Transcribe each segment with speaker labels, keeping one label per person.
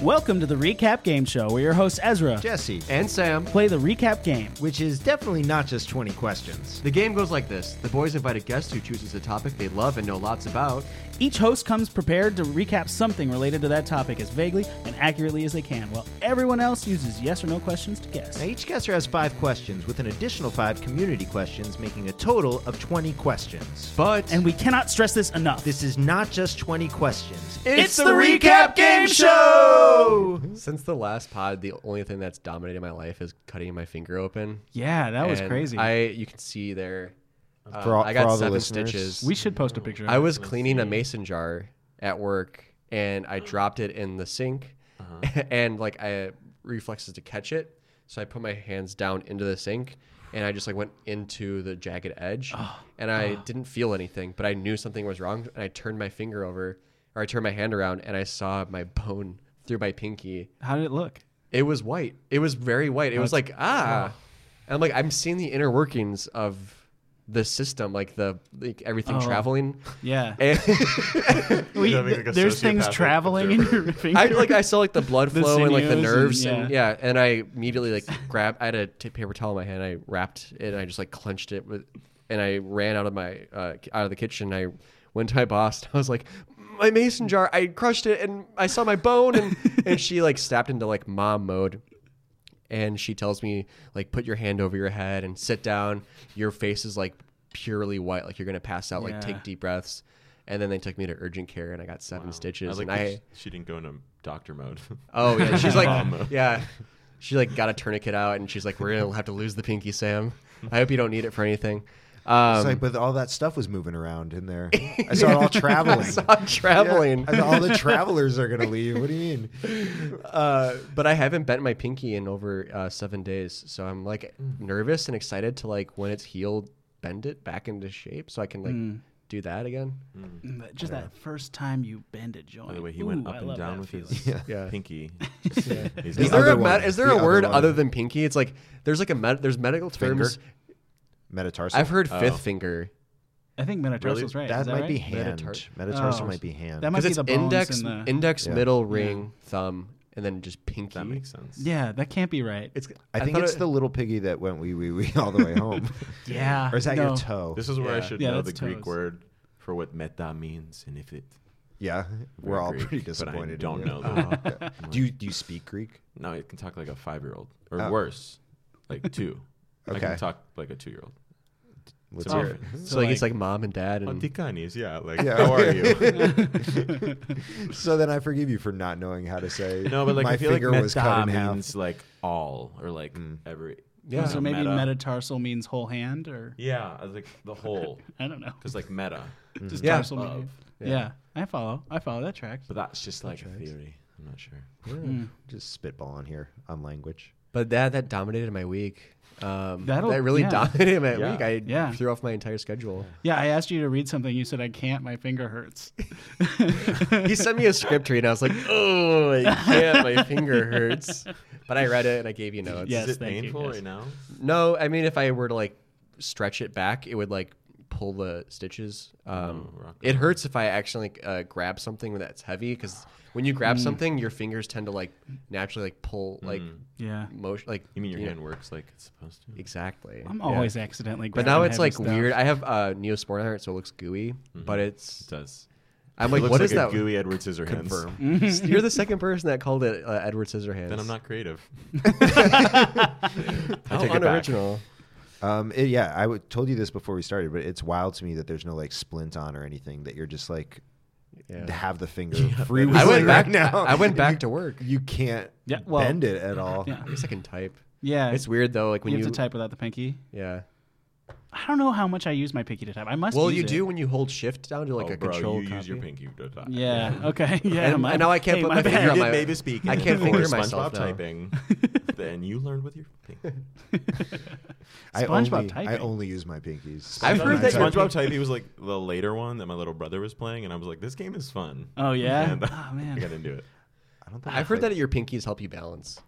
Speaker 1: Welcome to the Recap Game Show, where your hosts Ezra
Speaker 2: Jesse and Sam,
Speaker 1: play the recap game.
Speaker 2: which is definitely not just 20 questions.
Speaker 3: The game goes like this the boys invite a guest who chooses a topic they love and know lots about.
Speaker 1: Each host comes prepared to recap something related to that topic as vaguely and accurately as they can, while everyone else uses yes or no questions to guess.
Speaker 2: Now, each guesser has five questions, with an additional five community questions, making a total of 20 questions.
Speaker 3: But
Speaker 1: And we cannot stress this enough.
Speaker 2: This is not just 20 questions.
Speaker 1: It's the Recap Game Show!
Speaker 3: since the last pod, the only thing that's dominated my life is cutting my finger open.
Speaker 1: yeah, that was
Speaker 3: And
Speaker 1: crazy.
Speaker 3: I you can see there. uh,
Speaker 2: For all-
Speaker 3: I
Speaker 2: for
Speaker 3: got
Speaker 2: all the
Speaker 3: seven
Speaker 2: listeners.
Speaker 3: stitches.
Speaker 1: we should post a picture. of
Speaker 3: I
Speaker 1: it.
Speaker 3: was cleaning a mason jar at work and I dropped it in the sink and like I reflexes to catch it. So I put my hands down into the sink and I just like went into the jagged edge and I didn't feel anything, but I knew something was wrong and I turned my finger over or I turned my hand around and I saw my bone through my pinky.
Speaker 1: How did it look?
Speaker 3: It was white. It was very white. It was like ah, and I'm like I'm seeing the inner workings of the system, like the like everything
Speaker 1: Oh.
Speaker 3: traveling.
Speaker 1: Yeah,
Speaker 3: And
Speaker 1: We-
Speaker 4: You're having, like, a
Speaker 1: there's things
Speaker 4: sociopathic
Speaker 1: traveling in your finger.
Speaker 3: I like I saw like the blood
Speaker 1: The
Speaker 3: flow and like the
Speaker 1: sinews and-
Speaker 3: nerves and yeah. and I immediately like grabbed. I had a t- paper towel in my hand. I wrapped it. and I just like clenched it with, and I ran out of my uh, out of the kitchen. I went to my boss. And I was like, my mason jar. I crushed it and I saw my bone and and she like snapped into like mom mode. And she tells me like put your hand over your head and sit down. Your face is like purely white, like you're gonna pass out.
Speaker 1: Yeah.
Speaker 3: Like take deep breaths. And then they took me to urgent care, and I got seven
Speaker 4: I
Speaker 3: stitches.
Speaker 4: like
Speaker 3: and
Speaker 4: that
Speaker 3: I
Speaker 4: sh- she didn't go into doctor mode.
Speaker 3: Oh yeah, she's
Speaker 4: Mom.
Speaker 5: Um,
Speaker 3: like yeah, she like got a tourniquet out, and she's like, "We're gonna have to lose the pinky, Sam. I hope you don't need it for anything." Um,
Speaker 5: It's like, but all that stuff was moving around in there. I saw it all traveling.
Speaker 3: I saw traveling,
Speaker 5: Yeah, I- all the travelers are gonna leave. What do you mean?
Speaker 3: uh, but I haven't bent my pinky in over uh, seven days, so I'm like
Speaker 1: Hmm.
Speaker 3: nervous and excited to like when it's healed, bend it back into shape, so I can like
Speaker 1: Hmm.
Speaker 3: do that again.
Speaker 5: Hmm.
Speaker 1: Mm, just that first time you bend a joint.
Speaker 4: By the way, he went
Speaker 1: Ooh,
Speaker 4: up
Speaker 1: I
Speaker 4: and
Speaker 1: love
Speaker 4: down
Speaker 1: that
Speaker 4: with
Speaker 1: feeling.
Speaker 4: his
Speaker 3: Yeah.
Speaker 4: pinky. He's
Speaker 5: The
Speaker 3: Is
Speaker 4: got-
Speaker 3: there,
Speaker 5: other
Speaker 3: a, med-
Speaker 5: one.
Speaker 3: is there
Speaker 5: The
Speaker 3: a
Speaker 5: other
Speaker 3: word
Speaker 5: one.
Speaker 3: other than pinky? It's like there's like a med- there's medical terms.
Speaker 5: Metatarsal.
Speaker 3: I've heard fifth
Speaker 4: Oh.
Speaker 3: finger
Speaker 1: I think Metatarsal's right.
Speaker 5: that
Speaker 1: Is that
Speaker 5: might
Speaker 1: right?
Speaker 5: be hand.
Speaker 3: Metatar-
Speaker 5: Metatarsal
Speaker 1: Oh.
Speaker 5: might be hand.
Speaker 1: That might
Speaker 3: because
Speaker 1: be
Speaker 3: it's
Speaker 1: the bones
Speaker 3: index
Speaker 1: and the-
Speaker 3: index
Speaker 5: Yeah.
Speaker 3: middle ring thumb and then just pinky.
Speaker 4: That makes sense.
Speaker 1: Yeah, that can't be right.
Speaker 3: It's.
Speaker 5: I think
Speaker 3: thought
Speaker 5: it's
Speaker 3: it-
Speaker 5: the little piggy that went wee wee wee all the way home.
Speaker 1: yeah.
Speaker 5: or is that
Speaker 1: no.
Speaker 5: your toe?
Speaker 4: This is where I
Speaker 3: Yeah.
Speaker 4: should
Speaker 1: Yeah,
Speaker 4: know the
Speaker 1: that's toes.
Speaker 4: Greek word for what meta means and if it.
Speaker 5: yeah, we're
Speaker 4: We're
Speaker 5: all
Speaker 4: Greek,
Speaker 5: pretty
Speaker 4: but I
Speaker 5: disappointed. in
Speaker 4: don't
Speaker 5: you.
Speaker 4: know that.
Speaker 5: Yeah.
Speaker 4: I'm
Speaker 5: do you do you speak Greek?
Speaker 4: No, I can talk like a five year old or
Speaker 5: Oh.
Speaker 4: worse, like two. I
Speaker 5: Okay.
Speaker 4: can talk like a two year old.
Speaker 5: Let's
Speaker 1: Oh,
Speaker 4: So-
Speaker 5: hear it.
Speaker 3: So like, it's like mom and dad and
Speaker 4: Antikanis, Oh, yeah. Like,
Speaker 5: Mm-hmm. Yeah.
Speaker 4: how are you?
Speaker 5: So then I forgive you for not knowing how to say.
Speaker 4: no, but like,
Speaker 5: my
Speaker 4: I feel
Speaker 5: finger
Speaker 4: like
Speaker 5: was
Speaker 4: meta
Speaker 5: cut in half. Mm.
Speaker 4: means like all or like every.
Speaker 3: Yeah.
Speaker 1: so maybe
Speaker 4: meta.
Speaker 1: metatarsal means whole hand, or
Speaker 4: Yeah, I was like the whole.
Speaker 1: I don't know.
Speaker 4: Because like meta.
Speaker 1: Just
Speaker 3: Yeah.
Speaker 1: tarsal.
Speaker 4: Above.
Speaker 1: means- Yeah. I follow. I follow that track.
Speaker 4: But that's just like a theory. I'm not sure.
Speaker 5: Just spitballing here on language.
Speaker 3: but that that dominated my week. Um, that
Speaker 1: That'll-
Speaker 3: really
Speaker 1: yeah.
Speaker 3: dominated my
Speaker 4: Yeah.
Speaker 3: week. I
Speaker 1: Yeah.
Speaker 3: threw off my entire schedule.
Speaker 1: Yeah, I asked you to read something. You said I can't. My finger hurts.
Speaker 3: he sent me a script read. And I was like, oh, I can't. My finger hurts. But I read it and I gave you notes.
Speaker 1: Yes,
Speaker 4: Is it
Speaker 1: thank you,
Speaker 4: painful
Speaker 1: yes.
Speaker 4: right now?
Speaker 3: No, I mean if I were to like stretch it back, it would like pull the stitches. Um,
Speaker 4: rock
Speaker 3: it hurts if I actually like, uh, grab something that's heavy because when you
Speaker 1: Mm.
Speaker 3: grab something, your fingers tend to like naturally like pull like
Speaker 1: Yeah.
Speaker 3: motion. Like
Speaker 4: You mean your
Speaker 3: know,
Speaker 4: hand works like it's supposed to?
Speaker 3: Exactly.
Speaker 1: I'm
Speaker 3: Yeah.
Speaker 1: always accidentally.
Speaker 3: But
Speaker 1: grabbing
Speaker 3: now it's
Speaker 1: heavy
Speaker 3: like
Speaker 1: stuff.
Speaker 3: weird. I have uh, Neosporin on it, so it looks gooey. But it's
Speaker 4: It does.
Speaker 3: I'm
Speaker 4: Mm-hmm. it
Speaker 3: like,
Speaker 4: looks
Speaker 3: what
Speaker 4: like
Speaker 3: is
Speaker 4: a
Speaker 3: that?
Speaker 4: Gooey Edward Scissorhands.
Speaker 1: Mm.
Speaker 3: You're the second person that called it uh, Edward Scissorhands.
Speaker 4: Then I'm not creative.
Speaker 3: How
Speaker 4: take it back.
Speaker 3: unoriginal.
Speaker 5: Um, it- yeah, I w- told you this before we started, but it's wild to me that there's no like splint on or anything that you're just like
Speaker 3: Yeah.
Speaker 5: to have the finger free.
Speaker 3: I went
Speaker 5: right
Speaker 3: back
Speaker 5: now.
Speaker 3: I went back to work.
Speaker 5: You can't
Speaker 1: Yeah, well-
Speaker 5: bend it at all.
Speaker 1: Yeah.
Speaker 3: I guess I can type.
Speaker 1: Yeah.
Speaker 3: It's weird though, like
Speaker 1: You
Speaker 3: when
Speaker 1: have
Speaker 3: you,
Speaker 1: to type without the pinky.
Speaker 3: Yeah.
Speaker 1: I don't know how much I use my pinky to type. I must.
Speaker 3: Well,
Speaker 1: use
Speaker 3: you
Speaker 1: it.
Speaker 3: do when you hold shift down to like
Speaker 4: oh,
Speaker 3: a
Speaker 4: bro,
Speaker 3: control
Speaker 4: you
Speaker 3: copy.
Speaker 4: use your pinky to talk.
Speaker 1: Yeah. Okay. Yeah.
Speaker 3: And-
Speaker 1: my-
Speaker 3: and now I can't
Speaker 1: hey,
Speaker 3: put my
Speaker 1: bad.
Speaker 3: finger
Speaker 4: You
Speaker 3: on
Speaker 4: did
Speaker 3: my-
Speaker 4: baby speaking.
Speaker 3: I can't
Speaker 4: or
Speaker 3: finger
Speaker 4: SpongeBob
Speaker 3: myself now.
Speaker 4: typing. then you learn with your pinky.
Speaker 5: I
Speaker 1: SpongeBob
Speaker 5: only,
Speaker 1: typing.
Speaker 5: I only use my pinkies.
Speaker 3: I've heard that your-
Speaker 4: SpongeBob Typey was like the later one that my little brother was playing, and I was like, "This game is fun."
Speaker 1: Oh yeah.
Speaker 4: And
Speaker 1: Oh
Speaker 4: I got
Speaker 1: man.
Speaker 4: into it.
Speaker 5: I don't think
Speaker 3: I've
Speaker 5: I've
Speaker 3: heard
Speaker 5: played-
Speaker 3: that your pinkies help you balance.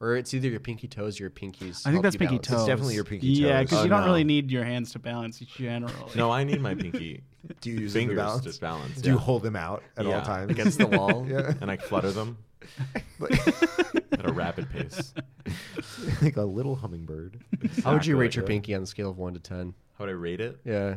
Speaker 3: Or it's either your pinky toes or your pinkies.
Speaker 1: I think
Speaker 3: help
Speaker 1: that's
Speaker 3: you
Speaker 1: pinky
Speaker 3: balance.
Speaker 1: toes.
Speaker 5: definitely your pinky
Speaker 1: Yeah,
Speaker 5: toes.
Speaker 1: because
Speaker 5: Oh,
Speaker 1: you don't
Speaker 5: no.
Speaker 1: really need your hands to balance generally.
Speaker 4: No, I need my pinky
Speaker 5: Do you use them to
Speaker 4: fingers
Speaker 5: balance?
Speaker 4: to balance.
Speaker 5: Do you
Speaker 4: yeah.
Speaker 5: hold them out at all
Speaker 4: Yeah.
Speaker 5: times?
Speaker 3: Against the wall.
Speaker 5: yeah.
Speaker 4: and I flutter them. at a rapid pace.
Speaker 5: like a little hummingbird.
Speaker 3: How would you
Speaker 4: Exactly
Speaker 3: rate
Speaker 4: like
Speaker 3: your
Speaker 4: that.
Speaker 3: pinky on the scale of one to ten?
Speaker 4: How would I rate it?
Speaker 3: Yeah.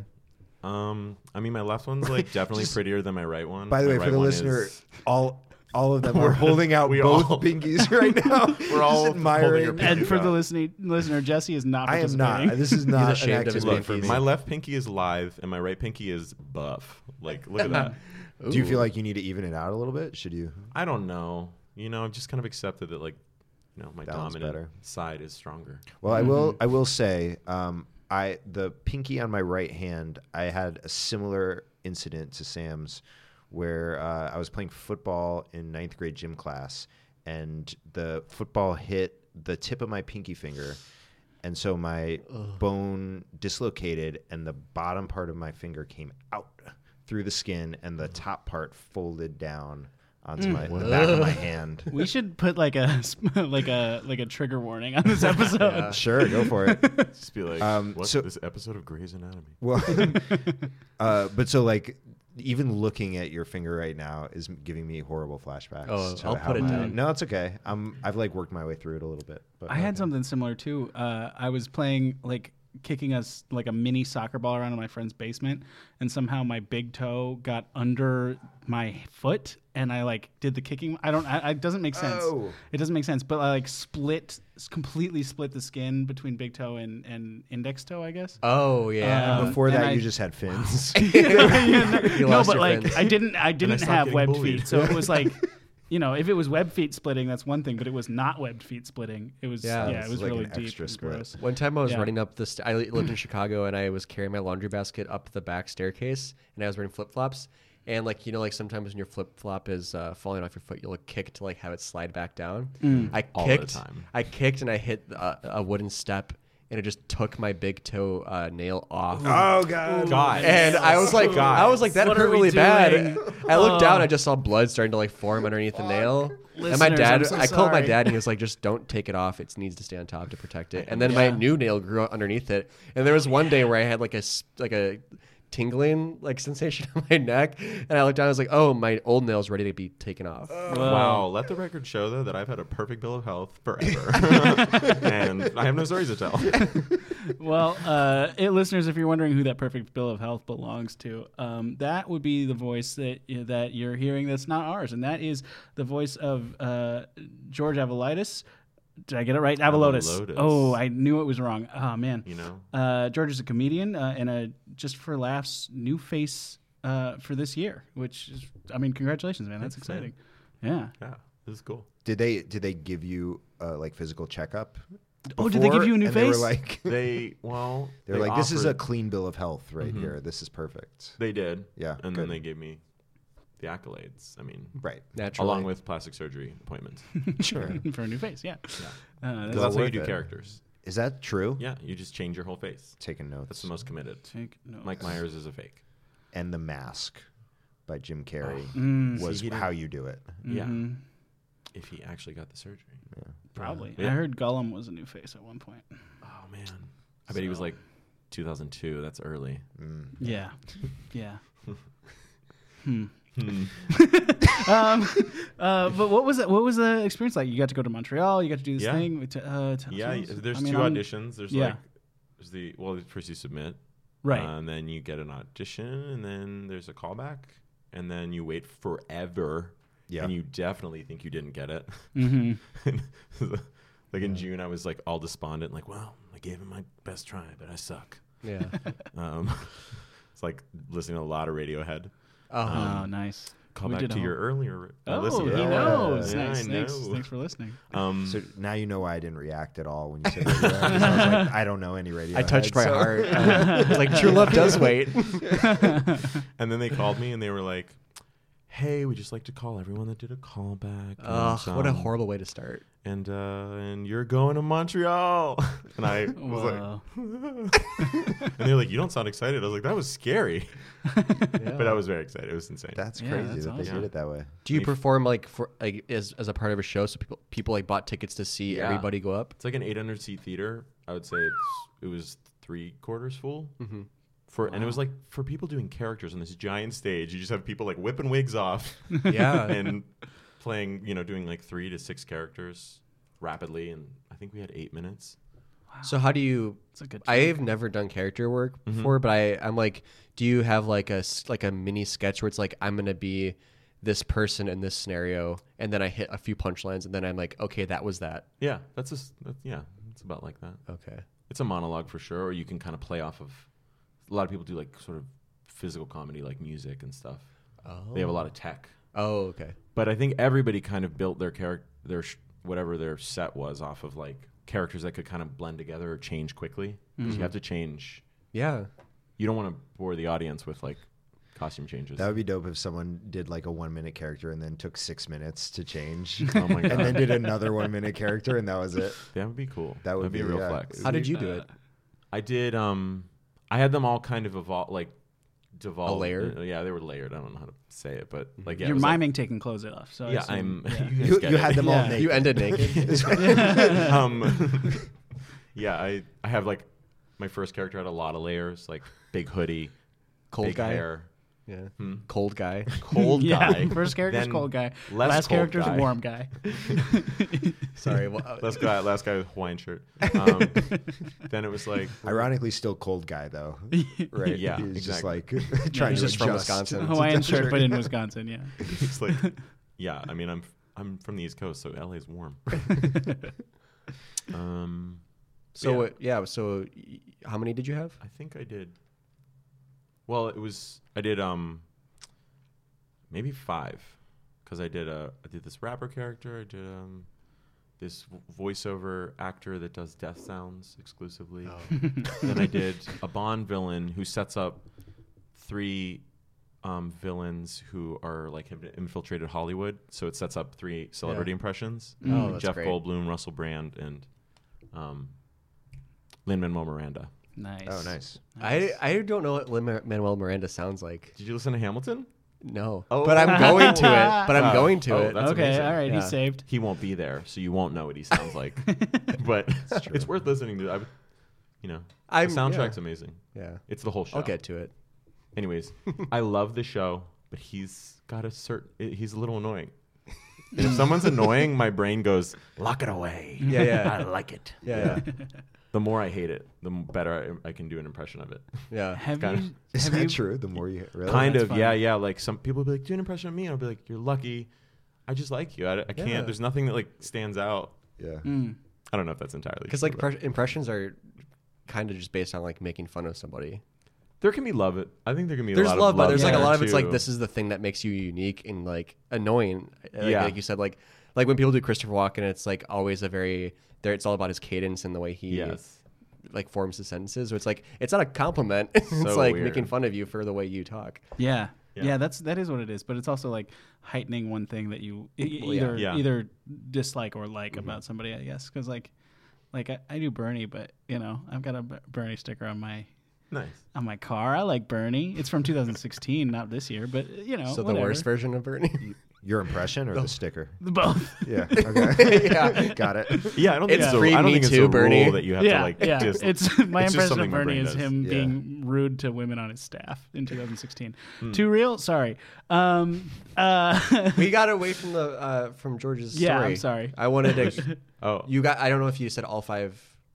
Speaker 4: Um, I mean, my left one's like definitely prettier than my right one.
Speaker 5: By the
Speaker 4: My
Speaker 5: way,
Speaker 4: right
Speaker 5: for the
Speaker 4: one
Speaker 5: listener,
Speaker 4: is-
Speaker 5: all all of them are holding out
Speaker 4: we
Speaker 5: both
Speaker 4: all-
Speaker 5: pinkies right now. We're
Speaker 4: all holding our
Speaker 5: admiring.
Speaker 4: pinky.
Speaker 1: And for the
Speaker 4: Yeah.
Speaker 1: listening listener, Jesse is not.
Speaker 5: I am
Speaker 1: participating.
Speaker 5: not. This is not an
Speaker 3: ashamed of
Speaker 5: active
Speaker 3: his
Speaker 5: look
Speaker 3: pinkies.
Speaker 5: for me.
Speaker 4: my left pinky is live, and my right pinky is buff. Like, look at that.
Speaker 5: Do you feel like you need to even it out a little bit? Should you?
Speaker 4: I don't know. You know, I've just kind of accepted that, like, you know, my
Speaker 5: That one's
Speaker 4: dominant
Speaker 5: better.
Speaker 4: side is stronger.
Speaker 5: Well, I will. I will say, um, I the pinky on my right hand. I had a similar incident to Sam's, where uh, I was playing football in ninth grade gym class, and the football hit the tip of my pinky finger, and so my bone dislocated, and the bottom part of my finger came out through the skin, and the top part folded down onto my the back of my hand.
Speaker 1: We should put like a like a like a trigger warning on this episode.
Speaker 5: Sure, go for it.
Speaker 4: Just be like,
Speaker 5: Um,
Speaker 4: what's
Speaker 5: so-
Speaker 4: this episode of Grey's Anatomy?
Speaker 5: Well, uh, but so like even looking at your finger right now is giving me horrible flashbacks.
Speaker 3: Oh,
Speaker 5: to
Speaker 3: I'll
Speaker 5: how
Speaker 3: put it
Speaker 5: my-
Speaker 3: down.
Speaker 5: No, it's okay. I'm I've like worked my way through it a little bit. But
Speaker 1: I had something similar too. Uh, I was playing like kicking us like a mini soccer ball around in my friend's basement, and somehow my big toe got under my foot, and I like did the kicking. I don't. I, it doesn't make sense.
Speaker 5: Oh.
Speaker 1: It doesn't make sense. But I like split, completely split the skin between big toe and and index toe. I guess.
Speaker 3: Oh yeah.
Speaker 1: Um,
Speaker 5: before
Speaker 1: and
Speaker 5: that
Speaker 1: I-
Speaker 5: you just had fins.
Speaker 1: Yeah, no,
Speaker 3: You
Speaker 1: no,
Speaker 3: lost
Speaker 1: but
Speaker 3: your
Speaker 1: like
Speaker 3: friends.
Speaker 1: I didn't I didn't
Speaker 4: stopped
Speaker 1: have
Speaker 4: getting
Speaker 1: webbed
Speaker 4: bullied.
Speaker 1: feet. So it was like you know, if it was web feet splitting, that's one thing, but it was not webbed feet splitting. It was
Speaker 3: Yeah,
Speaker 1: yeah,
Speaker 3: it's
Speaker 1: it was
Speaker 5: like
Speaker 1: really
Speaker 5: an
Speaker 1: deep
Speaker 5: extra
Speaker 1: and
Speaker 5: split.
Speaker 1: gross.
Speaker 3: One time I was
Speaker 1: Yeah.
Speaker 3: running up the. St- I li- lived in Chicago and I was carrying my laundry basket up the back staircase and I was wearing flip flops. And like you know, like sometimes when your flip flop is uh, falling off your foot, you'll like, kick to like have it slide back down. I kicked.
Speaker 4: All the time.
Speaker 3: I kicked and I hit uh, a wooden step and it just took my big toe uh, nail off.
Speaker 5: oh god.
Speaker 4: God.
Speaker 3: And I was like, I was like, that
Speaker 1: What
Speaker 3: hurt
Speaker 1: are we
Speaker 3: really bad.
Speaker 1: doing?
Speaker 3: I looked
Speaker 1: Oh.
Speaker 3: down, I just saw blood starting to like form underneath the nail. and my
Speaker 1: Listeners,
Speaker 3: dad,
Speaker 1: I'm so
Speaker 3: I called my
Speaker 1: sorry.
Speaker 3: dad, and he was like, just don't take it off. It needs to stay on top to protect it. And then my new nail grew out underneath it. And there was one day where I had like a s- like a tingling like sensation on my neck, and I looked down, I was like, oh, my old nail's ready to be taken off.
Speaker 4: Wow. Let the record show, though, that I've had a perfect bill of health forever. and I have no stories to tell.
Speaker 1: Well, uh, it, listeners, if you're wondering who that perfect bill of health belongs to, um, that would be the voice that that you're hearing that's not ours, and that is the voice of uh, George Avalitis. Did I get it right? Avalotis.
Speaker 4: Avalotis.
Speaker 1: Oh, I knew it was wrong. Oh man.
Speaker 4: You know?
Speaker 1: Uh, George is a comedian uh, and a just for laughs new face uh, for this year, which is, I mean, congratulations, man. That's exciting. Yeah.
Speaker 4: Yeah. This is cool.
Speaker 5: Did they did they give you uh, like physical checkup?
Speaker 1: Oh, did they give
Speaker 5: before?
Speaker 1: you a new
Speaker 5: and They were
Speaker 1: face?
Speaker 5: like
Speaker 4: They, well,
Speaker 5: they're
Speaker 4: they
Speaker 5: like this is a
Speaker 4: offered-
Speaker 5: clean bill of health right here. This is perfect.
Speaker 4: They did.
Speaker 5: Yeah,
Speaker 4: And
Speaker 5: good.
Speaker 4: then they gave me the accolades. I mean,
Speaker 5: Right.
Speaker 3: Naturally.
Speaker 4: along with plastic surgery appointments.
Speaker 5: Sure.
Speaker 1: for a new face, yeah. Uh,
Speaker 4: Because
Speaker 1: that's
Speaker 5: Go
Speaker 4: that's how you
Speaker 5: with
Speaker 4: do
Speaker 5: it.
Speaker 4: characters.
Speaker 5: Is that true?
Speaker 4: Yeah. You just change your whole face.
Speaker 5: Taking
Speaker 4: That's
Speaker 5: notes.
Speaker 4: the most committed.
Speaker 1: take notes.
Speaker 4: Mike Myers is a fake.
Speaker 5: and the mask by Jim Carrey
Speaker 1: Mm,
Speaker 5: was
Speaker 4: See, he didn't-
Speaker 5: how you do it.
Speaker 1: Mm-hmm.
Speaker 4: Yeah. If he actually got the surgery.
Speaker 1: Probably.
Speaker 4: Yeah.
Speaker 1: I heard Gollum was a new face at one point.
Speaker 4: Oh, man. I bet he was like 2002. That's early.
Speaker 5: Mm,
Speaker 1: Yeah. Yeah.
Speaker 4: Hmm.
Speaker 1: um, uh, but what was it? What was the experience like? You got to go to Montreal. You got to do this
Speaker 4: Yeah.
Speaker 1: thing. with- Uh, to-
Speaker 4: Yeah, y- there's
Speaker 1: I mean,
Speaker 4: two
Speaker 1: I'm-
Speaker 4: auditions. There's
Speaker 1: yeah.
Speaker 4: like there's the well, first you submit,
Speaker 1: Right.
Speaker 4: uh, and then you get an audition, and then there's a callback, and then you wait forever.
Speaker 5: Yeah.
Speaker 4: and you definitely think you didn't get it.
Speaker 1: hmm
Speaker 4: like in June, I was like all despondent, like, "Well, I gave him my best try, but I suck."
Speaker 3: yeah.
Speaker 4: Um, it's like listening to a lot of Radiohead.
Speaker 3: Oh,
Speaker 4: Uh,
Speaker 1: oh, nice.
Speaker 4: Um, Call
Speaker 1: We
Speaker 4: back
Speaker 1: did
Speaker 4: to
Speaker 1: a
Speaker 4: your earlier uh,
Speaker 1: Oh,
Speaker 4: listener.
Speaker 1: he
Speaker 5: Yeah.
Speaker 1: knows.
Speaker 4: Yeah,
Speaker 1: nice.
Speaker 4: I
Speaker 1: Thanks,
Speaker 4: know.
Speaker 1: thanks for listening.
Speaker 4: Um,
Speaker 5: So now you know why I didn't react at all when you said radio. I was like, I don't know any radio.
Speaker 3: I touched my heart. Uh, it's like true love does wait.
Speaker 4: And then they called me and they were like, "Hey, we just like to call everyone that did a callback."
Speaker 3: Ugh,
Speaker 4: and,
Speaker 3: what a
Speaker 4: um,
Speaker 3: horrible way to start.
Speaker 4: And uh, and you're going to Montreal. and I was
Speaker 1: Whoa.
Speaker 4: like, and they're like, "You don't sound excited." I was like, "That was scary," but I was very excited. It was insane.
Speaker 5: That's
Speaker 1: Yeah,
Speaker 5: crazy
Speaker 1: that's
Speaker 5: that they
Speaker 1: awesome.
Speaker 5: did it that way.
Speaker 3: Do you perform like for like as, as a part of a show? So people people like bought tickets to see
Speaker 4: Yeah.
Speaker 3: everybody go up.
Speaker 4: it's like an 800 seat theater. I would say it's it was three quarters full. Mm-hmm. For and it was like for people doing characters on this giant stage, you just have people like whipping wigs off
Speaker 3: Yeah,
Speaker 4: and playing, you know, doing like three to six characters rapidly, and I think we had eight minutes.
Speaker 3: So how do you?
Speaker 1: It's a good.
Speaker 3: I've never done character work
Speaker 4: Mm-hmm.
Speaker 3: before, but I I'm like, do you have like a s- like a mini sketch where it's like I'm gonna be this person in this scenario, and then I hit a few punchlines, and then I'm like, okay, that was that.
Speaker 4: Yeah, that's just that, yeah, it's about like that.
Speaker 3: Okay.
Speaker 4: It's a monologue for sure, or you can kind of play off of. A lot of people do like sort of physical comedy, like music and stuff.
Speaker 3: Oh.
Speaker 4: They have a lot of tech,
Speaker 3: Oh, okay.
Speaker 4: but I think everybody kind of built their character, their sh- whatever their set was, off of like characters that could kind of blend together or change quickly.
Speaker 3: Mm-hmm.
Speaker 4: 'Cause You have to change.
Speaker 3: Yeah.
Speaker 4: You don't want to bore the audience with like costume changes.
Speaker 5: That would be dope if someone did like a one minute character and then took six minutes to change,
Speaker 4: oh my god,
Speaker 5: and then did another one minute character, and that was it.
Speaker 4: that would be cool.
Speaker 5: That would
Speaker 4: That'd be,
Speaker 5: be-
Speaker 4: a real
Speaker 5: yeah.
Speaker 4: flex.
Speaker 3: How did you do it?
Speaker 4: uh, I did. Um, I had them all kind of evolve, like devolve.
Speaker 3: A layer?
Speaker 4: uh, yeah, they were layered. I don't know how to say it, but like yeah, it
Speaker 1: You're
Speaker 4: was like-
Speaker 1: miming taking clothes off. So I
Speaker 4: yeah,
Speaker 1: assume-
Speaker 4: I'm.
Speaker 1: yeah.
Speaker 4: You, guys
Speaker 5: You,
Speaker 4: get
Speaker 5: you
Speaker 4: it.
Speaker 5: had them all
Speaker 1: Yeah.
Speaker 5: naked.
Speaker 3: You ended naked.
Speaker 4: um, yeah, I I have like my first character had a lot of layers, like big hoodie,
Speaker 3: Cold
Speaker 4: big
Speaker 3: guy.
Speaker 4: hair,
Speaker 3: Yeah. Cold guy.
Speaker 4: cold
Speaker 1: yeah.
Speaker 4: guy.
Speaker 1: First character's
Speaker 4: then
Speaker 1: cold guy.
Speaker 4: less
Speaker 1: Last
Speaker 4: cold
Speaker 1: character's
Speaker 4: guy.
Speaker 1: warm guy.
Speaker 3: Sorry. Well, uh,
Speaker 4: Last guy, last guy with Hawaiian shirt. Um, then it was like
Speaker 5: Ironically, still cold guy though, right?
Speaker 4: Yeah,
Speaker 5: he's just
Speaker 4: exactly.
Speaker 5: like trying
Speaker 1: he's
Speaker 5: to
Speaker 3: just from
Speaker 5: adjust.
Speaker 3: Wisconsin.
Speaker 1: Hawaiian shirt, but in Wisconsin. Yeah.
Speaker 4: it's like yeah. I mean, I'm I'm from the East Coast, so LA is warm. um,
Speaker 3: so
Speaker 4: Yeah.
Speaker 3: uh, yeah. So y- how many did you have?
Speaker 4: I think I did. Well, it was I did um maybe five because I did a I did this rapper character. I did um this v- voiceover actor that does death sounds exclusively.
Speaker 3: Oh.
Speaker 4: then I did a Bond villain who sets up three um, villains who are like have infiltrated Hollywood. So it sets up three celebrity impressions:
Speaker 3: Oh, that's
Speaker 4: Jeff
Speaker 3: great.
Speaker 4: Goldblum, Russell Brand, and um, Lin Manuel Miranda.
Speaker 1: Nice.
Speaker 5: Oh, nice.
Speaker 3: I I don't know what Lin Manuel Miranda sounds like.
Speaker 4: Did you listen to Hamilton?
Speaker 3: No.
Speaker 4: Oh.
Speaker 3: But I'm going to it. But I'm
Speaker 4: Wow.
Speaker 3: going to
Speaker 4: Oh,
Speaker 3: it.
Speaker 4: that's
Speaker 1: okay.
Speaker 4: amazing.
Speaker 1: All right.
Speaker 3: Yeah.
Speaker 1: He's saved.
Speaker 4: He won't be there, so you won't know what he sounds like. but it's worth listening to. I, would- you know,
Speaker 3: I'm-
Speaker 4: the soundtrack's
Speaker 3: yeah.
Speaker 4: amazing.
Speaker 3: Yeah.
Speaker 4: It's the whole show.
Speaker 3: I'll get to it.
Speaker 4: Anyways, I love the show, but he's got a certain. He's a little annoying. And if someone's annoying, my brain goes, "Lock it away."
Speaker 3: Yeah, yeah.
Speaker 4: I like it.
Speaker 3: Yeah. Yeah.
Speaker 4: The more I hate it, the better I, I can do an impression of it.
Speaker 3: yeah.
Speaker 1: Have
Speaker 4: kinda-
Speaker 1: you?
Speaker 5: Is
Speaker 1: have
Speaker 5: that
Speaker 1: you-
Speaker 5: true? The more you really,
Speaker 4: kind
Speaker 1: that's
Speaker 4: of yeah
Speaker 1: funny.
Speaker 4: yeah like some people will be like do an impression of me and i'll be like you're lucky i just like you i, I can't
Speaker 3: Yeah.
Speaker 4: there's nothing that like stands out
Speaker 5: yeah.
Speaker 1: Mm.
Speaker 4: i don't know if that's entirely
Speaker 3: Because
Speaker 4: true,
Speaker 3: like
Speaker 4: but-
Speaker 3: impres- impressions are kind of just based on like making fun of somebody.
Speaker 4: there can be love it i think there can be
Speaker 3: There's
Speaker 4: a lot
Speaker 3: love,
Speaker 4: of
Speaker 3: but
Speaker 4: love
Speaker 3: there's like a
Speaker 4: there,
Speaker 3: lot of it's like
Speaker 4: too.
Speaker 3: this is the thing that makes you unique and like annoying. Uh, Like,
Speaker 4: Yeah.
Speaker 3: like you said, like like when people do Christopher Walken, it's like always a very there. It's all about his cadence and the way he
Speaker 4: yes
Speaker 3: like forms his sentences. So it's like it's not a compliment. it's like
Speaker 4: weird.
Speaker 3: making fun of you for the way you talk.
Speaker 1: Yeah.
Speaker 4: Yeah.
Speaker 1: yeah. That's that is what it is, but it's also like heightening one thing that you e- e-
Speaker 3: Well, yeah.
Speaker 1: either
Speaker 4: Yeah. Mm-hmm.
Speaker 1: either dislike or like about somebody, I guess, because like like I, I do Bernie, but you know I've got a B- Bernie sticker on my
Speaker 4: nice
Speaker 1: on my car. I like Bernie. It's from 2016, not this year, but you know.
Speaker 3: so the
Speaker 1: whatever.
Speaker 3: worst version of Bernie.
Speaker 5: Your impression or the sticker?
Speaker 1: Both.
Speaker 5: Yeah. Okay.
Speaker 3: yeah.
Speaker 5: Got it.
Speaker 4: yeah i don't think
Speaker 3: It's
Speaker 4: it's, a,
Speaker 3: free
Speaker 4: I don't
Speaker 3: Me
Speaker 4: think it's
Speaker 3: Too,
Speaker 4: a
Speaker 3: Bernie.
Speaker 4: rule that you have
Speaker 1: yeah,
Speaker 4: to like
Speaker 1: yeah.
Speaker 4: just
Speaker 1: it's my
Speaker 4: it's
Speaker 1: impression
Speaker 4: just something
Speaker 1: of
Speaker 4: my brain
Speaker 1: Bernie is
Speaker 4: does.
Speaker 1: him
Speaker 5: Yeah.
Speaker 1: being rude to women on his staff in 2016.
Speaker 4: Hmm.
Speaker 1: Too real? Sorry. Um, uh,
Speaker 3: we got away from the uh, from George's
Speaker 1: Yeah,
Speaker 3: story.
Speaker 1: I'm sorry.
Speaker 3: I wanted to.
Speaker 4: oh
Speaker 3: you got. I don't know if you said all five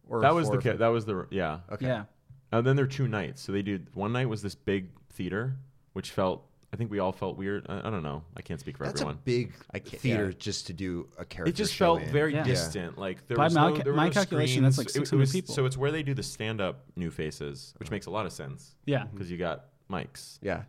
Speaker 3: or
Speaker 4: that was
Speaker 3: four
Speaker 4: the
Speaker 3: of
Speaker 4: ca-
Speaker 3: them.
Speaker 4: that was the yeah
Speaker 3: Okay.
Speaker 1: yeah.
Speaker 4: and then there are two nights so they did one night was this big theater which felt i think we all felt weird i, I don't know i can't speak for
Speaker 5: That's
Speaker 4: everyone
Speaker 5: a big
Speaker 3: I can't-
Speaker 5: theater
Speaker 3: yeah.
Speaker 5: just to do a character.
Speaker 4: it just
Speaker 5: show
Speaker 4: felt
Speaker 5: in.
Speaker 4: very
Speaker 1: Yeah.
Speaker 4: distant. Like there
Speaker 1: By
Speaker 4: was
Speaker 1: my
Speaker 4: no,
Speaker 1: ca-
Speaker 4: there were
Speaker 1: my
Speaker 4: no
Speaker 1: calculation, that's like
Speaker 4: screens. It-
Speaker 1: 600
Speaker 4: it was-
Speaker 1: people.
Speaker 4: So it's where they do the stand-up new faces, which makes a lot of sense.
Speaker 1: Yeah.
Speaker 4: because you got mics.
Speaker 3: Yeah.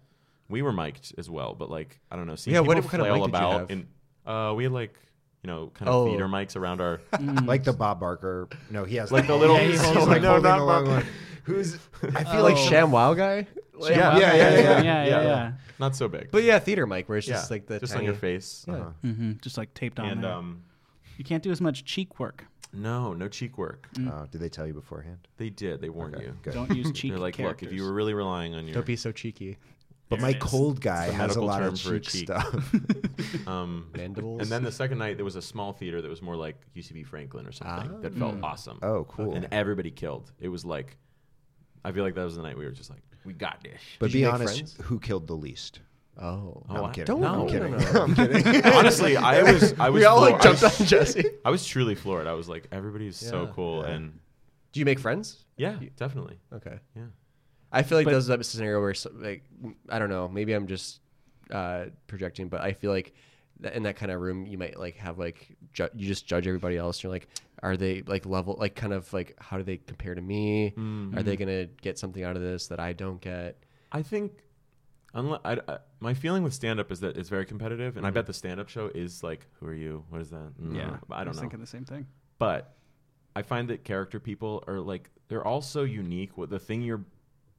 Speaker 4: We were mic'd as well, but like I don't know. Seeing
Speaker 3: Yeah,
Speaker 4: people
Speaker 3: what- what kind of
Speaker 4: flail
Speaker 3: mic did you
Speaker 4: about
Speaker 3: have?
Speaker 4: in- uh, we had like you know kind of
Speaker 3: Oh.
Speaker 4: theater mics around our
Speaker 5: like the Bob Barker. No, he has
Speaker 4: like the
Speaker 5: long-
Speaker 4: little.
Speaker 1: Yeah, he
Speaker 5: he's
Speaker 1: holds one.
Speaker 5: like holding
Speaker 4: not
Speaker 5: a long one. Who's I feel
Speaker 3: Feel like
Speaker 5: like
Speaker 1: Oh.
Speaker 5: Sham.
Speaker 3: Sham Wow guy. Like-
Speaker 4: Yeah,
Speaker 5: Yeah, yeah,
Speaker 1: yeah,
Speaker 5: yeah,
Speaker 1: yeah, yeah.
Speaker 4: Not so big,
Speaker 3: But yeah, theater mic where it's
Speaker 4: yeah,
Speaker 3: just like the
Speaker 4: just
Speaker 3: tiny,
Speaker 4: on your face. Uh-huh.
Speaker 3: Yeah.
Speaker 1: hmm Just like taped on
Speaker 4: And
Speaker 1: there.
Speaker 4: um,
Speaker 1: you can't do as much cheek work.
Speaker 4: no, no cheek work.
Speaker 5: Oh, did they tell you beforehand?
Speaker 4: They did. They warned Mm. you.
Speaker 5: Good.
Speaker 1: Don't use cheek
Speaker 4: They're like,
Speaker 1: characters.
Speaker 4: look, if you were really relying on your
Speaker 3: Don't be so cheeky.
Speaker 5: But
Speaker 1: There
Speaker 5: my
Speaker 1: it is.
Speaker 5: cold guy
Speaker 4: It's the
Speaker 5: has a
Speaker 4: medical
Speaker 5: lot of
Speaker 4: term for a
Speaker 5: cheek,
Speaker 4: cheek.
Speaker 5: stuff.
Speaker 4: um,
Speaker 3: Mandibles.
Speaker 4: And then the second night, there was a small theater that was more like UCB Franklin or something that felt
Speaker 3: Ah.
Speaker 4: awesome.
Speaker 5: Oh, cool.
Speaker 4: And everybody killed. It was like, I feel like that was the night we were just like, we got this.
Speaker 5: But
Speaker 3: Did you
Speaker 5: be
Speaker 3: make
Speaker 5: honest,
Speaker 3: friends?
Speaker 5: who killed the least?
Speaker 3: Oh.
Speaker 4: Oh,
Speaker 5: No,
Speaker 4: I-
Speaker 5: I'm kidding.
Speaker 3: don't-
Speaker 5: I'm
Speaker 3: no,
Speaker 5: kidding.
Speaker 3: no, no, no.
Speaker 5: I'm kidding.
Speaker 4: Honestly, I was I was
Speaker 3: we all like
Speaker 4: floored. I
Speaker 3: jumped
Speaker 4: was-
Speaker 3: on Jesse.
Speaker 4: I was truly floored. I was like, everybody's so
Speaker 3: Yeah.
Speaker 4: cool,
Speaker 5: Yeah.
Speaker 4: and
Speaker 3: Do you make friends?
Speaker 4: yeah, definitely,
Speaker 3: Okay.
Speaker 4: yeah.
Speaker 3: I feel like
Speaker 1: But-
Speaker 3: those are the scenario where so- like I don't know, maybe I'm just uh, projecting, but I feel like th- in that kind of room you might like have like ju- you just judge everybody else. You're like, are they like level like kind of like how do they compare to me? Are they gonna get something out of this that I don't get?
Speaker 4: I think, unless I, I- my feeling with stand up is that it's very competitive, and I bet the stand up show is like, who are you? What is that? Mm,
Speaker 1: Yeah,
Speaker 4: I
Speaker 1: I
Speaker 4: don't
Speaker 1: was
Speaker 4: know.
Speaker 1: thinking the same thing.
Speaker 4: but I find that character people are like they're all so unique. What the thing you're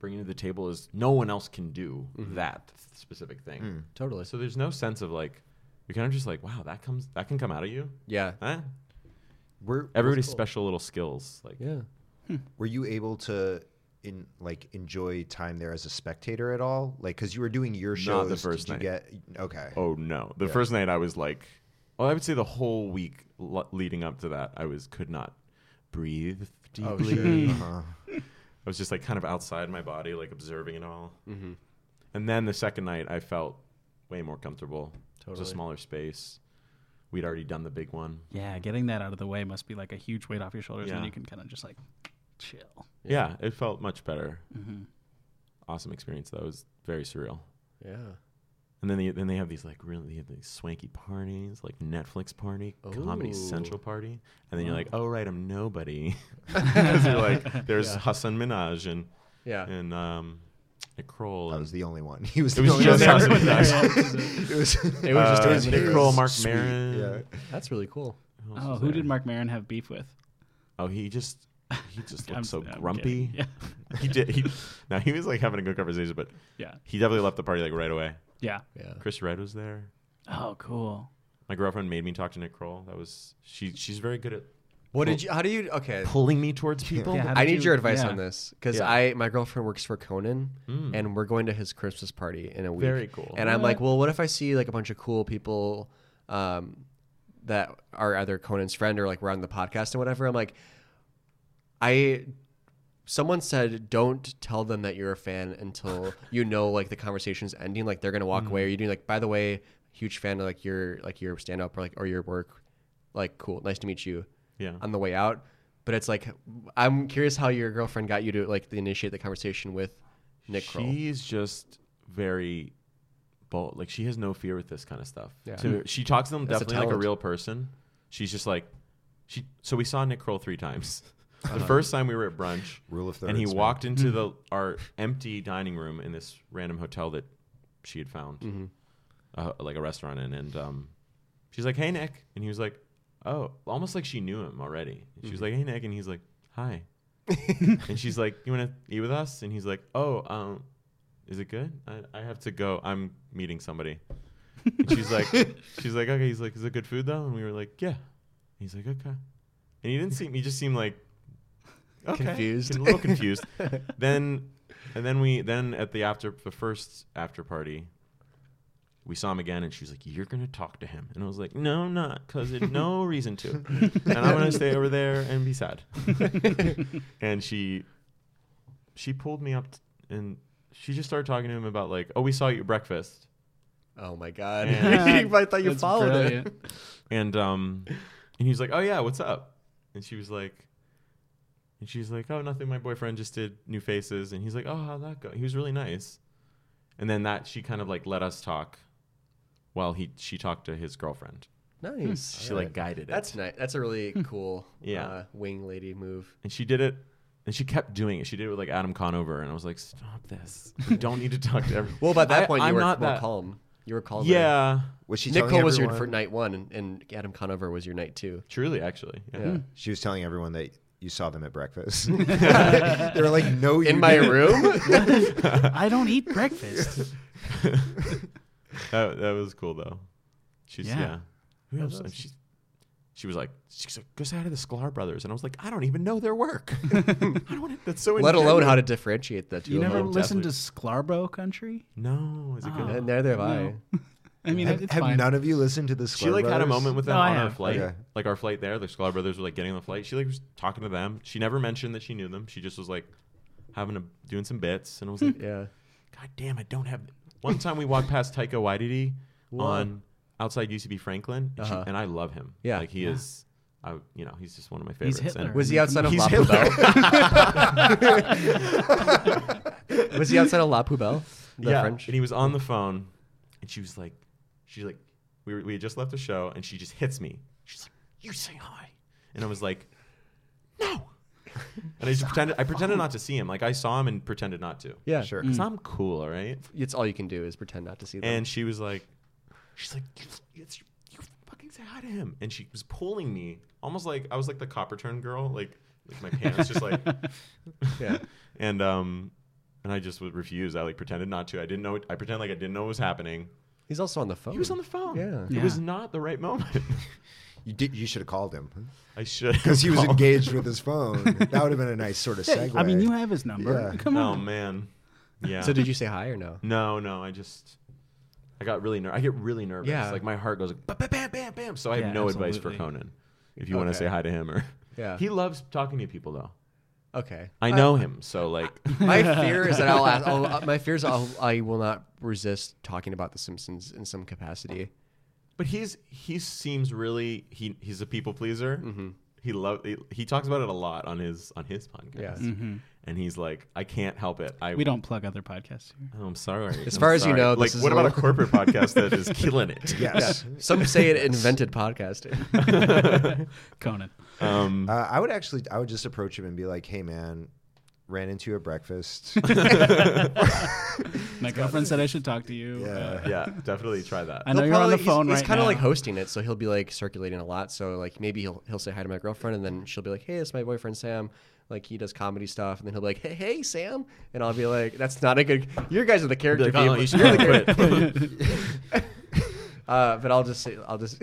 Speaker 4: bringing to the table is no one else can do that specific thing.
Speaker 3: Totally.
Speaker 4: So there's no sense of like you're kind of just like, wow, that comes that can come out of you.
Speaker 3: yeah.
Speaker 4: Huh?
Speaker 5: Were
Speaker 4: Everybody's special little skills. Like
Speaker 3: Yeah.
Speaker 5: were you able to in like enjoy time there as a spectator at all? Like cuz you were doing your shows
Speaker 4: Not the first
Speaker 5: did you get okay.
Speaker 4: Oh no! The first night I was like, well, I would say the whole week l- leading up to that, I was could not breathe
Speaker 3: Oh,
Speaker 4: deeply.
Speaker 5: Uh-huh.
Speaker 4: I was just like kind of outside my body, like observing it all.
Speaker 3: Mm-hmm.
Speaker 4: And then the second night, I felt way more comfortable. It was
Speaker 3: Totally.
Speaker 4: a smaller space. We'd already done the big one.
Speaker 1: Yeah, getting that out of the way must be like a huge weight off your shoulders, and
Speaker 4: Yeah.
Speaker 1: then you can kind of just like chill. Mm-hmm.
Speaker 4: Yeah, it felt much better. Awesome experience. That was very surreal.
Speaker 3: Yeah.
Speaker 4: And then they, then they have these like really they have these swanky parties, like Netflix party, Comedy
Speaker 3: Ooh.
Speaker 4: Central party, and then you're like, oh right, I'm nobody, because you're like, there's Hassan Minaj and
Speaker 3: Yeah.
Speaker 4: and um, Nick Kroll.
Speaker 5: I
Speaker 4: and-
Speaker 5: was the only one. He was the
Speaker 4: It was
Speaker 5: only
Speaker 4: just
Speaker 5: one.
Speaker 4: us.
Speaker 5: it was
Speaker 3: It was just
Speaker 4: Uh,
Speaker 3: it
Speaker 4: Nick
Speaker 5: him.
Speaker 4: Kroll, Mark
Speaker 5: Sweet,
Speaker 4: Maron.
Speaker 5: yeah.
Speaker 3: That's really cool.
Speaker 4: Who else
Speaker 1: Oh,
Speaker 4: was
Speaker 1: who
Speaker 4: there?
Speaker 1: did Mark Maron have beef with?
Speaker 4: Oh, he just he just
Speaker 1: I'm-
Speaker 4: looked so
Speaker 1: I'm kidding.
Speaker 4: grumpy.
Speaker 1: Yeah.
Speaker 4: he did. He, now he was like having a good conversation, but
Speaker 1: Yeah.
Speaker 4: he definitely left the party like right away.
Speaker 1: Yeah.
Speaker 3: Yeah.
Speaker 4: Chris Red was there.
Speaker 1: Oh, cool.
Speaker 4: My girlfriend made me talk to Nick Kroll. That was she. She's very good at
Speaker 3: What did you? How do you? Okay.
Speaker 4: pulling me towards people.
Speaker 1: Yeah, how
Speaker 3: I
Speaker 1: did
Speaker 3: need
Speaker 1: you-
Speaker 3: your advice
Speaker 1: yeah.
Speaker 3: on this because
Speaker 4: Yeah.
Speaker 3: I my girlfriend works for Conan
Speaker 4: Hmm.
Speaker 3: and we're going to his Christmas party in a week.
Speaker 4: Mm. Very cool.
Speaker 3: And I'm like, well, what if I see like a bunch of cool people um, that are either Conan's friend or like we're on the podcast and whatever? I'm like, I. Someone said, "Don't tell them that you're a fan until you know like the conversation's ending. Like they're gonna walk
Speaker 4: Mm-hmm.
Speaker 3: away, or you doing like, by the way, huge fan of like your like your stand up or like or your work. Like cool, nice to meet you
Speaker 4: Yeah.
Speaker 3: on the way out. But it's like I'm curious how your girlfriend got you to like initiate the conversation with Nick Kroll.
Speaker 4: She's just very bold. Like she has no fear with this kind of stuff.
Speaker 3: Yeah.
Speaker 4: So she talks to them
Speaker 3: That's a
Speaker 4: definitely like a
Speaker 3: talent.
Speaker 4: real person. She's just like she. So we saw Nick Kroll three times. The first time we were at brunch,
Speaker 5: Rule of
Speaker 4: and he
Speaker 5: thirds, man.
Speaker 4: walked into the our empty dining room in this random hotel that she had found,
Speaker 3: Mm. Mm-hmm.
Speaker 4: uh, like a restaurant in, and um, she's like, "Hey Nick," and he was like, "Oh," almost like she knew him already. And She
Speaker 3: Mm-hmm.
Speaker 4: was like, "Hey Nick," and he's like, "Hi," and she's like, "You want to eat with us?" And he's like, "Oh, um, is it good? I, I have to go. I'm meeting somebody." And she's like, she's like, okay. He's like, is it good food though? And we were like, yeah. He's like, okay. And he didn't seem. He just seemed like okay.
Speaker 3: Confused.
Speaker 4: a little confused. then, and then we then at the after the first after party, we saw him again, and she was like, "You're gonna talk to him," and I was like, "No, I'm not, cause there's no reason to, and I'm gonna stay over there and be sad." and she, she pulled me up, t- and she just started talking to him about like, "Oh, we saw you at breakfast,"
Speaker 3: Oh my god!
Speaker 4: Yeah.
Speaker 3: You might thought you
Speaker 1: That's
Speaker 3: followed
Speaker 1: brilliant.
Speaker 3: it.
Speaker 4: and um, and he was like, "Oh yeah, what's up?" And she was like, and she's like, "Oh, nothing. My boyfriend just did new faces," and he's like, "Oh, how'd that go?" He was really nice, and then that she kind of like let us talk, while he she talked to his girlfriend.
Speaker 3: Nice.
Speaker 4: She like guided it.
Speaker 3: Hmm. That's nice. That's a really cool
Speaker 4: Yeah.
Speaker 3: uh, wing lady move.
Speaker 4: and she did it and she kept doing it she did it with like adam conover and i was like stop this you don't need to talk to everyone
Speaker 3: Well, by that
Speaker 4: I-
Speaker 3: point you
Speaker 4: I'm
Speaker 3: were
Speaker 4: not
Speaker 3: more
Speaker 4: that-
Speaker 3: calm. You were calm.
Speaker 4: yeah
Speaker 5: Was she
Speaker 3: Nick
Speaker 5: telling
Speaker 3: Kroll was your
Speaker 5: everyone-
Speaker 3: for night one, and, and Adam Conover was your night two.
Speaker 4: truly actually
Speaker 3: Yeah.
Speaker 4: yeah,
Speaker 5: She was telling everyone that you saw them at breakfast. they were like, "No, you
Speaker 3: In my
Speaker 5: didn't.
Speaker 3: room.
Speaker 1: I don't eat breakfast.
Speaker 4: That, that was cool though she's
Speaker 1: Yeah.
Speaker 4: yeah, Who else? And She's, she was like she's like go say hi to the sklar brothers and i was like i don't even know their work i don't want to, that's so
Speaker 3: Let alone
Speaker 4: ingenuous.
Speaker 3: how to differentiate the two.
Speaker 1: you
Speaker 3: of
Speaker 1: never
Speaker 3: them.
Speaker 1: listened to Sklarbro Country?
Speaker 4: no is it good
Speaker 1: Oh.
Speaker 3: And neither have
Speaker 1: No. I mean,
Speaker 5: Have,
Speaker 1: it's
Speaker 5: have
Speaker 1: fine.
Speaker 5: none of you listened to this?
Speaker 4: she like had a moment with them
Speaker 1: No, I
Speaker 3: Oh,
Speaker 4: on our
Speaker 1: have.
Speaker 4: flight,
Speaker 5: Okay.
Speaker 4: like our flight there. The Sklar brothers were like getting on the flight. She like was talking to them. She never mentioned that she knew them. She just was like having a doing some bits, and I was like,
Speaker 3: I. Yeah.
Speaker 4: God damn, I don't have One time we walked past Taika Waititi on outside UCB Franklin, and, she-
Speaker 3: Uh-huh.
Speaker 4: and I love him.
Speaker 3: Yeah.
Speaker 4: like he is. I, you know, he's just one of my favorites.
Speaker 1: Hitler.
Speaker 4: And-
Speaker 3: Was he outside of
Speaker 5: He's
Speaker 3: La
Speaker 5: Hitler.
Speaker 3: Poubelle? was he outside of La Poubelle? The
Speaker 4: yeah,
Speaker 3: French?
Speaker 4: and he was on the phone, and she was like, she's like, we, were, we had just left the show, and she just hits me. She's like, you say hi, and I was like, no, and I just pretended, I pretended not to see him. Like I saw him and pretended not to.
Speaker 3: yeah.
Speaker 5: Sure.
Speaker 1: Mm.
Speaker 4: because I'm cool, all right.
Speaker 3: It's all you can do is pretend not to see them.
Speaker 4: And she was like, she's like, you, it's, you fucking say hi to him. And she was pulling me, almost like I was like the copper turn girl, like like my pants just like,
Speaker 3: yeah.
Speaker 4: and um, and I just would refuse. I like pretended not to. I didn't know. It, I pretended like I didn't know what was happening.
Speaker 3: He's also on the phone.
Speaker 4: He was on the phone.
Speaker 3: Oh. Yeah.
Speaker 4: it was
Speaker 1: Yeah.
Speaker 4: not the right moment.
Speaker 5: You did. You should have called him
Speaker 4: I should
Speaker 5: because he was
Speaker 4: called.
Speaker 5: engaged with his phone. That would have been a nice sort of segue.
Speaker 1: I mean, you have his number.
Speaker 5: Yeah.
Speaker 1: Come
Speaker 4: Oh
Speaker 1: on.
Speaker 4: man, yeah.
Speaker 3: So did you say hi or no?
Speaker 4: no, no. I just. I got really nervous. I get really nervous.
Speaker 3: Yeah.
Speaker 4: Like my heart goes like, bam, bam, bam, bam, bam. So I have
Speaker 1: Yeah,
Speaker 4: no advice for
Speaker 1: absolutely.
Speaker 4: Conan. If you want to
Speaker 3: Okay.
Speaker 4: say hi to him or
Speaker 3: Yeah. Uh,
Speaker 4: He loves talking to people though.
Speaker 3: Okay.
Speaker 4: I know him, so like
Speaker 3: My fear is that I'll ask. I'll, uh, my fear is I'll, I will not resist talking about The Simpsons in some capacity.
Speaker 4: but he's he seems really he he's a people pleaser.
Speaker 3: Mm-hmm.
Speaker 4: He love he, he talks about it a lot on his on his podcast.
Speaker 3: Yeah.
Speaker 4: And he's like, I can't help it. I
Speaker 1: Mm-hmm. We don't plug other podcasts here.
Speaker 4: Oh, I'm sorry.
Speaker 3: As
Speaker 4: I'm
Speaker 3: far as you
Speaker 4: sorry.
Speaker 3: know,
Speaker 4: like
Speaker 3: this is
Speaker 4: what
Speaker 3: a
Speaker 4: about a
Speaker 3: little-
Speaker 4: corporate podcast that is killing it?
Speaker 5: yes.
Speaker 3: Some say it invented podcasting.
Speaker 1: Conan.
Speaker 4: Um,
Speaker 5: Uh, I would actually. I would just approach him and be like, "Hey, man, ran into you at breakfast.
Speaker 1: My girlfriend said I should talk to you. Uh,
Speaker 5: Yeah.
Speaker 4: yeah, definitely try that.
Speaker 1: I know you're on the phone
Speaker 3: he's,
Speaker 1: right
Speaker 3: kind
Speaker 1: now.
Speaker 3: of like hosting it, so he'll be like circulating a lot. So like maybe he'll he'll say hi to my girlfriend, and then she'll be like, "Hey, it's my boyfriend Sam." Like he does comedy stuff, and then he'll be like, "Hey, hey, Sam," and I'll be like, "That's not a good. You guys are the character
Speaker 4: Like, oh,
Speaker 3: people.
Speaker 4: you should
Speaker 3: You're the
Speaker 4: probably
Speaker 3: character-
Speaker 4: quit.
Speaker 3: Uh, but I'll just say, I'll just.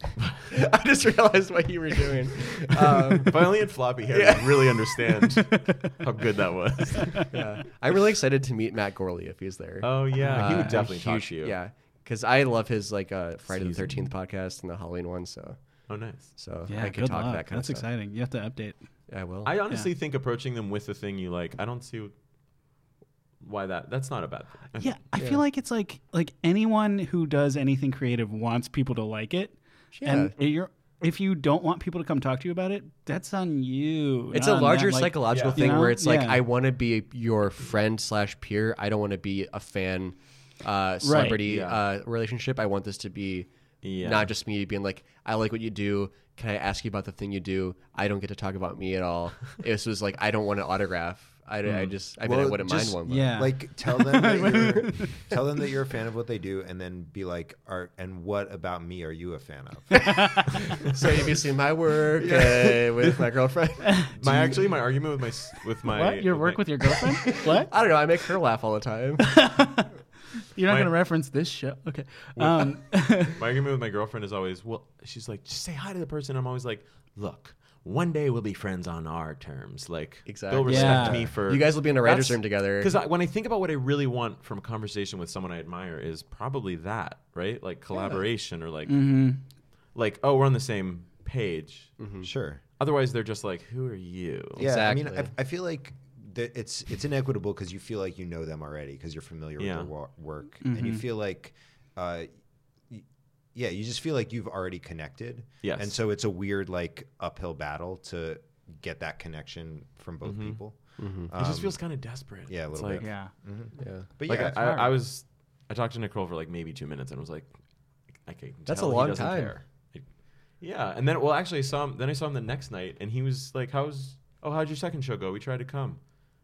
Speaker 3: I just realized what you were doing. Um,
Speaker 4: if I only had floppy hair, I'd really understand how good that was.
Speaker 3: yeah. I'm really excited to meet Matt Gorley if he's there.
Speaker 4: Oh yeah, he
Speaker 3: Uh,
Speaker 4: would definitely talk
Speaker 3: huge-
Speaker 4: to you.
Speaker 3: Yeah, because I love his like uh, Friday the
Speaker 4: Season.
Speaker 3: Thirteenth podcast and the Halloween one. So
Speaker 4: Oh nice.
Speaker 3: so
Speaker 1: yeah,
Speaker 3: I could
Speaker 1: good
Speaker 3: talk
Speaker 1: luck.
Speaker 3: that kind
Speaker 1: That's
Speaker 3: of stuff.
Speaker 1: exciting. You have to update.
Speaker 3: I will.
Speaker 4: I honestly think approaching them with the thing you like, I don't see why that. That's not a bad thing.
Speaker 1: Yeah, I feel like it's like like anyone who does anything creative wants people to like it,
Speaker 3: uh,
Speaker 1: and you're if you don't want people to come talk to you about it, that's on you.
Speaker 3: it's
Speaker 1: not
Speaker 3: a
Speaker 1: on them.
Speaker 3: larger
Speaker 1: Like,
Speaker 3: psychological
Speaker 4: Yeah.
Speaker 3: thing
Speaker 1: You know?
Speaker 3: where it's like
Speaker 1: Yeah.
Speaker 3: I want to be your friend slash peer. I don't want to be a fan uh, celebrity
Speaker 4: yeah.
Speaker 3: uh, relationship. I want this to be
Speaker 4: Yeah.
Speaker 3: not just me being like, I like what you do. Can I ask you about the thing you do? I don't get to talk about me at all. this was like I don't want an autograph. I, I just I mean I
Speaker 5: Well,
Speaker 3: wouldn't
Speaker 5: just-
Speaker 3: mind one. But.
Speaker 1: Yeah.
Speaker 5: Like, tell them that you're, tell them that you're a fan of what they do, and then be like, are, and what about me are you a fan of?
Speaker 3: So you'd be seeing my work uh, with my girlfriend.
Speaker 4: My actually, my argument with my s- with my
Speaker 1: what your work
Speaker 4: my-
Speaker 1: with your girlfriend? what
Speaker 3: I don't know. I make her laugh all the time.
Speaker 1: you're not
Speaker 4: My-
Speaker 1: going to reference this show? Okay. Um,
Speaker 4: my argument with my girlfriend is always well. She's like, just say hi to the person. I'm always like, look, one day we'll be friends on our terms. Like
Speaker 3: Exactly.
Speaker 4: they'll
Speaker 1: Yeah.
Speaker 4: respect me for
Speaker 3: You guys will be in a writer's room together.
Speaker 4: Because when I think about what I really want from a conversation with someone I admire is probably that right, like collaboration or like
Speaker 5: Mm-hmm.
Speaker 4: like oh we're on the same page.
Speaker 5: sure.
Speaker 4: Otherwise, they're just like, who are you?
Speaker 5: Mm-hmm. Yeah. I mean,
Speaker 3: Exactly.
Speaker 5: I, I feel like that it's it's inequitable because you feel like you know them already because you're familiar
Speaker 4: Yeah.
Speaker 5: with their wa- work, and you feel like. Uh, y- yeah, you just feel like you've already connected.
Speaker 4: Yes.
Speaker 5: And so it's a weird like uphill battle to get that connection from both people.
Speaker 4: it just feels kind of desperate.
Speaker 5: Um, yeah, a
Speaker 4: It's
Speaker 5: little
Speaker 4: like,
Speaker 5: bit.
Speaker 1: yeah.
Speaker 3: yeah.
Speaker 5: But
Speaker 4: Like
Speaker 5: yeah,
Speaker 4: I, I, I was, I talked to Nicole for like maybe two minutes and was like, I can
Speaker 3: That's
Speaker 4: tell
Speaker 3: a
Speaker 4: he
Speaker 3: long
Speaker 4: doesn't
Speaker 3: time.
Speaker 4: care. Like, yeah, and then well, actually, I saw him. Then I saw him the next night, and he was like, "How's oh, how'd your second show go? We tried to come."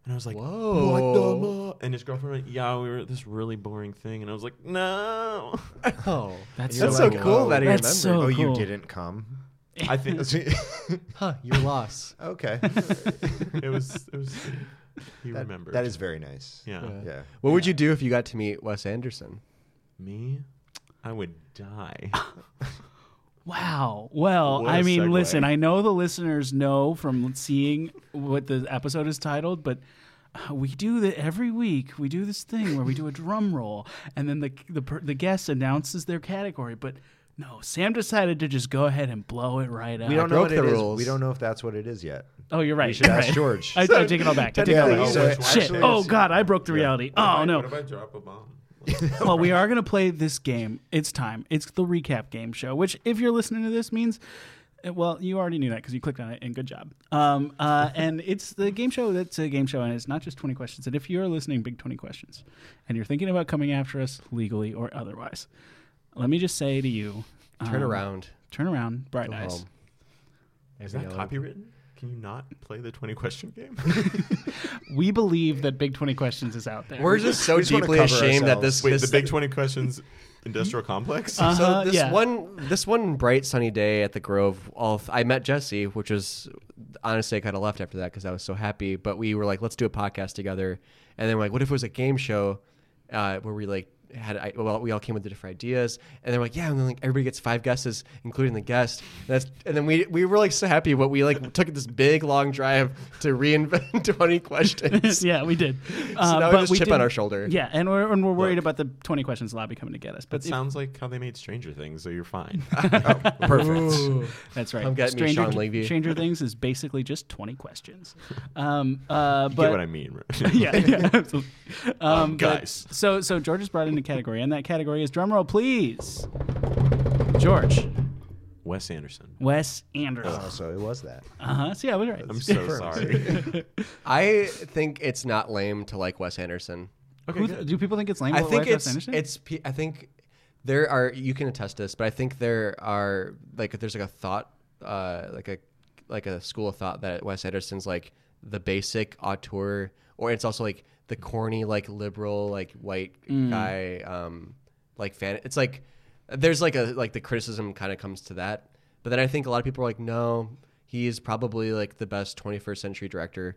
Speaker 4: And I was like,
Speaker 3: Whoa.
Speaker 4: "What the?" mu-" And his girlfriend went, "Yeah, we were at this really boring thing," and I was like, "No."
Speaker 3: Oh,
Speaker 1: That's
Speaker 5: You're
Speaker 3: that's
Speaker 5: like,
Speaker 3: so cool
Speaker 5: whoa.
Speaker 3: that he
Speaker 1: That's
Speaker 3: remembered.
Speaker 5: oh,
Speaker 1: so
Speaker 5: you
Speaker 1: cool.
Speaker 5: didn't come.
Speaker 4: I think
Speaker 3: Huh, your loss.
Speaker 5: Okay.
Speaker 4: it was it was he remembered.
Speaker 5: that is very nice.
Speaker 4: yeah.
Speaker 5: Yeah.
Speaker 3: What would you do if you got to meet Wes Anderson?
Speaker 4: me. I would die.
Speaker 3: Oh,
Speaker 1: Wow. Well,
Speaker 4: What a
Speaker 1: I mean,
Speaker 4: segue.
Speaker 1: listen, I know the listeners know from seeing what the episode is titled, but uh, we do that every week. We do this thing where we do a drum roll, and then the the per- the guest announces their category. But no, Sam decided to just go ahead and blow it right out.
Speaker 5: We don't know
Speaker 3: broke
Speaker 5: what it
Speaker 3: the
Speaker 5: is.
Speaker 3: rules.
Speaker 5: We don't know if that's what it is yet.
Speaker 1: Oh, you're right.
Speaker 5: We should
Speaker 1: you're
Speaker 5: ask
Speaker 1: right.
Speaker 5: George.
Speaker 1: I, I take it all back. I take it all
Speaker 5: Yeah,
Speaker 1: back.
Speaker 5: so
Speaker 1: Shit.
Speaker 5: actually-
Speaker 1: Oh God, I broke the reality. Oh no.
Speaker 4: I drop a bomb?
Speaker 1: well, we are going to play this game. It's time. It's the recap game show, which, if you're listening to this, means. uh, Well, you already knew that because you clicked on it, and good job. Um, uh, and it's the game show that's a game show, and it's not just 20 questions. And if you're listening, big 20 questions, and you're thinking about coming after us legally or otherwise, let me just say to you
Speaker 3: Turn
Speaker 1: um,
Speaker 3: around.
Speaker 1: Turn around, bright
Speaker 3: Go
Speaker 1: eyes.
Speaker 3: home.
Speaker 4: Is
Speaker 3: Every
Speaker 4: that
Speaker 3: other-
Speaker 4: copywritten? Can you not play the 20 question game?
Speaker 1: We believe that Big 20 Questions is out there.
Speaker 3: We're just so
Speaker 5: just wanna
Speaker 3: deeply
Speaker 5: cover
Speaker 3: ashamed that
Speaker 5: ourselves.
Speaker 3: this
Speaker 4: Wait,
Speaker 3: this
Speaker 4: the Big 20 questions industrial complex?
Speaker 1: Uh,
Speaker 3: So
Speaker 1: Uh-huh,
Speaker 3: this
Speaker 1: yeah.
Speaker 3: one this one bright sunny day at the Grove, all I met Jesse, which was honestly I kind of left after that because I was so happy. But we were like, let's do a podcast together, and then we're like, what if it was a game show uh, where we like had I, well we all came with the different ideas, and they're like, yeah, and then like everybody gets five guesses, including the guest. And that's and then we we were like so happy, but we like took this big long drive to reinvent twenty questions.
Speaker 1: yeah, we did. Uh,
Speaker 3: So now we
Speaker 1: but
Speaker 3: just chip on
Speaker 1: didn't-
Speaker 3: our shoulder.
Speaker 1: Yeah, and we're, and we're worried
Speaker 4: Look.
Speaker 1: about the 20 questions lobby coming to get us. But
Speaker 4: That
Speaker 1: if-
Speaker 4: sounds like how they made Stranger Things, so you're fine.
Speaker 5: Oh, Perfect.
Speaker 1: that's right.
Speaker 3: Come get me,
Speaker 1: Stranger,
Speaker 3: Sean Levy.
Speaker 1: Stranger Things is basically just 20 questions. Um, uh,
Speaker 4: you
Speaker 1: but
Speaker 4: get what I mean, right?
Speaker 1: yeah, yeah, absolutely. Um, but-
Speaker 4: guys.
Speaker 1: So, so George has brought in a category, and that category is drumroll, please. George,
Speaker 4: Wes Anderson.
Speaker 1: Wes Anderson.
Speaker 5: Oh, so it was that.
Speaker 1: Uh huh. So yeah, I was right.
Speaker 4: I'm so sorry.
Speaker 3: I think it's not lame to like Wes Anderson.
Speaker 1: Who- do people think it's lame?
Speaker 3: I
Speaker 1: what
Speaker 3: think
Speaker 1: Wes
Speaker 3: it's
Speaker 1: Anderson?
Speaker 3: it's pe- I think there are you can attest to this, but I think there are like there's like a thought uh, like a like a school of thought that Wes Anderson's like the basic auteur, or it's also like the corny like liberal like white guy um, like fan. It's like there's like a like the criticism kind of comes to that, but then I think a lot of people are like no. He is probably like the best 21st century director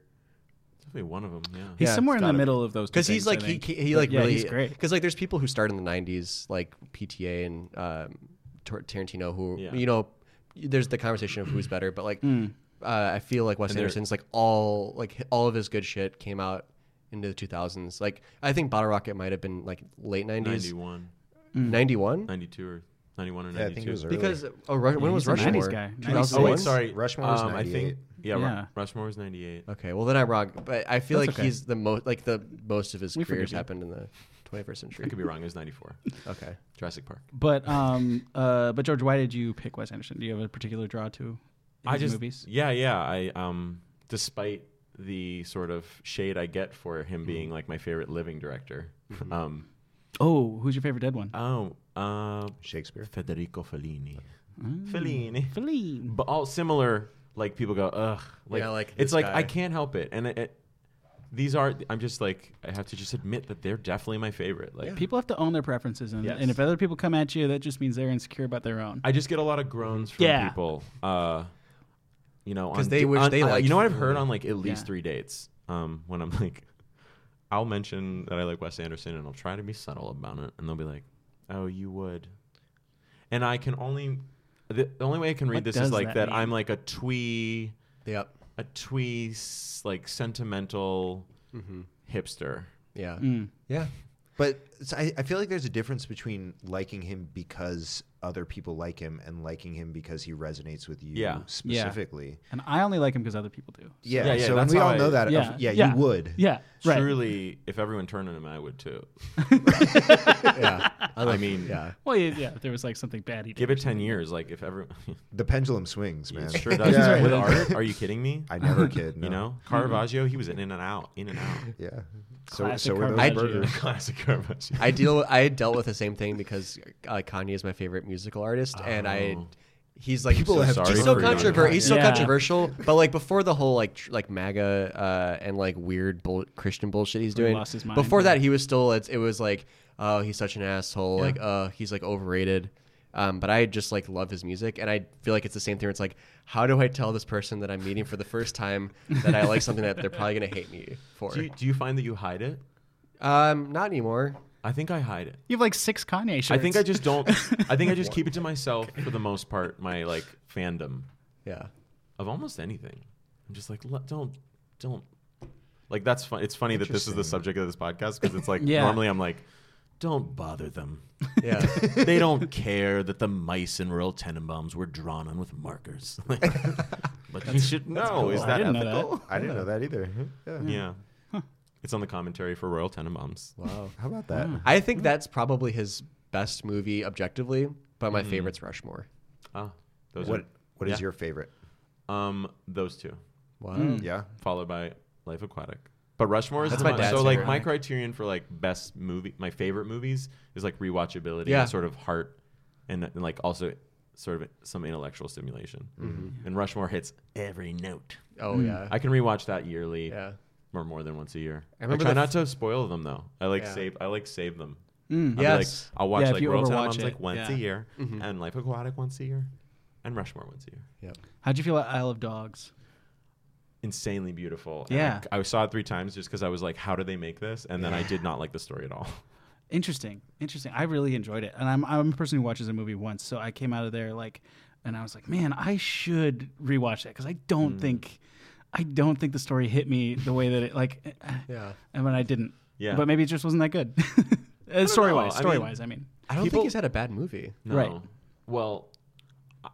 Speaker 4: Definitely one of them, yeah.
Speaker 1: he's
Speaker 3: yeah,
Speaker 1: somewhere in
Speaker 4: it's
Speaker 1: the
Speaker 4: gotta be.
Speaker 1: middle of those. two
Speaker 3: because he's
Speaker 1: things, I
Speaker 3: like he,
Speaker 1: think.
Speaker 3: he he, like
Speaker 1: Yeah,
Speaker 3: really
Speaker 1: he's great.
Speaker 3: because like there's people who started in the 90s like PTA and um, Tar- Tarantino who
Speaker 4: Yeah.
Speaker 3: you know there's the conversation of who's better but like
Speaker 1: Hmm.
Speaker 3: uh, I feel like Wes
Speaker 4: they're-
Speaker 3: Anderson's like all like hi- all of his good shit came out into the 2000s like I think Bottle Rocket might have been like late 90s
Speaker 4: 91,
Speaker 3: 91
Speaker 4: 92 or 91 or 92.
Speaker 5: Yeah, I think it was early.
Speaker 3: because oh Ru- when was
Speaker 1: he's a 90s
Speaker 3: Rushmore
Speaker 1: guy.
Speaker 3: 2001?
Speaker 4: Oh,
Speaker 1: 96.
Speaker 4: wait, sorry.
Speaker 5: Rushmore was
Speaker 4: um, I
Speaker 5: 98.
Speaker 4: think, yeah, Ru-
Speaker 1: Yeah.
Speaker 4: Rushmore was 98.
Speaker 3: okay well then I'm wrong but I feel
Speaker 1: That's
Speaker 3: like
Speaker 1: okay.
Speaker 3: he's the most like the most of his
Speaker 1: We
Speaker 3: careers
Speaker 1: forgive you.
Speaker 3: happened in the 21st
Speaker 4: I
Speaker 3: century
Speaker 4: could be wrong. It was 94.
Speaker 3: okay
Speaker 4: Jurassic Park.
Speaker 1: But um uh but George, why did you pick Wes Anderson? Do you have a particular draw to his
Speaker 4: I just
Speaker 1: movies?
Speaker 4: yeah yeah I um despite the sort of shade I get for him being like my favorite living director um
Speaker 1: Oh, who's your favorite dead one?
Speaker 4: oh uh,
Speaker 5: Shakespeare.
Speaker 4: Federico Fellini Fellini
Speaker 1: Feline.
Speaker 4: but all similar like people go ugh like,
Speaker 3: Yeah, like
Speaker 4: it's
Speaker 3: this
Speaker 4: like
Speaker 3: guy.
Speaker 4: I can't help it and it, it- these are I'm just like I have to just admit that they're definitely my favorite like
Speaker 1: People have to own their preferences, and,
Speaker 4: Yes.
Speaker 1: and if other people come at you, that just means they're insecure about their own.
Speaker 4: I just get a lot of groans from
Speaker 1: Yeah.
Speaker 4: people. Uh, you know,
Speaker 3: 'Cause
Speaker 4: on
Speaker 3: they
Speaker 4: da-
Speaker 3: wish
Speaker 4: on-
Speaker 3: they
Speaker 4: uh,
Speaker 3: liked
Speaker 4: You know what I've
Speaker 3: Fellini.
Speaker 4: heard on like at least
Speaker 1: Yeah.
Speaker 4: three dates. Um, when I'm like, I'll mention that I like Wes Anderson, and I'll try to be subtle about it, and they'll be like, "Oh, you would," and I can only the, the only way I can read
Speaker 1: What
Speaker 4: this
Speaker 1: does
Speaker 4: is like
Speaker 1: that
Speaker 4: that,
Speaker 1: mean?
Speaker 4: I'm like a twee,
Speaker 3: yep
Speaker 4: a twee, s- like sentimental
Speaker 3: Mm-hmm.
Speaker 4: hipster.
Speaker 3: yeah
Speaker 1: Mm.
Speaker 3: yeah
Speaker 5: But it's- I, I feel like there's a difference between liking him because other people like him and liking him because he resonates with you
Speaker 4: Yeah. Yeah.
Speaker 5: specifically.
Speaker 1: And I only like him because other people do.
Speaker 5: Yeah.
Speaker 4: Yeah, yeah,
Speaker 5: so and
Speaker 4: that's
Speaker 5: we
Speaker 4: how
Speaker 5: all
Speaker 4: I-
Speaker 5: know that. of-
Speaker 1: Yeah.
Speaker 5: Yeah,
Speaker 1: Yeah.
Speaker 5: you would.
Speaker 1: Yeah, right.
Speaker 4: Truly, if everyone turned on him, I would too.
Speaker 3: yeah
Speaker 4: I mean,
Speaker 3: yeah
Speaker 1: Well, yeah, yeah, if there was like something bad he did.
Speaker 4: give it ten years. Like if everyone,
Speaker 5: The pendulum swings, man.
Speaker 4: it sure does.
Speaker 5: Yeah,
Speaker 4: With
Speaker 5: yeah.
Speaker 4: art, are you kidding me?
Speaker 5: I never kid. No.
Speaker 4: You know, Caravaggio, he was in and out, in and out.
Speaker 5: Yeah. So,
Speaker 1: Classic
Speaker 5: so were those
Speaker 1: Caravaggio.
Speaker 5: burgers.
Speaker 4: Classic Caravaggio.
Speaker 3: I deal. With, I dealt with the same thing because uh, Kanye is my favorite musical artist, and I.
Speaker 4: Oh.
Speaker 3: He's like
Speaker 5: People
Speaker 3: so
Speaker 5: have
Speaker 3: sorry
Speaker 5: just-
Speaker 3: he's so
Speaker 4: for you.
Speaker 3: controversial. He's so
Speaker 1: Yeah.
Speaker 3: controversial, but like before the whole like tr- like MAGA uh, and like weird bull- Christian bullshit he's
Speaker 1: He
Speaker 3: doing.
Speaker 1: lost his mind,
Speaker 3: Before
Speaker 1: yeah.
Speaker 3: that, he was still. It's, it was like, oh, he's such an asshole. Like, oh, he's like overrated. Um, but I just like love his music, and I feel like it's the same thing. Where it's like, how do I tell this person that I'm meeting for the first time that I like something that they're probably gonna hate me for?
Speaker 4: do, you, do you find that you hide it?
Speaker 3: Um, not anymore.
Speaker 4: I think I hide it.
Speaker 1: You have like six Kanye shirts.
Speaker 4: I think I just don't. I think I just keep it to myself for the most part. My like fandom
Speaker 3: Yeah.
Speaker 4: of almost anything. I'm just like, "Let- don't, don't. Like that's fun. It's funny that this is the subject of this podcast because it's like
Speaker 1: Yeah.
Speaker 4: normally I'm like, don't bother them.
Speaker 3: Yeah.
Speaker 4: they don't care that the mice in rural Tenenbaums were drawn on with markers. Like, but you should know.
Speaker 1: cool.
Speaker 4: Is
Speaker 1: I
Speaker 4: that
Speaker 1: didn't know
Speaker 4: ethical?
Speaker 5: I didn't know that either. Yeah.
Speaker 4: Yeah. It's on the commentary for Royal Tenenbaums.
Speaker 3: Wow.
Speaker 5: How about that?
Speaker 3: I think that's probably his best movie objectively, but
Speaker 4: Mm-hmm.
Speaker 3: my favorite's Rushmore.
Speaker 4: Ah, those
Speaker 5: What What is
Speaker 4: Yeah.
Speaker 5: your favorite?
Speaker 4: are um those two,
Speaker 3: Wow.
Speaker 4: Mm.
Speaker 5: Yeah.
Speaker 4: followed by Life Aquatic. But Rushmore is
Speaker 3: That's
Speaker 4: the
Speaker 3: my
Speaker 4: mo-
Speaker 3: dad's
Speaker 4: so like
Speaker 3: favorite.
Speaker 4: my criterion for like best movie, my favorite movies is like rewatchability,
Speaker 3: Yeah.
Speaker 4: and sort of heart, and, and like also sort of some intellectual stimulation.
Speaker 3: Mm-hmm.
Speaker 4: And Rushmore hits every note.
Speaker 3: Oh yeah.
Speaker 4: Mm. I can rewatch that yearly
Speaker 3: yeah.
Speaker 4: or more than once a year.
Speaker 3: I
Speaker 4: I,
Speaker 3: remember
Speaker 4: try
Speaker 3: the
Speaker 4: not to spoil them though. I like
Speaker 3: Yeah.
Speaker 4: save I like save them.
Speaker 1: Mm.
Speaker 4: I'll be
Speaker 3: Yes.
Speaker 4: like, I'll watch
Speaker 1: Yeah, if
Speaker 4: like
Speaker 1: you
Speaker 4: Royal
Speaker 1: overwatch
Speaker 4: Tenenbaums
Speaker 1: it,
Speaker 4: like once
Speaker 1: yeah.
Speaker 4: a year,
Speaker 3: Mm-hmm.
Speaker 4: and Life Aquatic once a year, and Rushmore once a year.
Speaker 3: Yep.
Speaker 1: How'd you feel about Isle of Dogs?
Speaker 4: Insanely beautiful. And
Speaker 1: Yeah.
Speaker 4: I, I saw it three times just because I was like, how do they make this? And then I did not like the story at all.
Speaker 1: Interesting, interesting. I really enjoyed it, and I'm I'm a person who watches a movie once, so I came out of there like, and I was like, man, I should rewatch that because I don't
Speaker 4: Mm.
Speaker 1: think, I don't think the story hit me the way that it like,
Speaker 3: Yeah.
Speaker 1: and when I didn't,
Speaker 4: Yeah.
Speaker 1: but maybe it just wasn't that good. story wise,
Speaker 4: I
Speaker 1: story
Speaker 4: mean-
Speaker 1: wise, I mean,
Speaker 3: I don't
Speaker 4: People-
Speaker 3: think he's had a bad movie.
Speaker 4: No.
Speaker 1: Right.
Speaker 4: Well, I-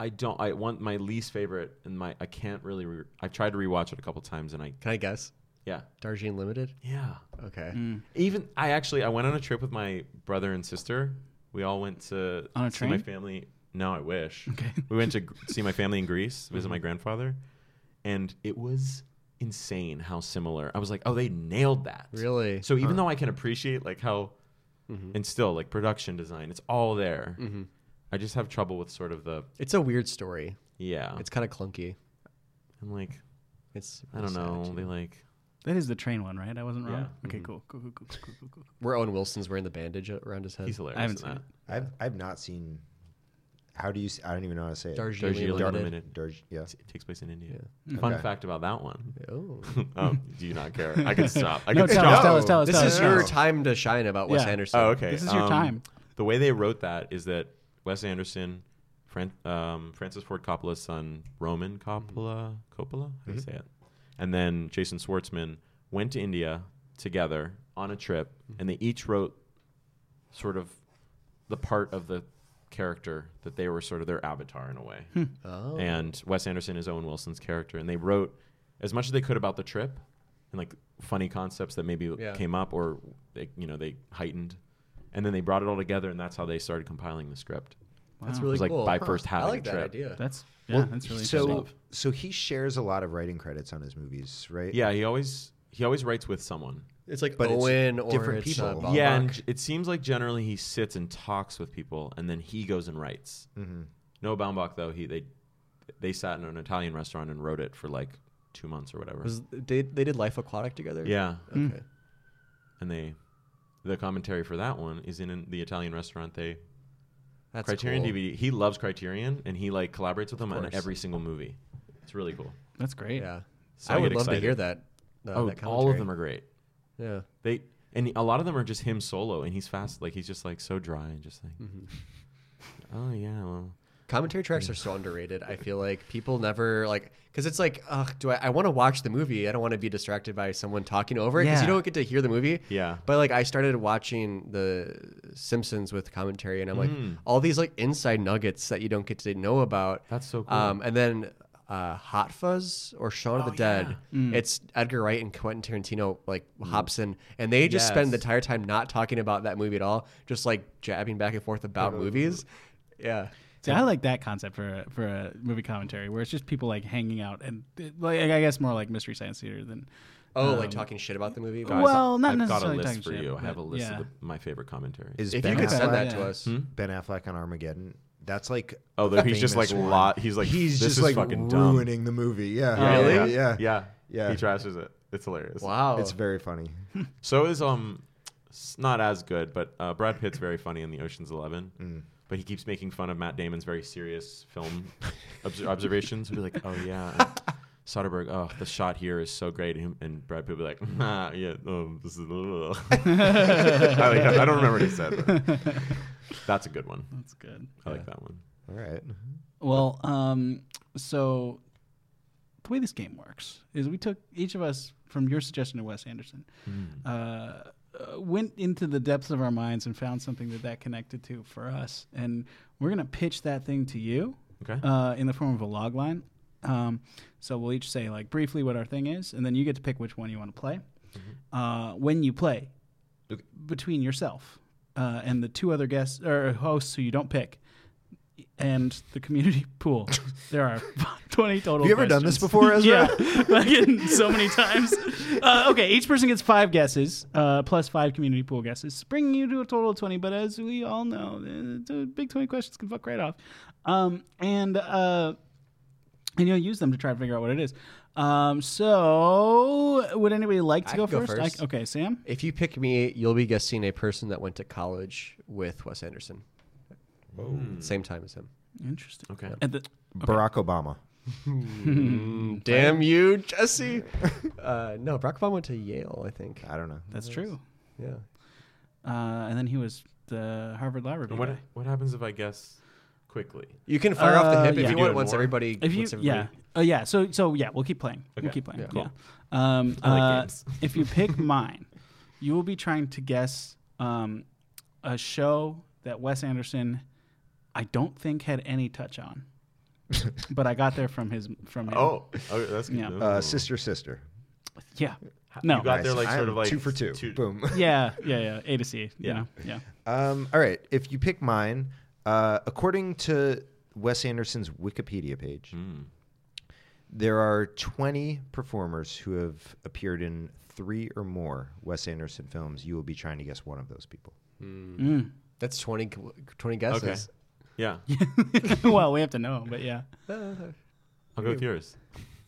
Speaker 4: I don't. I want my least favorite, and my I can't really. Re- I've tried to rewatch it a couple times, and I
Speaker 3: Can I guess?
Speaker 4: yeah
Speaker 3: Darjeeling Limited.
Speaker 4: yeah.
Speaker 3: Okay.
Speaker 4: Mm. Even I actually I went on a trip with my brother and sister. We all went to
Speaker 1: On a
Speaker 4: see my
Speaker 1: train?
Speaker 4: family. No, I wish. Okay. We went to gr- see my family in Greece, visit
Speaker 1: Mm-hmm.
Speaker 4: my grandfather, and it was insane how similar. I was like, "Oh, they nailed that."
Speaker 3: Really? Mm-hmm.
Speaker 4: So even though I can appreciate like how and still like production design, it's all there. I just have trouble with sort of the
Speaker 3: It's a weird story.
Speaker 4: yeah.
Speaker 3: It's kind of clunky.
Speaker 4: I'm like
Speaker 3: It's
Speaker 4: I don't
Speaker 3: sad,
Speaker 4: know.
Speaker 3: too.
Speaker 4: They like
Speaker 1: that is the train one, right? I wasn't wrong.
Speaker 4: Yeah.
Speaker 1: Okay, cool, cool, cool, cool, cool, cool, cool.
Speaker 3: Where Owen Wilson's wearing the bandage around his head.
Speaker 4: he's hilarious.
Speaker 1: I haven't
Speaker 4: in
Speaker 1: seen it.
Speaker 4: that.
Speaker 5: I've I've not seen. How do you? s- I don't even know how to say it.
Speaker 3: Darjeeling,
Speaker 4: Darjeeling
Speaker 3: Limited.
Speaker 4: Limited.
Speaker 5: Darj- yeah.
Speaker 4: It takes place in India. Fun
Speaker 5: Okay.
Speaker 4: fact about that one.
Speaker 3: Oh.
Speaker 4: oh, do you not care? I can stop. I
Speaker 1: No,
Speaker 4: can
Speaker 1: tell
Speaker 4: stop.
Speaker 1: us, tell us, tell us.
Speaker 3: This
Speaker 1: tell
Speaker 3: is
Speaker 1: us.
Speaker 3: your time to shine about Wes
Speaker 1: Yeah.
Speaker 3: Anderson.
Speaker 4: Oh, okay.
Speaker 1: This is your time.
Speaker 4: The way they wrote that is that Wes Anderson, Fran- um, Francis Ford Coppola's son, Roman Coppola, Coppola, how do
Speaker 1: Mm-hmm.
Speaker 4: you say it? And then Jason Schwartzman went to India together on a trip,
Speaker 1: Mm-hmm.
Speaker 4: and they each wrote sort of the part of the character that they were sort of their avatar in a way.
Speaker 3: Oh.
Speaker 4: and Wes Anderson is Owen Wilson's character, and they wrote as much as they could about the trip and like funny concepts that maybe
Speaker 3: Yeah.
Speaker 4: came up or they, you know they heightened, and then they brought it all together, and that's how they started compiling the script.
Speaker 3: That's
Speaker 1: Wow.
Speaker 3: really
Speaker 4: It was like
Speaker 3: cool.
Speaker 4: by
Speaker 3: Huh.
Speaker 4: first
Speaker 3: I
Speaker 4: having
Speaker 3: like
Speaker 4: a
Speaker 3: that
Speaker 4: trip.
Speaker 3: idea.
Speaker 1: That's yeah, that's really
Speaker 5: so.
Speaker 1: interesting.
Speaker 5: So he shares a lot of writing credits on his movies, right?
Speaker 4: Yeah, he always he always writes with someone.
Speaker 3: it's like
Speaker 5: But it's
Speaker 3: Owen or
Speaker 5: different
Speaker 3: it's, uh,
Speaker 5: people.
Speaker 3: Bob
Speaker 4: yeah,
Speaker 3: Rock.
Speaker 4: and it seems like generally he sits and talks with people, and then he goes and writes.
Speaker 5: Mm-hmm.
Speaker 4: No Baumbach though. He they they sat in an Italian restaurant and wrote it for like two months or whatever.
Speaker 3: Was they, they did Life Aquatic together?
Speaker 4: yeah,
Speaker 3: Okay.
Speaker 4: and they the commentary for that one is in, the Italian restaurant they
Speaker 3: That's
Speaker 4: Criterion
Speaker 3: cool.
Speaker 4: DVD. He loves Criterion and he like collaborates with them on
Speaker 3: course.
Speaker 4: every single movie. It's really cool.
Speaker 1: That's great.
Speaker 3: Yeah.
Speaker 4: So
Speaker 3: I
Speaker 4: I
Speaker 3: would
Speaker 4: get
Speaker 3: love to
Speaker 4: excited.
Speaker 3: hear that. Uh,
Speaker 4: oh,
Speaker 3: that
Speaker 4: all of
Speaker 3: commentary.
Speaker 4: them are great.
Speaker 3: Yeah.
Speaker 4: They and a lot of them are just him solo and he's fast like he's just like so dry and just like
Speaker 5: Mm-hmm.
Speaker 4: Oh yeah, well.
Speaker 3: Commentary tracks are so underrated. I feel like people never like because it's like, ugh, do I? I want to watch the movie. I don't want to be distracted by someone talking over it because
Speaker 1: Yeah.
Speaker 3: you don't get to hear the movie.
Speaker 4: Yeah.
Speaker 3: But like, I started watching the Simpsons with commentary, and I'm like,
Speaker 4: Mm.
Speaker 3: all these like inside nuggets that you don't get to know about.
Speaker 4: That's so cool.
Speaker 3: Um, and then uh, Hot Fuzz or Shaun of the Dead.
Speaker 4: Mm.
Speaker 3: It's Edgar Wright and Quentin Tarantino like hops in, and they just spend
Speaker 4: Yes.
Speaker 3: the entire time not talking about that movie at all, just like jabbing back and forth about
Speaker 4: Uh-huh.
Speaker 3: movies. Yeah.
Speaker 1: See, I like that concept for a, for a movie commentary where it's just people like hanging out and like I guess more like mystery science theater than
Speaker 3: Oh, like talking shit about the movie.
Speaker 1: Guys, Well, not
Speaker 4: I've got a
Speaker 1: necessarily
Speaker 4: list
Speaker 1: talking
Speaker 4: for
Speaker 1: shit,
Speaker 4: you. I have a
Speaker 1: but
Speaker 4: list
Speaker 1: yeah.
Speaker 4: of the, my favorite commentaries.
Speaker 5: Is
Speaker 3: if
Speaker 5: ben
Speaker 3: you could
Speaker 5: Affleck,
Speaker 3: send that to us,
Speaker 1: Hmm?
Speaker 5: Ben Affleck on Armageddon. That's like
Speaker 4: Oh,
Speaker 5: a
Speaker 4: though he's just
Speaker 5: famous
Speaker 4: like
Speaker 5: one.
Speaker 4: lot. He's like
Speaker 5: he's
Speaker 4: this
Speaker 5: just
Speaker 4: is
Speaker 5: like
Speaker 4: fucking dumb.
Speaker 5: ruining the movie. Yeah,
Speaker 4: Yeah,
Speaker 5: yeah,
Speaker 4: yeah,
Speaker 5: yeah.
Speaker 4: yeah,
Speaker 5: Yeah.
Speaker 4: He trashes it. It's hilarious.
Speaker 3: wow,
Speaker 5: It's very funny.
Speaker 4: So is um, s- not as good, but uh, Brad Pitt's very funny in the Ocean's Eleven.
Speaker 5: Mm.
Speaker 4: But he keeps making fun of Matt Damon's very serious film obs- observations. Be like, oh yeah, uh, Soderbergh. Oh, the shot here is so great. And, and Brad Pitt would be like, ah, yeah, um, this is. ugh." I, like that. I don't remember what he said. but that's a good one.
Speaker 1: that's good.
Speaker 4: I like that one.
Speaker 5: All right.
Speaker 1: Well, um, so the way this game works is we took each of us from your suggestion to Wes Anderson, uh, uh, went into the depths of our minds and found something that that connected to for us, and we're gonna pitch that thing to you
Speaker 4: Okay.
Speaker 1: uh, in the form of a log line. Um, so we'll each say like briefly what our thing is, and then you get to pick which one you want to play. uh, when you play between yourself uh, and the two other guests or hosts who you don't pick and the community pool. There are 20 total.
Speaker 5: Have you ever done
Speaker 1: questions.
Speaker 5: this before, Ezra?
Speaker 1: yeah, fucking so many times. Uh, okay, each person gets five guesses, uh, plus five community pool guesses, bringing you to a total of 20. But as we all know, uh, the big 20 questions can fuck right off. Um, and, uh, and you'll use them to try to figure out what it is. Um, so, would anybody like to
Speaker 3: I
Speaker 1: go,
Speaker 3: can go
Speaker 1: first?
Speaker 3: first.
Speaker 1: I- okay, Sam.
Speaker 3: If you pick me, you'll be guessing a person that went to college with Wes Anderson. Same time as him.
Speaker 1: Interesting.
Speaker 4: Okay.
Speaker 1: At the,
Speaker 5: Barack Obama.
Speaker 1: Mm,
Speaker 3: Damn you, Jesse. uh, no, Barack Obama went to Yale, I think.
Speaker 5: I don't know.
Speaker 1: that's true.
Speaker 3: Yeah.
Speaker 1: Uh, and then he was the Harvard Law Review.
Speaker 4: And what
Speaker 1: guy.
Speaker 4: what happens if I guess quickly?
Speaker 3: You can fire off
Speaker 1: Uh,
Speaker 3: the hip
Speaker 1: yeah.
Speaker 3: if you
Speaker 4: Do
Speaker 3: want
Speaker 4: it
Speaker 3: once
Speaker 4: more.
Speaker 3: everybody.
Speaker 1: If you,
Speaker 3: once everybody-
Speaker 1: yeah, uh, yeah. So, so yeah, we'll keep playing. We'll
Speaker 4: Okay.
Speaker 1: keep playing. Yeah.
Speaker 3: Yeah. Cool.
Speaker 1: Um,
Speaker 4: I like
Speaker 1: uh,
Speaker 4: games.
Speaker 1: if you pick mine, you will be trying to guess um, a show that Wes Anderson, I don't think had any touch on, but I got there from his from him.
Speaker 4: Oh, okay, that's good.
Speaker 1: Yeah.
Speaker 4: Ooh.
Speaker 5: Uh, sister, sister.
Speaker 1: yeah, no,
Speaker 4: You got there
Speaker 5: Nice.
Speaker 4: like
Speaker 5: I
Speaker 4: sort
Speaker 5: am
Speaker 4: of like
Speaker 5: two for two. Boom.
Speaker 1: yeah, yeah, yeah. A to C. Yeah,
Speaker 4: Yeah.
Speaker 1: yeah.
Speaker 5: Um, all right. If you pick mine, uh, according to Wes Anderson's Wikipedia page, there are 20 performers who have appeared in three or more Wes Anderson films. You will be trying to guess one of those people.
Speaker 1: Mm.
Speaker 3: That's 20, gu- 20 guesses.
Speaker 4: Yeah.
Speaker 1: Mm. well, we have to know, but yeah.
Speaker 3: Uh,
Speaker 4: I'll go with yours.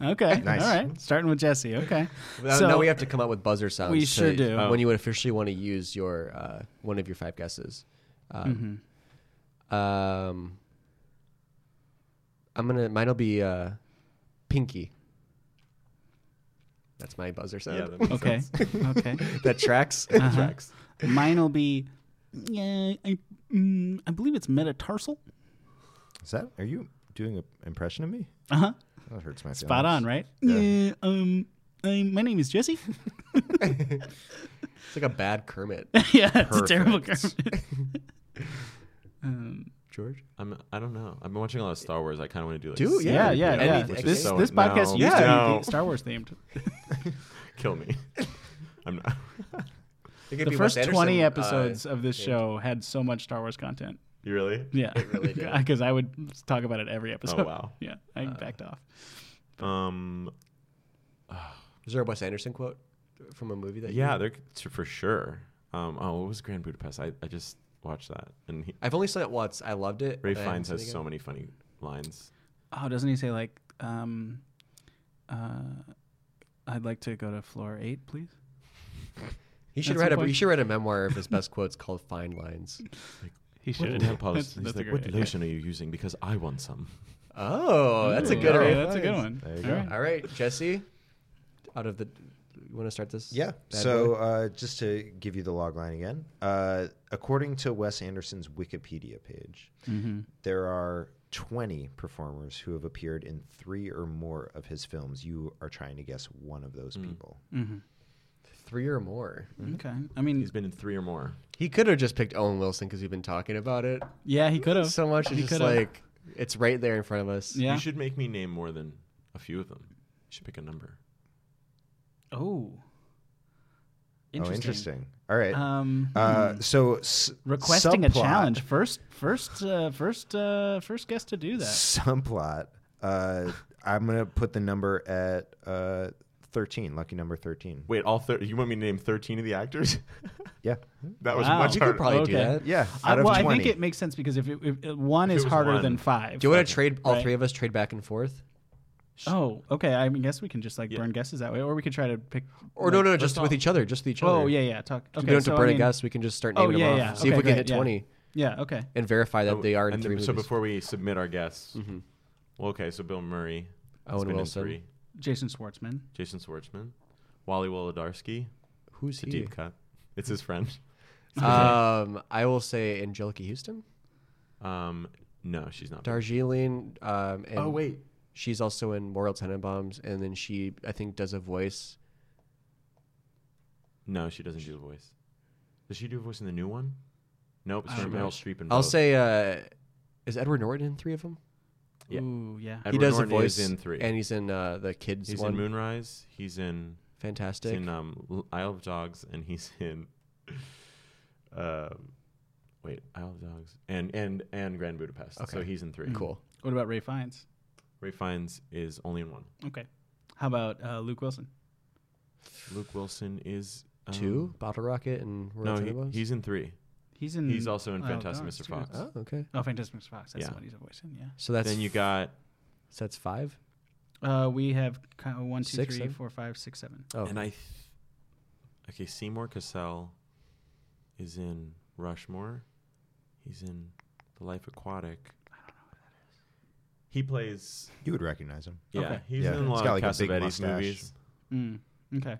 Speaker 1: Okay,
Speaker 5: Nice.
Speaker 1: all right. Starting with Jesse. Okay,
Speaker 3: Now-
Speaker 1: So-
Speaker 3: now we have to come up with buzzer sounds.
Speaker 1: We
Speaker 3: to-
Speaker 1: sure do.
Speaker 3: When you would officially want to use your uh, one of your five guesses. Um,
Speaker 1: Mm-hmm.
Speaker 3: um, I'm gonna. Mine'll be uh, Pinky. That's my buzzer sound.
Speaker 4: Yeah. That makes
Speaker 1: okay,
Speaker 4: sense.
Speaker 1: okay.
Speaker 3: that tracks.
Speaker 1: Uh-huh.
Speaker 4: Tracks.
Speaker 1: Mine will be, yeah, I, mm, I believe it's metatarsal.
Speaker 5: Is that? Are you doing an impression of me?
Speaker 1: Uh huh.
Speaker 5: That hurts my
Speaker 1: Spot on, right?
Speaker 5: Yeah.
Speaker 1: Yeah. Um, I, my name is Jesse.
Speaker 3: It's like a bad Kermit.
Speaker 1: yeah, it's a terrible
Speaker 5: Perfect.
Speaker 1: Kermit. um,
Speaker 3: George.
Speaker 4: I'm. I don't know. I've been watching a lot of Star Wars. I kind of want to do like.
Speaker 3: Do-
Speaker 4: Star
Speaker 1: yeah,
Speaker 4: Wars,
Speaker 1: yeah,
Speaker 3: yeah.
Speaker 1: yeah.
Speaker 3: Anything.
Speaker 1: This,
Speaker 4: So,
Speaker 1: this podcast
Speaker 4: no.
Speaker 1: used to
Speaker 4: Yeah.
Speaker 1: be Star Wars themed.
Speaker 4: Kill me. I'm not.
Speaker 3: It could
Speaker 1: The
Speaker 3: be
Speaker 1: first
Speaker 3: Wes Anderson,
Speaker 1: 20
Speaker 3: uh,
Speaker 1: episodes of this show had so much Star Wars content.
Speaker 4: You really?
Speaker 1: Yeah.
Speaker 3: really did.
Speaker 1: Because I would talk about it every episode.
Speaker 4: Oh wow.
Speaker 1: Yeah, I backed off.
Speaker 4: Um.
Speaker 3: is there a Wes Anderson quote from a movie that? you-
Speaker 4: Yeah, they're t- for sure. Um. Oh, what was Grand Budapest? I, I just watched that, and he,
Speaker 3: I've only seen it once. I loved it.
Speaker 4: Ray
Speaker 3: but Oh, I haven't
Speaker 4: Fiennes
Speaker 3: seen it
Speaker 4: has
Speaker 3: again.
Speaker 4: so many funny lines.
Speaker 1: Oh, doesn't he say like, um, uh, I'd like to go to floor eight, please?
Speaker 3: He should
Speaker 1: That's
Speaker 3: write
Speaker 1: the
Speaker 3: a he
Speaker 1: point.
Speaker 3: should write a memoir of his best quotes called Fine Lines.
Speaker 1: He
Speaker 4: What,
Speaker 1: should. That's-
Speaker 4: He's
Speaker 1: that's a
Speaker 4: like,
Speaker 1: great
Speaker 4: what
Speaker 1: idea.
Speaker 4: lotion are you using? Because I want some.
Speaker 3: Oh, that's a
Speaker 1: Ooh,
Speaker 3: good
Speaker 1: okay,
Speaker 3: Ray
Speaker 1: That's a good one.
Speaker 3: Fiennes.
Speaker 5: There you
Speaker 1: All
Speaker 5: go.
Speaker 1: right.
Speaker 3: All right, Jesse. Out of the, you want to start this?
Speaker 5: Yeah.
Speaker 3: bad
Speaker 5: so
Speaker 3: boy?
Speaker 5: uh, just to give you the log line again, uh, according to Wes Anderson's Wikipedia page,
Speaker 1: Mm-hmm.
Speaker 5: there are 20 performers who have appeared in three or more of his films. You are trying to guess one of those people. Oh,
Speaker 3: three or more.
Speaker 1: Mm-hmm. Okay. I mean,
Speaker 4: He's been in three or more.
Speaker 3: He could have just picked Owen Wilson because we've been talking about it
Speaker 1: yeah, he could have.
Speaker 3: so much. It's
Speaker 1: He
Speaker 3: just
Speaker 1: could've.
Speaker 3: like it's right there in front of us.
Speaker 1: Yeah.
Speaker 4: You should make me name more than a few of them. You should pick a number.
Speaker 1: Oh.
Speaker 5: Oh, interesting. All right.
Speaker 1: Um,
Speaker 5: uh,
Speaker 1: hmm.
Speaker 5: so s-
Speaker 1: requesting a
Speaker 5: subplot-
Speaker 1: challenge first, first, uh, first, uh, first guest to do that.
Speaker 5: Subplot. Uh, I'm gonna put the number at uh, 13. Lucky number 13.
Speaker 4: Wait, all thir- you want me to name thirteen of the actors?
Speaker 5: Yeah.
Speaker 4: that was
Speaker 1: Wow.
Speaker 4: much
Speaker 1: You
Speaker 3: you could
Speaker 4: harder.
Speaker 3: probably do
Speaker 1: Okay.
Speaker 3: that.
Speaker 5: Yeah.
Speaker 1: I,
Speaker 5: Out of
Speaker 1: Uh, well,
Speaker 5: 20.
Speaker 1: I think it makes sense because if, it, if uh, one
Speaker 4: If it
Speaker 1: is
Speaker 4: was
Speaker 1: harder
Speaker 4: one.
Speaker 1: than five,
Speaker 3: Do you want to trade all
Speaker 1: Right.
Speaker 3: three of us trade back and forth,
Speaker 1: oh, okay. I mean, guess we can just like
Speaker 4: Yeah.
Speaker 1: burn guesses that way, or we could try to pick.
Speaker 3: or
Speaker 1: like,
Speaker 3: no, no, just
Speaker 4: all-
Speaker 3: with each other, just with each other.
Speaker 1: Oh yeah, yeah. Talk.
Speaker 3: We
Speaker 1: Okay,
Speaker 3: don't have
Speaker 1: so,
Speaker 3: to
Speaker 1: I
Speaker 3: burn a
Speaker 1: mean-
Speaker 3: guess. We can just start
Speaker 1: Oh,
Speaker 3: naming them
Speaker 1: yeah,
Speaker 3: off.
Speaker 1: yeah. Okay,
Speaker 3: See if we can
Speaker 1: great,
Speaker 3: hit
Speaker 1: yeah.
Speaker 3: twenty
Speaker 1: Yeah. Okay.
Speaker 3: and verify that they are in
Speaker 4: Oh, And
Speaker 3: three
Speaker 4: then- so
Speaker 3: movies. Mm-hmm.
Speaker 4: before we submit our guests, well, okay, so Bill Murray, has
Speaker 3: Owen
Speaker 4: been in
Speaker 3: Wilson.
Speaker 4: three.
Speaker 1: Jason Schwartzman.
Speaker 4: Jason Schwartzman, Wally Wolodarski,
Speaker 3: Who's
Speaker 4: the
Speaker 3: he?
Speaker 4: deep cut. It's his friend.
Speaker 3: Um, I will say Angelica Houston,
Speaker 4: Um, no, she's not.
Speaker 3: Darjeeling. Um, and
Speaker 4: oh wait,
Speaker 3: she's also in Royal Tenenbaums, and then she I think does a voice.
Speaker 4: no, she doesn't do the voice. Does she do a voice in the new one? Nope, it's
Speaker 1: I
Speaker 4: her
Speaker 1: don't
Speaker 4: Meryl
Speaker 1: know.
Speaker 4: Streep and
Speaker 3: I'll say uh, is Edward Norton in three of them?
Speaker 4: Yeah.
Speaker 1: Ooh, yeah.
Speaker 4: Edward
Speaker 3: he does
Speaker 4: Norton
Speaker 3: a voice
Speaker 4: is in three.
Speaker 3: and he's in uh, the kids
Speaker 4: he's
Speaker 3: one.
Speaker 4: in Moonrise. He's in
Speaker 3: Fantastic.
Speaker 4: He's in um, L- Isle of Dogs, and he's in. Um, wait, Isle of Dogs, and and and Grand Budapest. So
Speaker 3: Okay. Mm.
Speaker 4: he's in three.
Speaker 3: cool.
Speaker 1: What about Ray Fiennes?
Speaker 4: Ray Fiennes is only in one.
Speaker 1: Okay. How about uh, Luke Wilson?
Speaker 4: Luke Wilson is um,
Speaker 3: Two Bottle Rocket and Royal
Speaker 4: No, he,
Speaker 3: Tenenbaums?
Speaker 4: he's in three.
Speaker 1: He's in.
Speaker 4: He's also in
Speaker 1: Oh,
Speaker 4: Fantastic
Speaker 1: dogs,
Speaker 4: Mr.
Speaker 1: too.
Speaker 4: Fox.
Speaker 3: Oh, okay.
Speaker 1: Oh, Fantastic Mr. Fox. That's
Speaker 4: Yeah.
Speaker 1: the one he's a voice in. Yeah.
Speaker 3: So that's
Speaker 4: then you got,
Speaker 3: so that's five.
Speaker 1: Uh, we have ki- one, two,
Speaker 3: Six,
Speaker 1: three,
Speaker 3: seven?
Speaker 1: four, five, six, seven.
Speaker 3: Oh,
Speaker 4: and I. Th- okay, Seymour Cassell is in Rushmore. He's in The Life Aquatic. He plays.
Speaker 5: You would recognize him.
Speaker 4: Yeah,
Speaker 1: Okay.
Speaker 4: he's
Speaker 5: Yeah.
Speaker 4: in a
Speaker 5: He's
Speaker 4: lot
Speaker 5: got,
Speaker 4: of
Speaker 5: like, a big
Speaker 4: Cassavetes
Speaker 5: mustache.
Speaker 4: movies.
Speaker 1: Mm. Okay.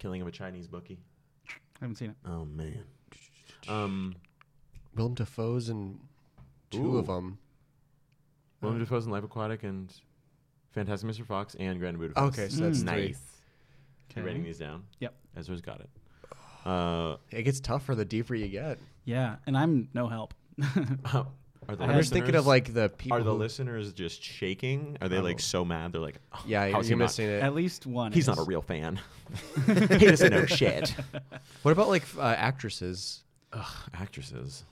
Speaker 4: Killing of a Chinese Bookie.
Speaker 1: haven't seen it.
Speaker 4: Oh man. Um,
Speaker 3: Willem Dafoe's in two of 'em. of
Speaker 4: Ooh.
Speaker 3: them. Uh,
Speaker 4: Willem Dafoe's in Life Aquatic and Fantastic Mr. Fox and Grand Budapest.
Speaker 3: Okay, so that's
Speaker 1: Mm.
Speaker 3: three.
Speaker 4: nice. You writing these down?
Speaker 1: Yep.
Speaker 4: Ezra's got it. Uh,
Speaker 3: It gets tougher the deeper you get.
Speaker 1: Yeah, and I'm no help.
Speaker 4: are the
Speaker 1: I
Speaker 3: I'm just thinking of
Speaker 4: listeners-
Speaker 3: like the people.
Speaker 4: Are the
Speaker 3: who-
Speaker 4: listeners just shaking? Are they like
Speaker 3: Oh.
Speaker 4: so mad? They're like, oh,
Speaker 3: Yeah, you're,
Speaker 4: how's he
Speaker 3: you're
Speaker 4: not-
Speaker 3: missing it.
Speaker 1: At least one.
Speaker 4: He's not
Speaker 1: is.
Speaker 4: a real fan. he doesn't know shit.
Speaker 3: What about like f- uh, actresses?
Speaker 4: Actresses.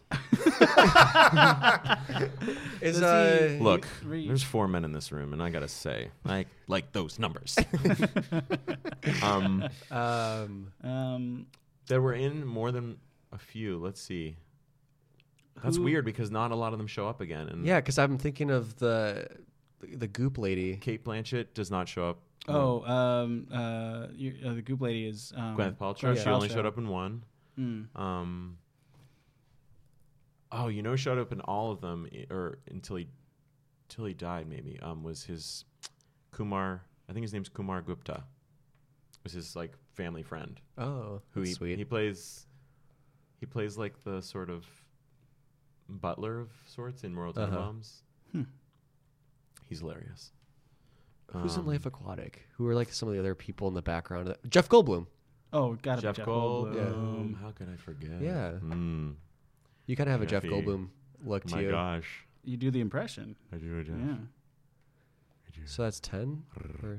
Speaker 3: Is
Speaker 1: Does
Speaker 3: uh
Speaker 1: he-
Speaker 4: Look,
Speaker 1: Read.
Speaker 4: there's four men in this room, and I gotta say, I like those numbers. um,
Speaker 3: um
Speaker 1: Um,
Speaker 4: that were in more than a few. Let's see. That's
Speaker 1: Who-
Speaker 4: weird because not a lot of them show up again. And
Speaker 3: yeah, because I'm thinking of the the goop lady.
Speaker 4: Kate Blanchett does not show up.
Speaker 1: oh, um, uh, you- uh, the goop lady is um,
Speaker 4: Gwyneth Paltrow.
Speaker 1: Gwyneth
Speaker 4: She only
Speaker 1: Paltrow.
Speaker 4: showed up in one.
Speaker 1: Mm.
Speaker 4: Um. Oh, you know, who showed up in all of them, i- or until he, till he died, maybe. Um, was his Kumar? I think his name's Kumar Gupta. Was his like family friend
Speaker 3: Oh,
Speaker 4: who
Speaker 3: that's
Speaker 4: he
Speaker 3: sweet.
Speaker 4: he plays, he plays like the sort of butler of sorts in Royal
Speaker 3: Uh-huh.
Speaker 4: Tenenbaums.
Speaker 1: Hmm.
Speaker 4: He's hilarious.
Speaker 3: Who's in
Speaker 4: Um,
Speaker 3: Life Aquatic? Who are like some of the other people in the background? of that- Jeff Goldblum.
Speaker 1: Oh, gotta
Speaker 4: Jeff,
Speaker 1: be Jeff
Speaker 4: Goldblum.
Speaker 1: Goldblum.
Speaker 4: How could I forget?
Speaker 3: Yeah.
Speaker 4: Mm.
Speaker 3: You gotta have a Jeff
Speaker 4: Jeffy.
Speaker 3: Goldblum look to
Speaker 4: Oh My
Speaker 3: you.
Speaker 4: gosh.
Speaker 1: You do the impression.
Speaker 4: I do, I do.
Speaker 1: Yeah.
Speaker 3: So that's ten. Or-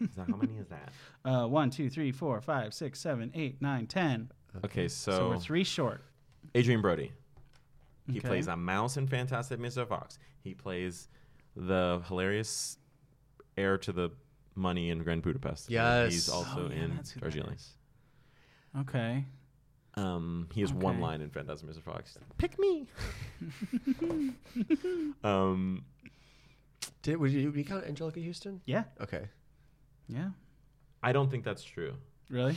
Speaker 4: Is that- how many is that?
Speaker 1: Uh, one, two, three, four, five, six, seven, eight, nine, ten.
Speaker 4: Okay,
Speaker 1: So,
Speaker 4: so,
Speaker 1: we're three short.
Speaker 4: Adrian Brody. He
Speaker 1: Okay.
Speaker 4: plays a mouse in Fantastic Mr. Fox. He plays the hilarious heir to the money in Grand Budapest.
Speaker 3: Yes.
Speaker 4: He's
Speaker 1: Oh,
Speaker 4: also
Speaker 1: yeah,
Speaker 4: in
Speaker 1: that's who that
Speaker 4: Darjeeling.
Speaker 1: is. Okay.
Speaker 4: Um, he has one
Speaker 1: Okay.
Speaker 4: line in Fantastic Mr. Fox. Pick me. um,
Speaker 3: Did would you, would you count Angelica Houston?
Speaker 1: Yeah.
Speaker 3: Okay.
Speaker 1: Yeah.
Speaker 4: I don't think that's true.
Speaker 1: Really?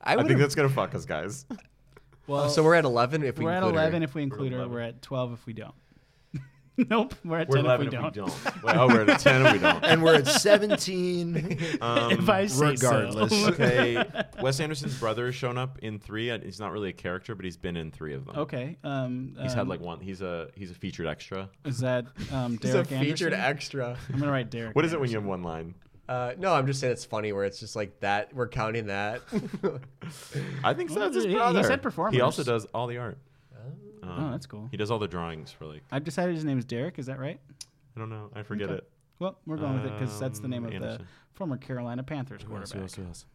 Speaker 3: I,
Speaker 4: I,
Speaker 3: would.
Speaker 4: think that's gonna fuck us guys.
Speaker 1: Well,
Speaker 3: so we're at eleven if we
Speaker 1: we're at
Speaker 3: include her.
Speaker 1: 11 if we include her.
Speaker 4: 11.
Speaker 1: We're at 12 if we don't. nope. We're at 10 if we don't.
Speaker 4: Wait, oh, we're at a ten if we don't.
Speaker 5: And we're at 17.
Speaker 4: Um,
Speaker 1: if I say
Speaker 5: regardless.
Speaker 1: So.
Speaker 4: okay. Wes Anderson's brother has shown up in three. and He's not really a character, but he's been in three of them.
Speaker 1: okay. Um,
Speaker 4: He's
Speaker 1: um,
Speaker 4: had like one. He's a he's a featured extra.
Speaker 1: Is that um,
Speaker 3: He's a
Speaker 1: Derek Anderson?
Speaker 3: featured extra.
Speaker 1: I'm gonna write Derek.
Speaker 4: What is it when you have one line?
Speaker 3: Uh, no, I'm just saying it's funny where it's just like that. We're counting that.
Speaker 4: I think so. That's his
Speaker 1: He- he
Speaker 4: brother.
Speaker 1: said
Speaker 4: He
Speaker 1: performers.
Speaker 4: also does all the art.
Speaker 3: Uh,
Speaker 4: Um,
Speaker 1: Oh, that's cool.
Speaker 4: He does all the drawings for like
Speaker 1: I've decided his name is Derek. Is that right?
Speaker 4: I don't know. I forget
Speaker 1: Okay.
Speaker 4: it.
Speaker 1: Well, we're going with it because that's the name
Speaker 4: Um,
Speaker 1: of
Speaker 4: Anderson.
Speaker 1: the former Carolina Panthers
Speaker 4: Who else, who
Speaker 1: quarterback.
Speaker 4: else, who else?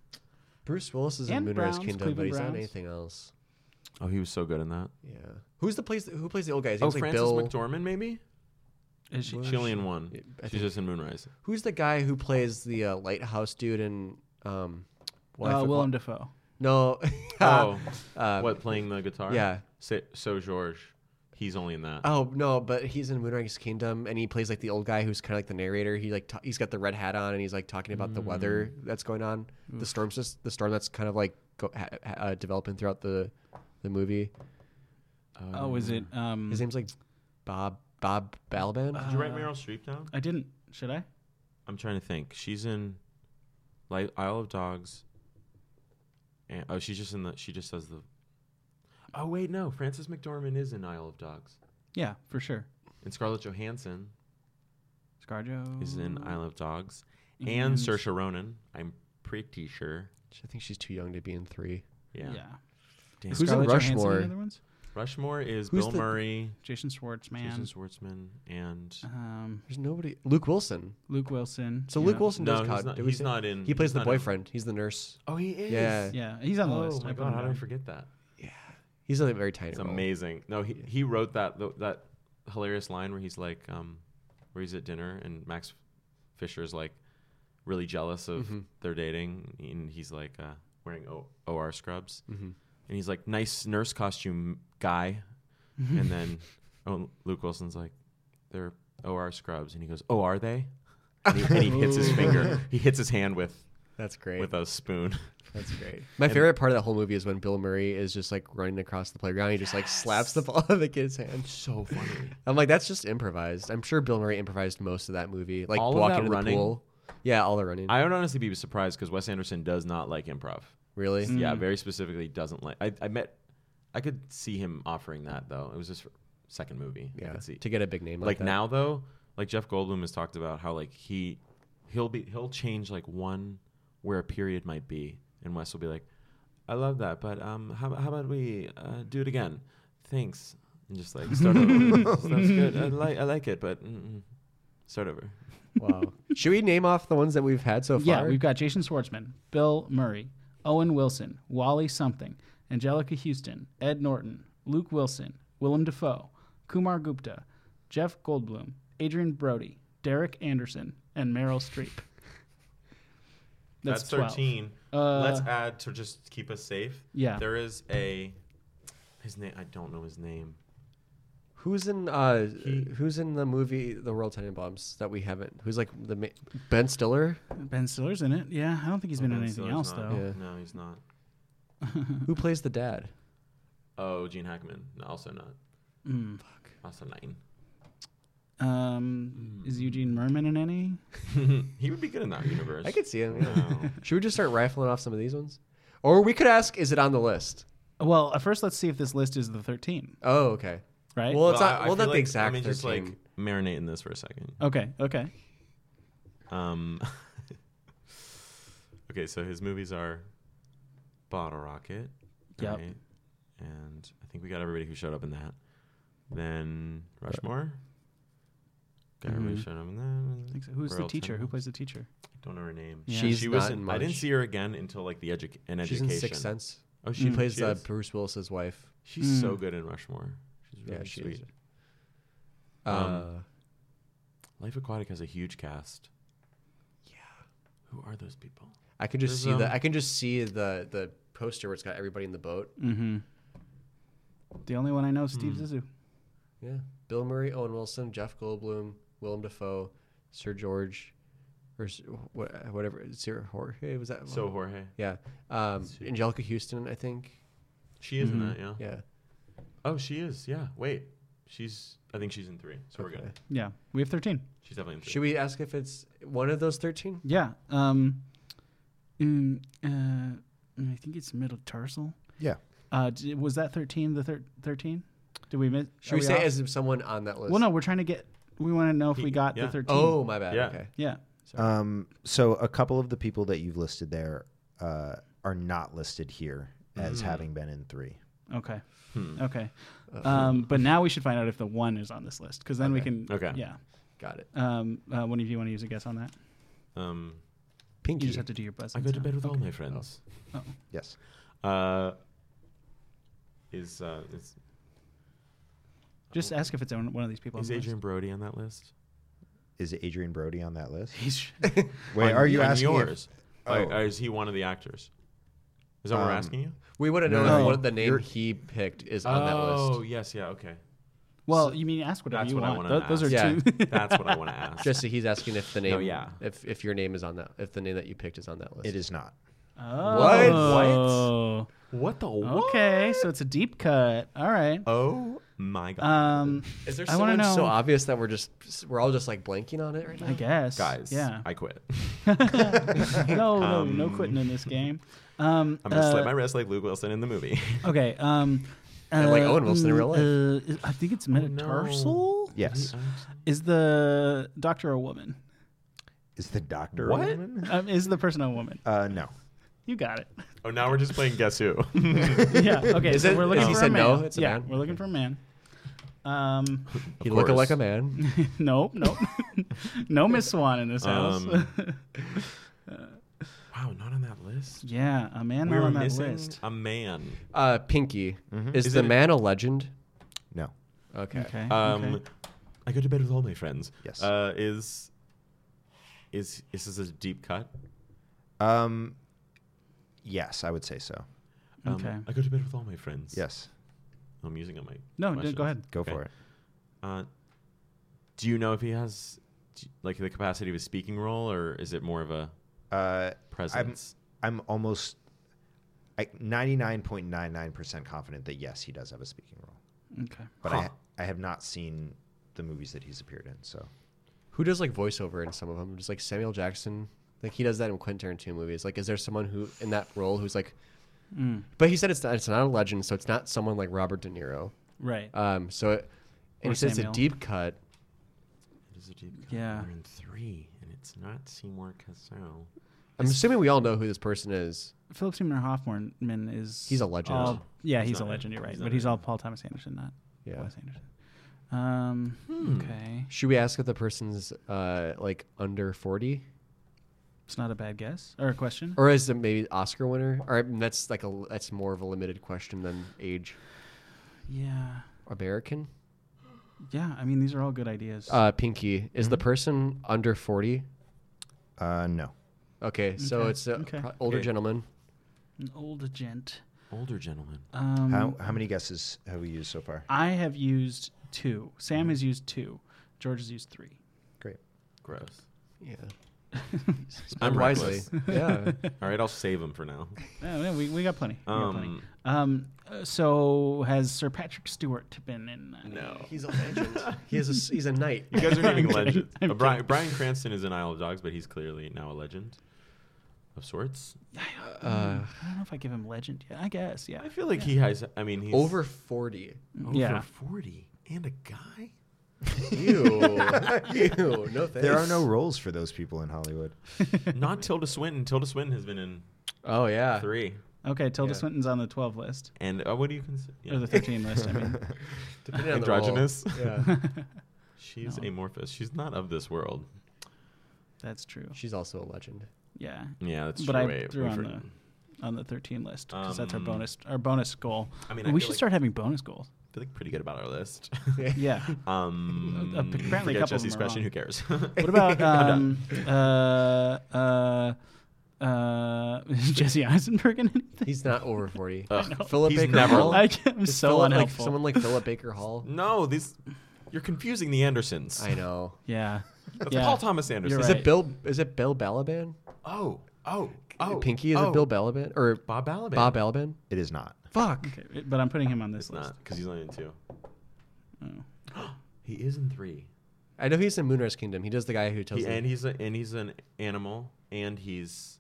Speaker 3: Bruce Willis is in
Speaker 1: And
Speaker 3: Moonrise
Speaker 1: Browns,
Speaker 3: Kingdom, but
Speaker 1: Cleveland
Speaker 3: he's not in
Speaker 1: Browns.
Speaker 3: anything else.
Speaker 4: Oh, he was so good in that.
Speaker 3: Yeah. Who's the plays? Who plays the old guy? His
Speaker 4: oh,
Speaker 3: name's, like
Speaker 4: Francis
Speaker 3: Bill.
Speaker 4: McDormand, maybe.
Speaker 1: Is she?
Speaker 4: She only in one.
Speaker 3: Yeah, I
Speaker 4: She's
Speaker 3: think-
Speaker 4: just in Moonrise.
Speaker 3: Who's the guy who plays the uh, lighthouse dude in um? Life
Speaker 1: Uh,
Speaker 3: Aqua-
Speaker 1: Willem Dafoe.
Speaker 3: No.
Speaker 4: Oh,
Speaker 3: Uh,
Speaker 4: what playing the guitar?
Speaker 3: Yeah.
Speaker 4: So, so George, he's only in that.
Speaker 3: Oh no, but he's in Moonrise Kingdom, and he plays like the old guy who's kind of like the narrator. He like t- he's got the red hat on, and he's like talking about the weather that's going on, the storms, just the storm that's kind of like go, ha, ha- uh, developing throughout the the movie.
Speaker 4: Uh,
Speaker 1: Oh, is it?
Speaker 4: Mm.
Speaker 1: Um,
Speaker 3: His name's like Bob Bob Balaban.
Speaker 4: Did you write
Speaker 1: uh,
Speaker 4: Meryl Streep down?
Speaker 1: I didn't. Should I?
Speaker 4: I'm trying to think. She's in like Isle of Dogs. And oh, she's just in the. She just does the. Oh wait, no. Frances McDormand is in Isle of Dogs,
Speaker 1: Yeah, for sure.
Speaker 4: and Scarlett Johansson
Speaker 1: ScarJo
Speaker 4: is in Isle of Dogs, and,
Speaker 1: And-
Speaker 4: Saoirse Ronan. I'm pretty sure.
Speaker 3: I think she's too young to be in three.
Speaker 4: Yeah.
Speaker 1: Yeah.
Speaker 4: Damn.
Speaker 1: Is
Speaker 3: Who's in
Speaker 1: Scarlett Johansson
Speaker 3: Rushmore?
Speaker 1: the other ones?
Speaker 4: Rushmore is
Speaker 1: Who's
Speaker 4: Bill
Speaker 1: the-
Speaker 4: Murray,
Speaker 1: Jason Schwartzman,
Speaker 4: Jason Schwartzman, and
Speaker 1: um,
Speaker 3: There's nobody. Luke Wilson.
Speaker 1: Luke Wilson.
Speaker 3: So
Speaker 1: yeah.
Speaker 3: Luke Wilson
Speaker 4: No,
Speaker 3: does
Speaker 4: he's
Speaker 3: COD.
Speaker 4: not-
Speaker 3: did we
Speaker 4: he's
Speaker 3: say-
Speaker 4: not in-
Speaker 3: He plays
Speaker 4: he's
Speaker 3: the
Speaker 4: not in-
Speaker 3: boyfriend. He's the nurse.
Speaker 4: oh, he is.
Speaker 3: Yeah.
Speaker 1: Yeah, he's on the
Speaker 4: Oh
Speaker 1: list.
Speaker 4: my
Speaker 1: I put
Speaker 4: god,
Speaker 1: him
Speaker 4: how did I
Speaker 1: down.
Speaker 4: forget that?
Speaker 3: He's a very tiny
Speaker 4: It's
Speaker 3: role.
Speaker 4: amazing. No, he he wrote that tho- that hilarious line where he's like, um, where he's at dinner and Max Fisher is like really jealous of their dating, and he's like uh, wearing o- OR scrubs,
Speaker 3: Mm-hmm.
Speaker 4: and he's like, nice nurse costume guy, and then oh, Luke Wilson's like, they're OR scrubs, and he goes, oh, are they? And he, and he hits his finger. He hits his hand with
Speaker 3: That's great.
Speaker 4: with a spoon.
Speaker 3: That's great. My favorite part of that whole movie is when Bill Murray is just like running across the playground. He just like slaps the ball out of the kid's hand.
Speaker 4: So funny.
Speaker 3: I'm like, that's just improvised. I'm sure Bill Murray improvised most of that movie, like
Speaker 4: All of
Speaker 3: walking
Speaker 4: that
Speaker 3: in the
Speaker 4: running?
Speaker 3: pool. Yeah, all the running.
Speaker 4: I would honestly be surprised because Wes Anderson does not like improv.
Speaker 3: really?
Speaker 4: Yeah, very specifically doesn't like. I, I met, I could see him offering that though. It was his second movie. I
Speaker 3: Yeah.
Speaker 4: could see.
Speaker 3: To get a big name
Speaker 4: like
Speaker 3: like, that.
Speaker 4: now though, like Jeff Goldblum has talked about how like he, he'll be he'll change like one where a period might be, and Wes will be like, I love that, but um, how how about we uh, do it again? Thanks, and just like start over. That's good. I like I like it, but mm-mm. start over.
Speaker 3: Wow. Should we name off the ones that we've had so far?
Speaker 1: Yeah, we've got Jason Schwartzman, Bill Murray, Owen Wilson, Wally Something, Angelica Houston, Ed Norton, Luke Wilson, Willem Dafoe, Kumar Gupta, Jeff Goldblum, Adrian Brody, Derek Anderson, and Meryl Streep.
Speaker 4: That's,
Speaker 1: 12.
Speaker 4: 13.
Speaker 1: Uh,
Speaker 4: Let's add to just keep us safe.
Speaker 1: Yeah.
Speaker 4: There is a his name I don't know his name.
Speaker 3: Who's in uh Who's in the movie The World Tenenbaums that we haven't? Who's like the ma- Ben Stiller?
Speaker 1: Ben Stiller's in it. Yeah, I don't think he's been in
Speaker 4: Ben
Speaker 1: anything
Speaker 4: Stiller's
Speaker 1: else,
Speaker 4: not.
Speaker 1: though.
Speaker 3: Yeah.
Speaker 4: No, he's not. Mm-hmm.
Speaker 3: Who plays the dad?
Speaker 4: Oh, Gene Hackman. No, also not.
Speaker 1: Mm.
Speaker 4: Also nine.
Speaker 1: Hmm. Um,
Speaker 4: Hmm.
Speaker 1: Is Eugene Merman in any?
Speaker 4: he would be good in that universe.
Speaker 3: I could see him. yeah.
Speaker 4: No.
Speaker 3: Should we just start rifling off some of these ones? Or we could ask, is it on the list?
Speaker 1: Well, uh, first let's see if this list is the 13,
Speaker 3: Oh, okay.
Speaker 1: right?
Speaker 3: Well, it's
Speaker 4: Well,
Speaker 3: not.
Speaker 4: I- I
Speaker 3: well,
Speaker 4: feel
Speaker 3: not the
Speaker 4: like-
Speaker 3: exact.
Speaker 4: I mean, just like
Speaker 3: 13.
Speaker 4: marinate in this for a second.
Speaker 1: okay, okay.
Speaker 4: Um. okay, so his movies are Bottle Rocket.
Speaker 1: Yep.
Speaker 4: And I think we got everybody who showed up in that. Then Rushmore. Got
Speaker 3: Mm-hmm.
Speaker 4: everybody
Speaker 1: Mhm.
Speaker 4: showed up in that.
Speaker 1: I think so. Who's the
Speaker 4: Royal
Speaker 1: teacher? Who
Speaker 4: Tenenbaums.
Speaker 1: plays the teacher?
Speaker 4: I don't know her name.
Speaker 1: Yeah.
Speaker 3: She's
Speaker 4: she was
Speaker 3: not
Speaker 4: in,
Speaker 3: in
Speaker 4: I didn't
Speaker 3: much.
Speaker 4: see her again until like the edu- an
Speaker 3: She's
Speaker 4: education.
Speaker 3: in Sixth Sense.
Speaker 4: Oh,
Speaker 3: She
Speaker 4: she
Speaker 3: plays
Speaker 4: she
Speaker 3: uh,
Speaker 4: is.
Speaker 3: Bruce Willis's wife.
Speaker 4: She's
Speaker 1: Mm.
Speaker 4: so good in Rushmore. She's really
Speaker 3: yeah, she
Speaker 4: sweet.
Speaker 3: is.
Speaker 4: Um,
Speaker 3: Uh,
Speaker 4: Life Aquatic has a huge cast. Yeah. Who are those people?
Speaker 3: I can just
Speaker 4: there's,
Speaker 3: see the.
Speaker 4: um,
Speaker 3: I can just see the the poster where it's got everybody in the boat.
Speaker 1: Mm-hmm. The only one I know is Steve
Speaker 4: Hmm.
Speaker 1: Zissou.
Speaker 3: Yeah, Bill Murray, Owen Wilson, Jeff Goldblum, Willem Dafoe, Sir George, or s- wha- whatever. Sir Jorge was that?
Speaker 4: So
Speaker 3: one?
Speaker 4: Jorge.
Speaker 3: yeah, um, Angelica Houston, I think.
Speaker 4: She is
Speaker 3: Mm-hmm.
Speaker 1: Mhm.
Speaker 4: in that, yeah.
Speaker 3: Yeah,
Speaker 4: Oh, she is. Yeah. Wait. She's. I think she's in three. So we're
Speaker 3: Okay.
Speaker 4: good.
Speaker 1: Yeah, we have 13.
Speaker 4: She's definitely in three.
Speaker 3: Should we ask if it's one of those thirteen?
Speaker 1: Yeah. Um, mm, uh, I think it's middle tarsal.
Speaker 5: Yeah.
Speaker 1: Uh, d- was that 13 the thir- 13? Did we miss?
Speaker 3: Should
Speaker 1: are
Speaker 3: we, say
Speaker 1: off?
Speaker 3: as if someone on that list?
Speaker 1: Well, no, we're trying to get, we want to know if we
Speaker 4: He-
Speaker 1: got
Speaker 4: yeah.
Speaker 1: the 13.
Speaker 3: Oh, my bad.
Speaker 4: Yeah.
Speaker 3: Okay.
Speaker 1: Yeah.
Speaker 5: Um, so a couple of the people that you've listed there uh, are not listed here as having been in three.
Speaker 1: Okay.
Speaker 4: Hmm.
Speaker 1: Okay. Um, but now we should find out if the one is on this list because then we
Speaker 3: Okay.
Speaker 1: can.
Speaker 4: Okay.
Speaker 1: Yeah.
Speaker 3: Got it.
Speaker 1: Um, uh, one of you want to use a guess on that?
Speaker 4: Um,
Speaker 1: You
Speaker 3: Pinky.
Speaker 1: just have to do your best.
Speaker 4: I go to bed with all my friends.
Speaker 5: Yes.
Speaker 1: Oh.
Speaker 4: Uh, is uh, is,
Speaker 1: Just ask if it's on one of these people.
Speaker 4: is
Speaker 1: on the list.
Speaker 4: Adrian Brody on that list?
Speaker 5: Is Adrian Brody on that list?
Speaker 1: He's-
Speaker 5: Wait,
Speaker 4: On-
Speaker 5: are you
Speaker 4: on
Speaker 5: asking? if-
Speaker 4: yours? Like,
Speaker 5: Oh.
Speaker 4: is he one of the actors? Is that what we're
Speaker 5: Um,
Speaker 4: asking you?
Speaker 3: We want to know
Speaker 1: no,
Speaker 3: if
Speaker 1: no.
Speaker 3: one of the name
Speaker 5: You're-
Speaker 3: he picked is on that
Speaker 4: Oh
Speaker 3: list.
Speaker 4: yes, yeah, okay.
Speaker 1: Well, you mean ask whatever
Speaker 4: That's
Speaker 1: you
Speaker 4: what I
Speaker 1: want.
Speaker 4: wanted
Speaker 1: Tho-
Speaker 4: to
Speaker 1: those are
Speaker 4: ask.
Speaker 3: Yeah.
Speaker 1: two.
Speaker 4: That's what I want to ask.
Speaker 3: Just so he's asking if the name,
Speaker 4: yeah.
Speaker 3: if if your name is on that, if the name that you picked is on that list.
Speaker 5: It is not.
Speaker 1: oh.
Speaker 4: what the
Speaker 1: Okay, so it's a deep cut. All right.
Speaker 4: Oh my god,
Speaker 1: Um,
Speaker 3: Is there
Speaker 1: I
Speaker 3: someone
Speaker 1: wanna know.
Speaker 3: so obvious that we're just we're all just like blanking on it right now?
Speaker 1: I guess.
Speaker 4: guys,
Speaker 1: Yeah.
Speaker 4: I quit.
Speaker 1: no, no, no quitting in this game. Um,
Speaker 4: I'm gonna
Speaker 1: uh,
Speaker 4: slip my wrist like Luke Wilson in the movie.
Speaker 1: Okay. Um,
Speaker 3: And like
Speaker 1: uh,
Speaker 3: Owen Wilson in
Speaker 1: mm,
Speaker 3: real life.
Speaker 1: uh, is- I think
Speaker 4: Oh,
Speaker 1: it's metatarsal.
Speaker 5: Yes.
Speaker 1: Is the doctor a woman?
Speaker 5: Is the doctor a
Speaker 4: What?
Speaker 5: woman?
Speaker 1: Um, is the person a woman?
Speaker 5: Uh, no.
Speaker 1: You got it.
Speaker 4: Oh, now we're just playing Guess Who.
Speaker 1: yeah. Okay.
Speaker 3: Is
Speaker 1: so
Speaker 3: it-
Speaker 1: we're looking
Speaker 3: he
Speaker 1: for a
Speaker 3: said
Speaker 1: man.
Speaker 3: no, it's a
Speaker 1: yeah,
Speaker 3: man.
Speaker 1: we're looking for a man. Um,
Speaker 3: He look
Speaker 4: course.
Speaker 3: like a man.
Speaker 1: no, no, no Miss Swan in this house.
Speaker 4: Um, wow, not on that list.
Speaker 1: yeah, a man
Speaker 4: we
Speaker 1: not
Speaker 4: were
Speaker 1: on that
Speaker 4: missing
Speaker 1: list.
Speaker 4: a man.
Speaker 3: Uh, Pinky is,
Speaker 4: Is
Speaker 3: the
Speaker 4: it a-
Speaker 3: man a legend?
Speaker 5: Mm-hmm. No.
Speaker 3: Okay.
Speaker 1: Okay.
Speaker 4: Um,
Speaker 1: okay.
Speaker 4: I go to bed with all my friends.
Speaker 5: Yes.
Speaker 4: Uh, is is is this a deep cut?
Speaker 5: Um, yes, I would say so.
Speaker 4: Um,
Speaker 1: Okay.
Speaker 4: I go to bed with all my friends.
Speaker 5: Yes,
Speaker 4: I'm using up my.
Speaker 1: No, d-
Speaker 4: questions.
Speaker 1: go ahead.
Speaker 5: go
Speaker 4: Okay.
Speaker 5: for it.
Speaker 4: Uh, do you know if he has do- like the capacity of a speaking role, or is it more of a
Speaker 5: Uh,
Speaker 4: presence?
Speaker 5: I'm almost I 99.99% confident that yes, he does have a speaking role.
Speaker 1: Okay.
Speaker 5: But
Speaker 4: Huh.
Speaker 5: I I have not seen the movies that he's appeared in. So
Speaker 3: Who does like voiceover in some of them? Just like Samuel Jackson. Like he does that in Quentin Tarantino movies. Like, is there someone who in that role who's like?
Speaker 1: Mm,
Speaker 3: But he said it's not. It's not a legend, so it's not someone like Robert De Niro.
Speaker 1: right.
Speaker 3: Um. So, it, and
Speaker 1: Or
Speaker 3: he said it's a
Speaker 1: Samuel.
Speaker 3: deep cut.
Speaker 4: It is a deep cut.
Speaker 1: Yeah.
Speaker 4: We're in three, and it's not Seymour Cassell.
Speaker 3: I'm assuming we all know who this person is.
Speaker 1: Philip Seymour Hoffman is
Speaker 3: He's a legend.
Speaker 1: all- yeah,
Speaker 4: He's
Speaker 1: he's, a
Speaker 4: not-
Speaker 1: legend. You're right,
Speaker 4: he's
Speaker 1: but
Speaker 4: not
Speaker 1: he's
Speaker 4: a-
Speaker 1: all Paul Thomas Anderson, not
Speaker 3: Yeah.
Speaker 1: Wes Anderson. Um,
Speaker 4: Hmm.
Speaker 1: Okay,
Speaker 3: Should we ask if the person's uh like under forty,
Speaker 1: it's not a bad guess or a question.
Speaker 3: or is it maybe Oscar winner? Or I mean, that's like a that's more of a limited question than age.
Speaker 1: yeah,
Speaker 3: American.
Speaker 1: yeah. I mean, these are all good ideas.
Speaker 3: Uh, Pinky is
Speaker 1: Mm-hmm.
Speaker 3: the person under forty.
Speaker 5: uh, no.
Speaker 3: Okay, so
Speaker 1: Okay,
Speaker 3: it's an
Speaker 1: okay.
Speaker 3: older
Speaker 4: Okay.
Speaker 3: gentleman.
Speaker 1: An old gent.
Speaker 4: Older gentleman.
Speaker 1: Um,
Speaker 5: How how many guesses have we used so far?
Speaker 1: I have used two. Sam has used two. George has used three.
Speaker 5: Great.
Speaker 4: Gross.
Speaker 3: Yeah.
Speaker 4: I'm
Speaker 3: Spend wisely.
Speaker 4: reckless.
Speaker 3: yeah.
Speaker 4: All right, I'll save him for now.
Speaker 1: Oh, yeah, we, we got plenty. We got plenty.
Speaker 4: Um,
Speaker 1: Um, uh, so has Sir Patrick Stewart been in? uh,
Speaker 4: no.
Speaker 3: He's a legend. he is a, he's a knight.
Speaker 4: You guys are naming
Speaker 1: I'm kidding.
Speaker 4: legends.
Speaker 1: I'm
Speaker 4: Uh, Brian, Brian Cranston is in Isle of Dogs, but he's clearly now a legend of sorts.
Speaker 3: Uh,
Speaker 1: I don't know if I give him legend. Yeah, I guess. Yeah.
Speaker 4: I feel like he has. I mean, he's
Speaker 3: over 40.
Speaker 4: over
Speaker 1: yeah.
Speaker 4: forty and a guy.
Speaker 3: Ew. Ew. No thanks.
Speaker 5: There are no roles for those people in Hollywood.
Speaker 4: Not Tilda Swinton. Tilda Swinton has been in
Speaker 3: Oh, yeah.
Speaker 4: three.
Speaker 1: Okay, Tilda
Speaker 3: Yeah.
Speaker 1: Swinton's on the 12 list
Speaker 4: And uh, what do you consider?
Speaker 1: or the 13 list. I mean,
Speaker 3: Depending on the
Speaker 4: Androgynous.
Speaker 3: role. Yeah.
Speaker 4: Uh, She's
Speaker 1: No.
Speaker 4: amorphous. She's not of this world.
Speaker 1: that's true.
Speaker 3: She's also a legend.
Speaker 1: Yeah,
Speaker 4: Yeah, that's
Speaker 1: But
Speaker 4: true.
Speaker 1: I
Speaker 4: Wait,
Speaker 1: threw
Speaker 4: we
Speaker 1: on
Speaker 4: for-
Speaker 1: the- on the 13 list because that's our
Speaker 4: Um,
Speaker 1: bonus our bonus goal.
Speaker 4: I mean, I
Speaker 1: we
Speaker 4: feel
Speaker 1: should
Speaker 4: like-
Speaker 1: start having bonus goals.
Speaker 4: feel like pretty good about our list.
Speaker 1: Yeah.
Speaker 4: um,
Speaker 1: Uh, apparently a
Speaker 4: forget
Speaker 1: couple of
Speaker 4: Jesse's
Speaker 1: them are
Speaker 4: question.
Speaker 1: wrong.
Speaker 4: Who cares?
Speaker 1: What about um,
Speaker 4: I'm
Speaker 1: uh, uh, uh, is Jesse Eisenberg in anything?
Speaker 3: He's not over 40.
Speaker 4: Ugh,
Speaker 3: Philip
Speaker 4: he's
Speaker 3: Baker
Speaker 4: never-
Speaker 3: Hall.
Speaker 1: I, am
Speaker 3: Is
Speaker 1: so
Speaker 3: Philip, like,
Speaker 1: unhelpful.
Speaker 3: someone like Philip Baker Hall.
Speaker 4: no, these you're confusing the Andersons.
Speaker 3: I know.
Speaker 1: yeah,
Speaker 4: That's
Speaker 1: yeah.
Speaker 4: Paul Thomas Anderson.
Speaker 1: You're
Speaker 3: Is
Speaker 1: right.
Speaker 3: it Bill? Is it Bill Balaban?
Speaker 4: Oh, oh, oh.
Speaker 3: Pinky is
Speaker 4: oh.
Speaker 3: it Bill Balaban or
Speaker 4: Bob Balaban.
Speaker 3: Bob Balaban?
Speaker 5: It is not.
Speaker 3: Fuck.
Speaker 1: Okay, it- but I'm putting him on this
Speaker 4: It's
Speaker 1: list.
Speaker 4: not because he's only in two.
Speaker 1: Oh.
Speaker 4: He is in three.
Speaker 3: I know he's in Moonrise Kingdom. He does the guy who tells.
Speaker 4: He,
Speaker 3: the-
Speaker 4: and he's a, and he's an animal, and he's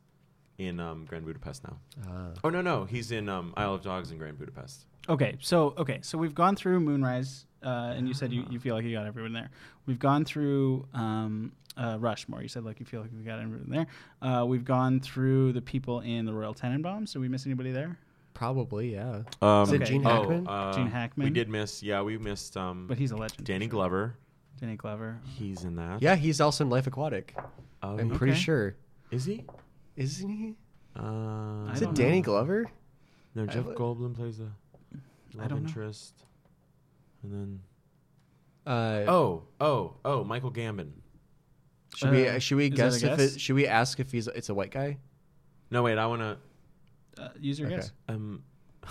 Speaker 4: in um, Grand Budapest now.
Speaker 3: Ah.
Speaker 4: Oh no, no, he's in um, Isle of Dogs and Grand Budapest.
Speaker 1: Okay, so okay, so we've gone through Moonrise, uh, and you said you, you feel like you got everyone there. We've gone through um, uh, Rushmore. You said like you feel like we got everyone there. Uh, we've gone through the people in the Royal Tenenbaums. Did we miss anybody there?
Speaker 3: Probably, yeah.
Speaker 4: Um,
Speaker 3: Is it Gene
Speaker 4: oh,
Speaker 3: Hackman?
Speaker 4: uh,
Speaker 1: Gene Hackman?
Speaker 4: We did miss. Yeah, we missed. Um,
Speaker 1: But he's a legend.
Speaker 4: Danny Glover.
Speaker 1: Danny Glover.
Speaker 4: He's in that.
Speaker 3: yeah, he's also in Life Aquatic.
Speaker 4: Oh,
Speaker 3: I'm
Speaker 4: he-
Speaker 3: pretty
Speaker 1: Okay.
Speaker 3: sure.
Speaker 4: is he?
Speaker 3: Isn't he?
Speaker 4: Uh,
Speaker 1: I
Speaker 3: Is
Speaker 1: don't
Speaker 3: it Danny
Speaker 1: know.
Speaker 3: Glover?
Speaker 4: No, Jeff
Speaker 3: don't-
Speaker 4: Goldblum plays the
Speaker 1: don't
Speaker 4: love
Speaker 1: know.
Speaker 4: interest, and then
Speaker 3: Uh,
Speaker 4: oh, oh, oh, Michael Gambon.
Speaker 3: should we
Speaker 1: Uh,
Speaker 3: should we
Speaker 1: is that a
Speaker 3: guess, if
Speaker 1: guess?
Speaker 3: it, should we ask if he's it's a white guy?
Speaker 4: No, wait, I wanna.
Speaker 1: Uh, use your
Speaker 3: Okay.
Speaker 1: guess.
Speaker 4: Um,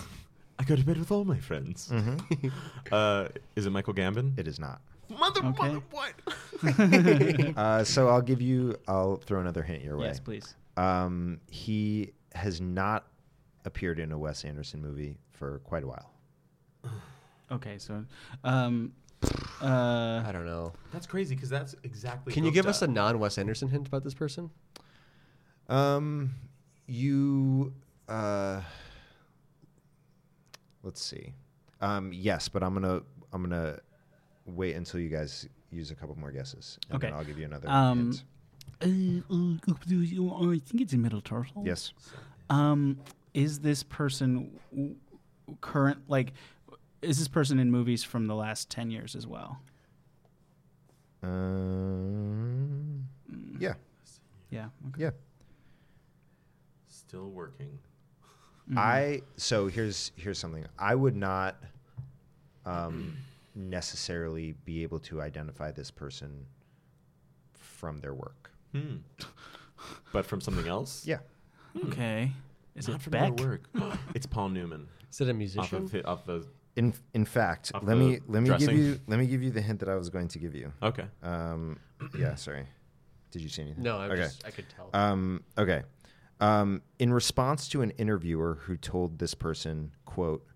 Speaker 4: I go to bed with all my friends.
Speaker 5: Mhm.
Speaker 1: Mm.
Speaker 4: uh, is it Michael Gambon?
Speaker 5: It is not.
Speaker 4: Mother,
Speaker 1: Okay.
Speaker 4: mother, what?
Speaker 5: Uh, so I'll give you. I'll throw another hint your way.
Speaker 1: Yes, please.
Speaker 5: Um, he has not appeared in a Wes Anderson movie for quite a while.
Speaker 1: Okay, so um, uh,
Speaker 3: I don't know.
Speaker 4: That's crazy because that's exactly.
Speaker 3: Can you give
Speaker 4: hooked
Speaker 3: us a
Speaker 4: up.
Speaker 3: non Wes Anderson hint about this person?
Speaker 5: Um, you. Uh, let's see. Um, yes, but I'm gonna I'm gonna wait until you guys use a couple more guesses, and
Speaker 1: Okay.
Speaker 5: then I'll give you another
Speaker 1: Um,
Speaker 5: hint.
Speaker 1: uh, uh, I think it's a middle turtle.
Speaker 5: Yes.
Speaker 1: um, is this person w- current? Like, is this person in movies from the last ten years as well?
Speaker 5: Um, yeah,
Speaker 1: Yeah. Okay.
Speaker 5: yeah.
Speaker 4: Still working.
Speaker 1: Mm-hmm.
Speaker 4: Mm-hmm.
Speaker 5: I so here's here's something. I would not um, necessarily be able to identify this person from their work.
Speaker 4: Hmm. But from something else? Hmm.
Speaker 5: Yeah.
Speaker 1: Okay. Is
Speaker 4: Not
Speaker 1: it
Speaker 4: from their
Speaker 1: Beck?
Speaker 4: work. it's Paul Newman.
Speaker 3: Is it a
Speaker 4: Off
Speaker 3: musician?
Speaker 4: of, the, off the.
Speaker 5: In in fact,
Speaker 4: Off
Speaker 5: let
Speaker 4: the
Speaker 5: me let me
Speaker 4: dressing.
Speaker 5: give you let me give you the hint that I was going to give you.
Speaker 4: Okay.
Speaker 5: Um, yeah, sorry. Did you see anything?
Speaker 3: No, I
Speaker 5: okay.
Speaker 3: just I could
Speaker 1: Uh,
Speaker 3: tell.
Speaker 5: Um, okay. Um, in response to an interviewer who told this person, quote,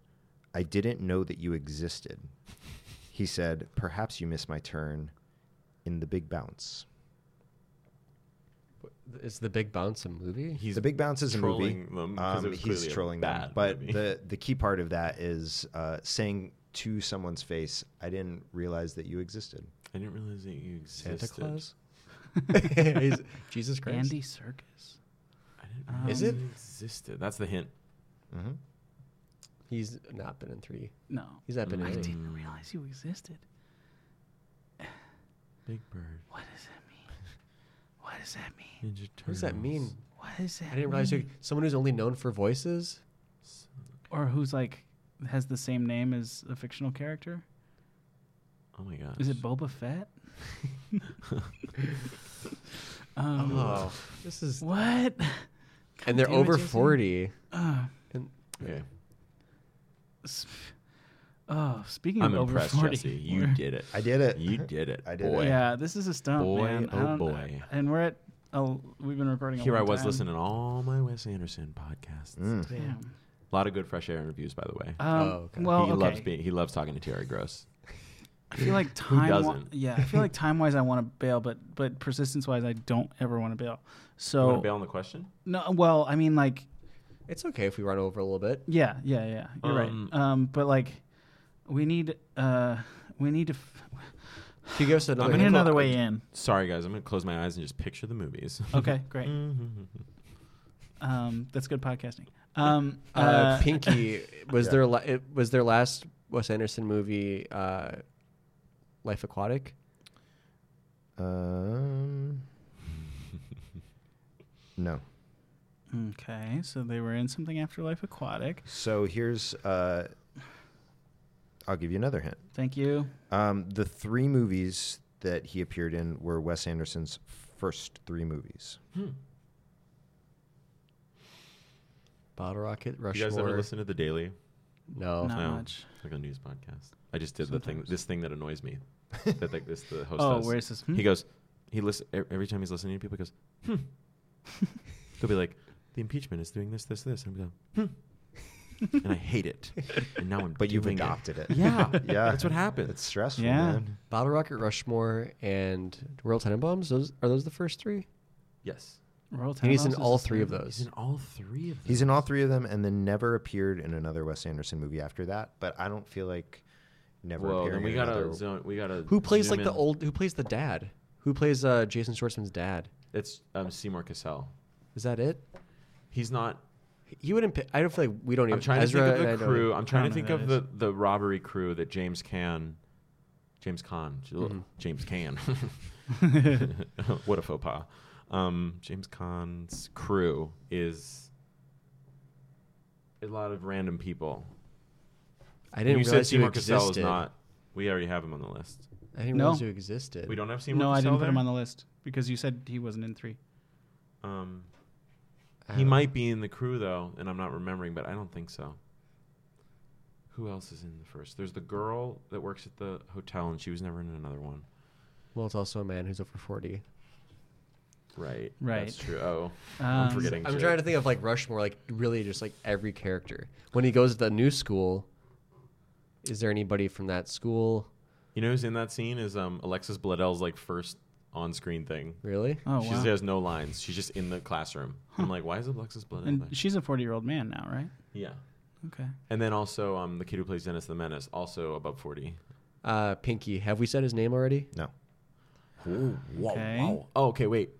Speaker 5: I didn't know that you existed, he said, perhaps you missed my turn in The Big Bounce.
Speaker 3: Is the Big Bounce a movie?
Speaker 4: He's
Speaker 5: the Big Bounce is a movie. Um,
Speaker 4: trolling them 'cause it was
Speaker 5: he's
Speaker 4: clearly a
Speaker 5: trolling them.
Speaker 4: bad
Speaker 5: But
Speaker 4: movie.
Speaker 5: the, the key part of that is uh, saying to someone's face, I didn't realize that you existed.
Speaker 4: I didn't realize that you existed.
Speaker 3: Santa Claus. He's- Jesus Christ.
Speaker 1: Andy Circus.
Speaker 4: I didn't
Speaker 1: Um,
Speaker 4: realize
Speaker 3: Is it?
Speaker 4: you existed. That's the hint. Mm-hmm.
Speaker 5: hmm
Speaker 3: He's not been in three.
Speaker 1: No.
Speaker 3: He's not been
Speaker 1: I
Speaker 3: in any.
Speaker 1: didn't realize you existed.
Speaker 4: Big Bird.
Speaker 1: What does that mean? What does that mean?
Speaker 4: Ninja Turtles.
Speaker 3: What does that mean?
Speaker 1: What does that?
Speaker 3: I didn't realize you,
Speaker 1: mean?
Speaker 3: someone who's only known for voices.
Speaker 1: Or who's like has the same name as a fictional character?
Speaker 4: Oh my gosh.
Speaker 1: Is it Boba Fett? um,
Speaker 3: Oh, this is
Speaker 1: What?
Speaker 3: and they're
Speaker 1: damn it,
Speaker 3: over
Speaker 1: Jason.
Speaker 3: forty.
Speaker 1: Uh,
Speaker 3: And
Speaker 4: Okay.
Speaker 1: s- oh, speaking
Speaker 4: I'm
Speaker 1: of over
Speaker 4: impressed,
Speaker 1: 40,
Speaker 4: Jesse. You
Speaker 1: we're-
Speaker 4: did it.
Speaker 5: I did it.
Speaker 4: You did it.
Speaker 5: I did it.
Speaker 4: boy.
Speaker 1: Yeah, this is a stump,
Speaker 4: Boy,
Speaker 1: man. I
Speaker 4: oh
Speaker 1: don't-
Speaker 4: boy.
Speaker 1: And we're at. Oh, we've been recording. A
Speaker 4: Here I
Speaker 1: long
Speaker 4: was
Speaker 1: time.
Speaker 4: listening to all my Wes Anderson podcasts.
Speaker 5: Mm.
Speaker 1: Damn.
Speaker 4: A lot of good fresh air interviews, by the way.
Speaker 1: Um,
Speaker 3: Oh, okay.
Speaker 1: Well,
Speaker 4: he loves
Speaker 1: okay.
Speaker 4: being. He loves talking to Terry Gross.
Speaker 1: I feel like time. Wa-
Speaker 4: doesn't?
Speaker 1: yeah, I feel like time wise, I want to bail, but but persistence wise, I don't ever want to bail.
Speaker 4: You
Speaker 1: So
Speaker 4: want to bail on the question?
Speaker 1: no, well, I mean, like,
Speaker 3: it's okay if we run over a little bit.
Speaker 1: yeah, yeah, yeah. You're
Speaker 4: Um,
Speaker 1: right. Um, but like, we need uh, we need to. F-
Speaker 3: Can you give us another?
Speaker 1: we need
Speaker 3: hint?
Speaker 1: another way in.
Speaker 4: Sorry, guys. I'm gonna close my eyes and just picture the movies.
Speaker 1: Okay, great. Um, that's good podcasting. Um,
Speaker 3: Uh, Pinky was their la- it was their last Wes Anderson movie. Uh, Life Aquatic.
Speaker 5: Um, no.
Speaker 1: Okay, so they were in something Afterlife Aquatic.
Speaker 5: So here's, uh, I'll give you another hint.
Speaker 1: Thank you.
Speaker 5: Um, the three movies that he appeared in were Wes Anderson's first three movies.
Speaker 3: Bottle Rocket.
Speaker 4: you guys ever
Speaker 3: Rushmore.
Speaker 4: listen to the Daily?
Speaker 3: No.
Speaker 1: Not
Speaker 4: no.
Speaker 1: much.
Speaker 4: It's like a news podcast. I just did the thing.
Speaker 1: Sometimes.
Speaker 4: This thing that annoys me. that like this the host
Speaker 1: Oh,
Speaker 4: does.
Speaker 1: where's this? Hmm?
Speaker 4: He goes. He listen every time he's listening to people. He goes. Hmm. They'll be like, the impeachment is doing this, this, this. And I'm going. Hmm. and I hate it. And now I'm.
Speaker 5: But you've
Speaker 4: doing it.
Speaker 5: adopted it.
Speaker 4: Yeah.
Speaker 5: Yeah.
Speaker 4: That's what happens.
Speaker 5: It's stressful,
Speaker 1: Yeah.
Speaker 5: man.
Speaker 3: Bottle Rocket, Rushmore, and Royal Tenenbaums. Those are those the first three.
Speaker 4: yes.
Speaker 1: Royal
Speaker 3: He He's in
Speaker 1: Tenenbaums
Speaker 3: all
Speaker 1: is the
Speaker 3: three of
Speaker 1: same.
Speaker 4: He's
Speaker 3: those.
Speaker 4: in all three of them.
Speaker 5: He's in all three of them and then never appeared in another Wes Anderson movie after that. But I don't feel like never
Speaker 4: Well,
Speaker 5: appearing
Speaker 4: then we
Speaker 5: in
Speaker 4: gotta
Speaker 5: another.
Speaker 4: zone. We gotta.
Speaker 3: Who plays
Speaker 4: zoom
Speaker 3: like the
Speaker 4: in.
Speaker 3: old? Who plays the dad? Who plays uh, Jason Schwartzman's dad?
Speaker 4: It's um, Seymour Cassell.
Speaker 3: Is that it?
Speaker 4: He's not.
Speaker 3: You wouldn't. Pi- I don't feel like we don't even.
Speaker 4: I'm trying
Speaker 3: Ezra
Speaker 4: to
Speaker 3: and I
Speaker 4: think of the
Speaker 3: don't-
Speaker 4: crew. I'm trying to
Speaker 1: don't know
Speaker 4: think
Speaker 1: who
Speaker 4: of
Speaker 1: that
Speaker 4: the, the robbery crew that James Can, James Con, James Can. what a faux pas. Um, James Con's crew is a lot of random people.
Speaker 3: I didn't
Speaker 4: you said
Speaker 3: realize you
Speaker 4: Seymour
Speaker 3: existed. Uh,
Speaker 4: Cassell is not. We already have him on the list.
Speaker 3: I didn't
Speaker 1: No.
Speaker 3: realize you existed.
Speaker 4: We don't have Seymour
Speaker 1: No, I
Speaker 4: Cassell
Speaker 1: didn't put him
Speaker 4: there?
Speaker 1: on the list because you said he wasn't in three.
Speaker 4: Um,
Speaker 3: I
Speaker 4: he
Speaker 3: don't-
Speaker 4: might be in the crew though, and I'm not remembering, but I don't think so. Who else is in the first? There's the girl that works at the hotel, and she was never in another one.
Speaker 3: Well, it's also a man who's over forty.
Speaker 4: Right.
Speaker 1: Right.
Speaker 4: That's true. Oh,
Speaker 1: Um,
Speaker 4: I'm forgetting.
Speaker 3: I'm
Speaker 4: shit.
Speaker 3: trying to think of like Rushmore, like really just like every character. When he goes to the new school, is there anybody from that school?
Speaker 4: You know who's in that scene is um Alexis Bledel's like first on-screen thing.
Speaker 3: Really?
Speaker 1: Oh
Speaker 4: she
Speaker 1: wow!
Speaker 4: has no lines. She's just in the classroom. I'm like, why is Alexis Bledel?
Speaker 1: and
Speaker 4: there?
Speaker 1: she's a forty-year-old man now, right?
Speaker 4: yeah.
Speaker 1: Okay.
Speaker 4: And then also um the kid who plays Dennis the Menace, also above 40.
Speaker 3: Uh, Pinky. Have we said his name already?
Speaker 5: No.
Speaker 4: Ooh, wow,
Speaker 1: Okay.
Speaker 4: wow. Oh, okay, wait.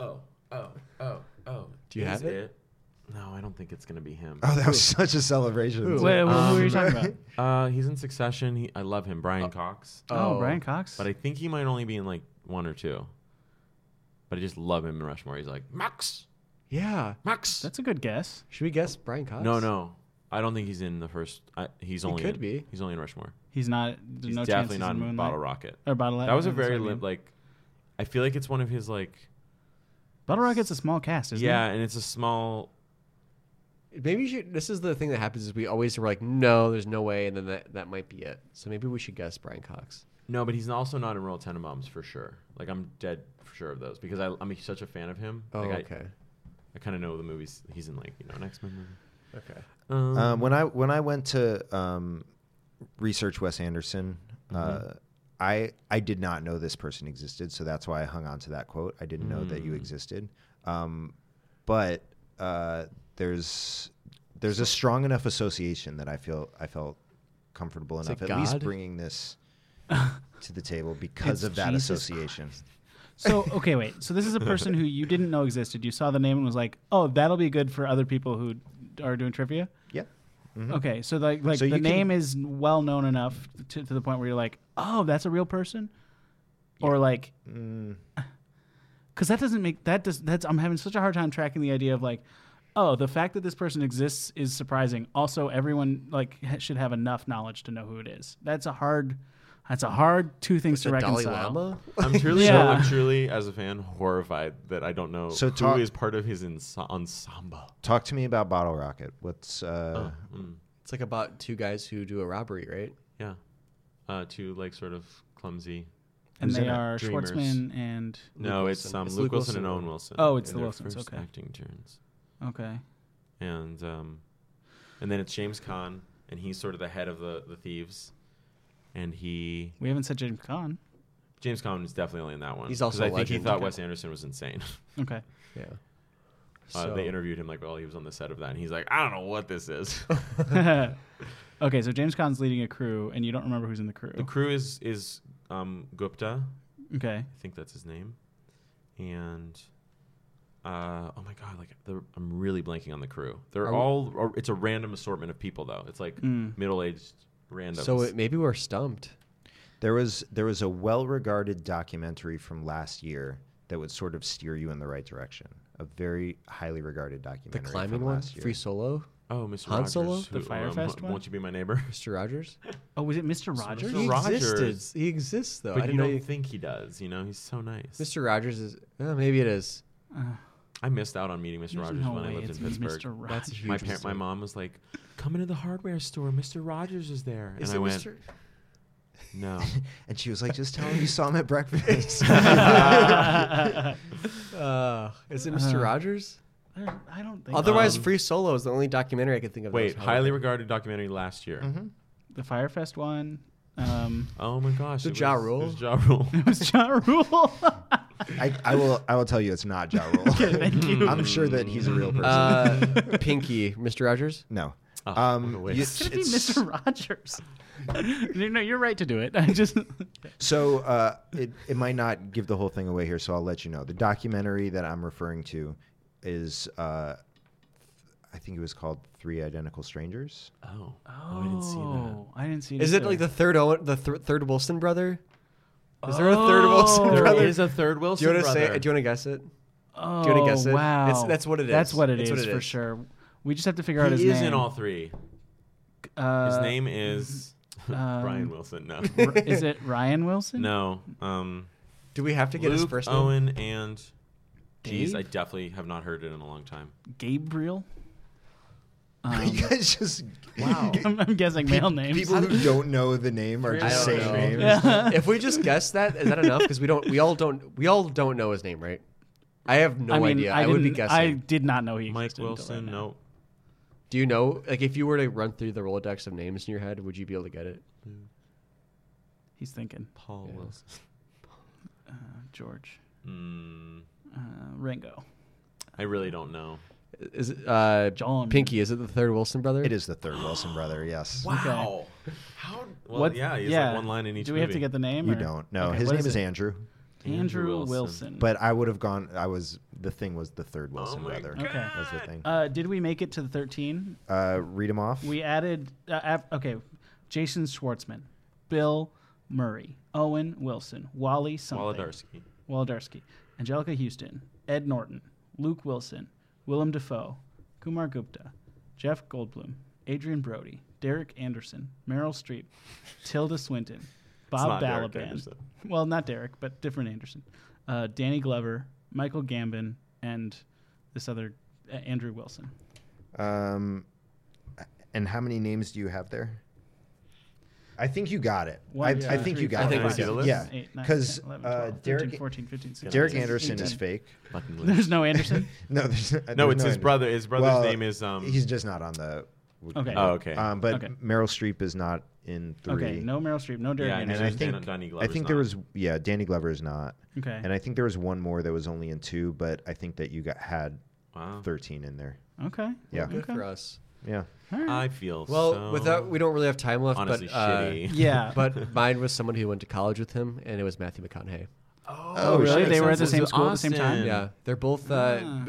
Speaker 4: Oh, oh, oh, oh.
Speaker 3: Do you
Speaker 4: Is
Speaker 3: have it?
Speaker 4: No, I don't think it's gonna be him.
Speaker 5: Oh, that was such a celebration.
Speaker 1: Wait, what were you
Speaker 4: Um,
Speaker 1: talking about?
Speaker 4: Uh, he's in Succession. He, I love him, Brian Cox.
Speaker 1: Oh,
Speaker 3: Oh.
Speaker 1: Brian Cox.
Speaker 4: But I think he might only be in like one or two. But I just love him in Rushmore. He's like Max,
Speaker 3: Yeah.
Speaker 4: Max.
Speaker 1: That's a good guess.
Speaker 3: Should we guess Brian Cox?
Speaker 4: no, no. I don't think he's in the first. I, he's only
Speaker 3: could
Speaker 4: in-
Speaker 3: be.
Speaker 4: He's only in Rushmore.
Speaker 1: He's not. There's
Speaker 4: He's
Speaker 1: no chance
Speaker 4: definitely
Speaker 1: he's
Speaker 4: not
Speaker 1: in
Speaker 4: in
Speaker 1: Moonlight.
Speaker 4: Bottle Rocket.
Speaker 1: Or Bottle
Speaker 4: That was a
Speaker 1: that's what
Speaker 4: very
Speaker 1: I mean.
Speaker 4: limp. Like, I feel like it's one of his like.
Speaker 1: Bottle Rocket's a small cast, isn't
Speaker 4: yeah,
Speaker 1: it?
Speaker 4: and it's a small.
Speaker 3: Maybe you should. This is the thing that happens is we always are like, no, there's no way, and then that, that might be it. So maybe we should guess Brian Cox.
Speaker 4: No, but he's also not in Royal Tenenbaums for sure. Like I'm dead for sure of those because I, I'm such a fan of him.
Speaker 3: Oh,
Speaker 4: Like, I-
Speaker 3: okay.
Speaker 4: I kind of know the movies he's in, like you know, an X Men movie.
Speaker 3: Okay.
Speaker 4: Um,
Speaker 1: Mm-hmm.
Speaker 5: Um, when I when I went to um, research Wes Anderson,
Speaker 1: Mm-hmm.
Speaker 5: uh, I I did not know this person existed, so that's why I hung on to that quote. I didn't know
Speaker 1: Mm.
Speaker 5: that you existed, um, but uh, there's there's a strong enough association that I feel I felt comfortable
Speaker 3: Is
Speaker 5: enough,
Speaker 3: it
Speaker 5: at least
Speaker 3: God?
Speaker 5: bringing this to the table because
Speaker 1: It's
Speaker 5: of that
Speaker 1: Jesus
Speaker 5: association.
Speaker 1: So okay, wait. So this is a person who you didn't know existed. You saw the name and was like, "Oh, that'll be good for other people who are doing trivia."
Speaker 5: Yeah,
Speaker 1: Okay, so like, like
Speaker 5: So
Speaker 1: the
Speaker 5: you can-
Speaker 1: name is well known enough to, to the point where you're like, "Oh, that's a real person," or like,
Speaker 5: Mm,
Speaker 1: because that doesn't make that does that's I'm having such a hard time tracking the idea of like, oh, the fact that this person exists is surprising. Also, everyone like ha- should have enough knowledge to know who it is. That's a hard, that's a hard two things to
Speaker 3: The Dalai
Speaker 1: reconcile.
Speaker 3: Lama.
Speaker 4: I'm truly,
Speaker 1: Yeah.
Speaker 4: I'm truly, as a fan, horrified that I don't know
Speaker 5: So
Speaker 4: who
Speaker 5: talk-
Speaker 4: is part of his enso- ensemble. mm,
Speaker 5: talk to me about Bottle Rocket. What's
Speaker 1: Oh.
Speaker 5: uh,
Speaker 3: It's like about two guys who do a robbery, right?
Speaker 4: Yeah, uh, two like sort of clumsy.
Speaker 1: and
Speaker 5: Who's
Speaker 1: they
Speaker 5: in it?
Speaker 1: are
Speaker 4: Dreamers.
Speaker 1: Schwartzman and
Speaker 4: No,
Speaker 3: Luke
Speaker 4: it's
Speaker 3: Wilson.
Speaker 4: um,
Speaker 3: It's
Speaker 4: Luke,
Speaker 3: Luke
Speaker 4: Wilson,
Speaker 3: Wilson.
Speaker 4: and Owen Wilson.
Speaker 1: Oh, it's
Speaker 4: in
Speaker 1: the
Speaker 4: their
Speaker 1: Wilsons,
Speaker 4: first
Speaker 1: okay.
Speaker 4: Acting turns,
Speaker 1: okay,
Speaker 4: and um, and then it's James Caan, and he's sort of the head of the the thieves, and he
Speaker 1: we haven't said James Caan.
Speaker 4: James Caan is definitely only in that one.
Speaker 3: He's also
Speaker 4: 'Cause I
Speaker 3: a
Speaker 4: think he
Speaker 3: legend.
Speaker 4: thought
Speaker 3: Okay.
Speaker 4: Wes Anderson was insane.
Speaker 1: Okay,
Speaker 3: Yeah.
Speaker 4: Uh,
Speaker 3: So-
Speaker 4: They interviewed him like while he was on the set of that, and he's like, I don't know what this is.
Speaker 1: okay. So James Caan's leading a crew, and you don't remember who's in the crew.
Speaker 4: the crew is is um, Gupta,
Speaker 1: okay,
Speaker 4: I think that's his name, and uh, oh my god, like the, I'm really blanking on the crew. They're
Speaker 3: Are we- Hmm.
Speaker 4: all or- it's a random assortment of people though. It's like middle aged randoms.
Speaker 3: So it, maybe we're stumped.
Speaker 5: There was there was a well-regarded documentary from last year that would sort of steer you in the right direction. A very highly regarded
Speaker 3: The
Speaker 5: documentary.
Speaker 3: climbing
Speaker 5: from
Speaker 3: one,
Speaker 5: last year.
Speaker 3: Free Solo,
Speaker 4: oh, Mr.
Speaker 3: Han
Speaker 4: Rogers,
Speaker 3: Solo?
Speaker 4: who-
Speaker 1: The Fyre
Speaker 4: um,
Speaker 1: Fest one?
Speaker 4: Won't you be my neighbor?
Speaker 3: Mr. Rogers.
Speaker 1: Oh, was it Mr. Rogers?
Speaker 4: Mr. Rogers.
Speaker 3: existed. He exists though. I
Speaker 4: but you
Speaker 3: didn't know.
Speaker 4: don't
Speaker 3: you-
Speaker 4: think he does. You know, he's so nice.
Speaker 3: Mr. Rogers is. Oh, maybe it is.
Speaker 4: I missed out on meeting Mr.
Speaker 1: There's
Speaker 4: Rogers
Speaker 1: no
Speaker 4: when I
Speaker 1: way
Speaker 4: lived in
Speaker 1: it's
Speaker 4: Pittsburgh.
Speaker 1: Mr. Rogers.
Speaker 3: That's a
Speaker 4: My
Speaker 3: huge
Speaker 4: parent, my
Speaker 3: mistake.
Speaker 4: mom was like, "Come into the hardware store. Mr. Rogers is there."
Speaker 3: Is
Speaker 4: and I
Speaker 3: it
Speaker 4: went,
Speaker 3: Mr.
Speaker 4: "No."
Speaker 5: And she was like, "Just tell him you saw him at breakfast." Mm-hmm.
Speaker 3: Uh, is it Mr. Rogers?
Speaker 1: There- I don't think
Speaker 3: Otherwise,
Speaker 4: Um,
Speaker 3: Free Solo is the only documentary I could think of. that
Speaker 4: Wait,
Speaker 3: was
Speaker 4: highly
Speaker 3: relevant.
Speaker 4: regarded documentary last year.
Speaker 3: Mm-hmm.
Speaker 1: the Firefest one. Um,
Speaker 4: Oh my gosh,
Speaker 3: The
Speaker 4: it
Speaker 3: Ja
Speaker 4: was-
Speaker 3: Rule?
Speaker 4: It was ja Rule.
Speaker 1: it was Ja Rule.
Speaker 5: I, I will I will tell you, it's not Ja Rule. I'm sure that he's a real person.
Speaker 3: Uh, Pinky, Mr. Rogers.
Speaker 5: no.
Speaker 4: Oh,
Speaker 5: um,
Speaker 4: wait.
Speaker 5: you-
Speaker 1: It's gonna be
Speaker 5: it's-
Speaker 1: Mr. Rogers. no, no, you're right to do it. I just
Speaker 4: Oh,
Speaker 5: So uh, it, it might not give the whole thing away here, so I'll let you know. The documentary that I'm referring to is, uh, I think it was called Three Identical Strangers.
Speaker 4: oh, oh, I didn't see that.
Speaker 1: I didn't see.
Speaker 3: Is it like
Speaker 1: either.
Speaker 3: the third Owen, the th- third Wilson brother? Is there a third Wilson
Speaker 1: Oh. There
Speaker 3: brother?
Speaker 1: is
Speaker 4: a third Wilson
Speaker 3: do you want to say? Do you want to guess it?
Speaker 1: Oh,
Speaker 3: do you wanna guess it?
Speaker 1: Wow,
Speaker 3: It's- that's what it
Speaker 1: That's
Speaker 3: is.
Speaker 1: what it is
Speaker 3: It's what it
Speaker 1: for
Speaker 3: is.
Speaker 1: sure. We just have to figure out his
Speaker 4: he is
Speaker 1: name.
Speaker 4: in all three.
Speaker 1: Uh,
Speaker 4: His name is Brian
Speaker 1: um,
Speaker 4: Wilson. No,
Speaker 1: is it Ryan Wilson?
Speaker 4: no. Um,
Speaker 3: Do we have to get
Speaker 4: Luke
Speaker 3: his first name?
Speaker 4: Owen and. Geez,
Speaker 1: Dave?
Speaker 4: I definitely have not heard it in a long time.
Speaker 1: Gabriel. Um,
Speaker 5: you guys just
Speaker 3: Wow.
Speaker 1: I'm, I'm guessing male names.
Speaker 5: People who don't know the name are
Speaker 3: I
Speaker 5: just
Speaker 3: don't
Speaker 5: saying
Speaker 3: know.
Speaker 5: names.
Speaker 3: if we just guess that, is that enough? Because we don't. We all don't. We all don't know his name, right? I have no
Speaker 1: I mean,
Speaker 3: idea.
Speaker 1: I,
Speaker 3: I, would be
Speaker 1: didn't- I
Speaker 3: guessing.
Speaker 1: did not know he
Speaker 4: Mike
Speaker 1: existed until right
Speaker 4: Wilson.
Speaker 1: now.
Speaker 4: No.
Speaker 3: Do you know? Like, if you were to run through the rolodex of names in your head, would you be able to get it?
Speaker 1: He's thinking
Speaker 4: Paul
Speaker 3: Yeah.
Speaker 4: Wilson.
Speaker 1: uh, George
Speaker 4: Mm,
Speaker 1: uh, Ringo.
Speaker 4: I really don't know.
Speaker 3: Is it, uh,
Speaker 1: John.
Speaker 3: Pinky? Is it the third Wilson brother?
Speaker 5: It is the third Wilson brother. Yes.
Speaker 4: Wow. How? Well, yeah, he's like one line in each
Speaker 1: Do we have to
Speaker 4: movie.
Speaker 1: get the name?
Speaker 5: You
Speaker 1: or-
Speaker 5: don't. No,
Speaker 1: Okay,
Speaker 5: his
Speaker 1: what
Speaker 5: name is,
Speaker 1: it?
Speaker 5: Andrew.
Speaker 1: Andrew,
Speaker 4: Andrew
Speaker 1: Wilson.
Speaker 4: Wilson.
Speaker 5: But I would have gone. I was the thing was the third Wilson
Speaker 4: my
Speaker 5: rather.
Speaker 1: Okay. God.
Speaker 5: was the thing.
Speaker 1: uh, did we make it to the 13?
Speaker 5: Uh, read them off.
Speaker 1: We added, uh, af- okay, Jason Schwartzman, Bill Murray, Owen Wilson, Wally something,
Speaker 4: Waladarsky.
Speaker 1: Waladarsky, Angelica Houston, Ed Norton, Luke Wilson, Willem Dafoe, Kumar Gupta, Jeff Goldblum, Adrian Brody, Derek Anderson, Meryl Streep, Tilda Swinton, Bob
Speaker 4: not Derek
Speaker 1: Balaban.
Speaker 4: Anderson.
Speaker 1: Well, not Derek, but different Anderson. Uh, Danny Glover, Michael Gambon, and this other uh, Andrew Wilson.
Speaker 5: Um, and how many names do you have there? I think you got it.
Speaker 1: One,
Speaker 5: I,
Speaker 1: two,
Speaker 5: I think
Speaker 1: three,
Speaker 5: you got
Speaker 1: four,
Speaker 5: it.
Speaker 4: I think we did a list.
Speaker 5: Yeah,
Speaker 1: Eight, nine,
Speaker 5: because
Speaker 1: 10, 11,
Speaker 5: uh,
Speaker 1: 12, 13,
Speaker 5: Derek
Speaker 1: 14, 15, 16,
Speaker 5: Derek
Speaker 1: 17,
Speaker 5: Anderson is
Speaker 1: 18.
Speaker 5: fake.
Speaker 4: Fucking list.
Speaker 1: There's no Anderson.
Speaker 5: No, there's, there's
Speaker 4: No, it's his
Speaker 5: Ander-
Speaker 4: brother. His brother's
Speaker 5: Well,
Speaker 4: name is um.
Speaker 5: He's just not on the.
Speaker 1: Okay.
Speaker 4: oh, okay.
Speaker 5: Um, but
Speaker 1: Okay.
Speaker 5: Meryl Streep is not in three.
Speaker 1: okay, no Meryl Streep, no Derek
Speaker 4: Yeah,
Speaker 5: And
Speaker 1: Anderson.
Speaker 5: I
Speaker 4: Anderson
Speaker 5: think
Speaker 4: and Danny
Speaker 5: I
Speaker 4: Glover's
Speaker 5: think there
Speaker 4: not.
Speaker 5: was yeah Danny Glover is not,
Speaker 1: Okay.
Speaker 5: and I think there was one more that was only in two, but I think that you got had
Speaker 4: wow.
Speaker 5: thirteen in there.
Speaker 1: okay.
Speaker 5: Yeah.
Speaker 3: Good
Speaker 1: Okay.
Speaker 3: for us.
Speaker 5: Yeah.
Speaker 1: All right.
Speaker 4: I feel
Speaker 3: Well,
Speaker 4: so
Speaker 3: with that, we don't really have time left.
Speaker 4: honestly
Speaker 3: but, uh,
Speaker 4: shitty.
Speaker 1: yeah.
Speaker 3: but mine was someone who went to college with him, and it was Matthew McConaughey.
Speaker 4: Oh,
Speaker 1: really?
Speaker 5: shit.
Speaker 1: They were at the
Speaker 4: Sounds like
Speaker 1: same school at the same time?
Speaker 4: Austin.
Speaker 3: Yeah, they're both. Uh,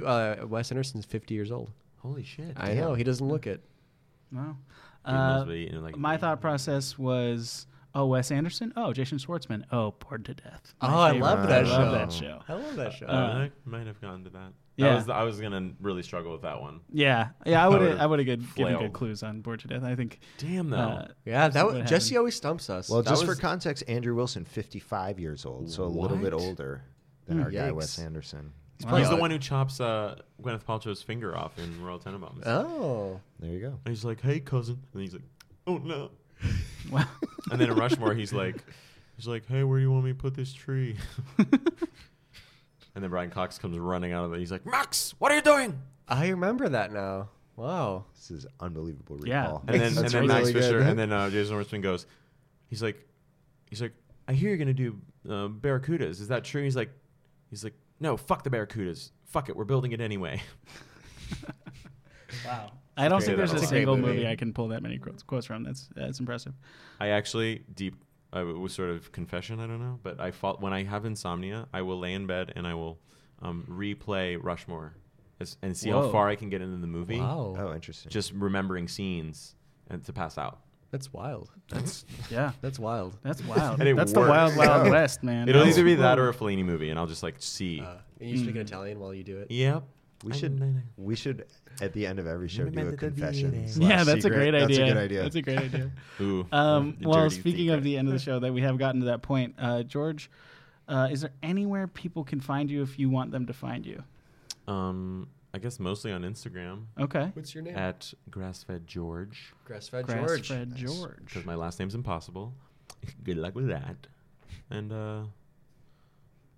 Speaker 3: uh, Wes Anderson's 50 years old.
Speaker 4: Holy shit.
Speaker 3: I know he doesn't look it.
Speaker 1: wow.
Speaker 4: must
Speaker 1: Uh,
Speaker 4: be eating, like,
Speaker 1: my
Speaker 4: me.
Speaker 1: thought process was, oh, Wes Anderson, oh, Jason Schwartzman, oh, bored to death. My
Speaker 3: Oh, I
Speaker 1: favorite.
Speaker 3: love that
Speaker 1: I love
Speaker 3: show.
Speaker 1: that show.
Speaker 3: I love that show.
Speaker 4: Uh, I might have gone to that.
Speaker 1: yeah.
Speaker 4: That was the, I was gonna really struggle with that one.
Speaker 1: Yeah, yeah. I would,
Speaker 4: would've
Speaker 1: I would have given good
Speaker 4: flailed.
Speaker 1: clues on bored to death. I think.
Speaker 4: Damn though.
Speaker 1: Uh,
Speaker 3: yeah, that
Speaker 1: what
Speaker 3: w- Jesse always stumps us.
Speaker 5: Well,
Speaker 3: That
Speaker 5: just
Speaker 3: was-
Speaker 5: for context, Andrew Wilson, fifty-five years old, so a little bit
Speaker 4: What?
Speaker 5: older than our guy
Speaker 3: Yikes.
Speaker 5: Wes Anderson.
Speaker 4: He's
Speaker 1: Wow.
Speaker 4: the one who chops uh, Gwyneth Paltrow's finger off in Royal Tenenbaums.
Speaker 3: oh,
Speaker 5: There you go.
Speaker 4: and he's like, "Hey, cousin," and he's like, "Oh no."
Speaker 1: Wow.
Speaker 4: And then in Rushmore, he's like, "He's like, hey, where do you want me to put this tree?" and then Brian Cox comes running out of it. He's like, "Max, what are you doing?"
Speaker 3: I remember that now. Wow.
Speaker 5: This is unbelievable
Speaker 1: Yeah.
Speaker 5: recall.
Speaker 4: And then, and
Speaker 5: That's
Speaker 4: then Max
Speaker 5: really good.
Speaker 4: Fisher, and then uh, Jason Northman goes, he's like, he's like, I hear you're gonna do uh, barracudas. Is that true? He's like, he's like, no, fuck the barracudas. Fuck it, we're building it anyway.
Speaker 1: wow. I don't
Speaker 4: great.
Speaker 1: think there's a
Speaker 4: That's a
Speaker 3: great
Speaker 1: single
Speaker 3: movie.
Speaker 1: movie I can pull that many quotes, quotes from. That's that's impressive.
Speaker 4: I actually deep, I w- was sort of confession. I don't know, but I fought when I have insomnia. I will lay in bed and I will um, replay Rushmore as, and see
Speaker 3: Whoa.
Speaker 4: how far I can get into the movie.
Speaker 3: Wow.
Speaker 5: oh, interesting.
Speaker 4: Just remembering scenes and to pass out.
Speaker 3: That's wild.
Speaker 4: That's
Speaker 1: Yeah,
Speaker 3: That's wild.
Speaker 1: that's wild.
Speaker 4: And it
Speaker 1: that's the
Speaker 4: works.
Speaker 1: wild, wild
Speaker 5: Yeah.
Speaker 1: west, man.
Speaker 4: it'll
Speaker 1: That's-
Speaker 4: either be that or a Fellini movie, and I'll just like see.
Speaker 3: Uh, and you speak
Speaker 4: Mm.
Speaker 3: in Italian while you do it.
Speaker 4: yep.
Speaker 5: we
Speaker 4: I-
Speaker 5: should we should at the end of every show do a
Speaker 4: Remember the
Speaker 5: confession.
Speaker 4: beginning.
Speaker 5: slash
Speaker 1: Yeah, that's a
Speaker 5: secret.
Speaker 1: great idea.
Speaker 5: That's a good idea.
Speaker 1: That's a great idea.
Speaker 4: Ooh.
Speaker 1: Um,
Speaker 4: the
Speaker 1: well,
Speaker 4: dirty
Speaker 1: speaking
Speaker 4: secret.
Speaker 1: of the end of the show, that we have gotten to that point, uh, George, uh, is there anywhere people can find you if you want them to find you?
Speaker 4: Um, I guess mostly on Instagram
Speaker 1: Okay.
Speaker 3: What's your name?
Speaker 4: at grassfed George
Speaker 3: Grassfed
Speaker 1: Grass
Speaker 3: George.
Speaker 1: Fred
Speaker 4: because
Speaker 1: George.
Speaker 4: my last name's impossible. Good luck with that. And uh,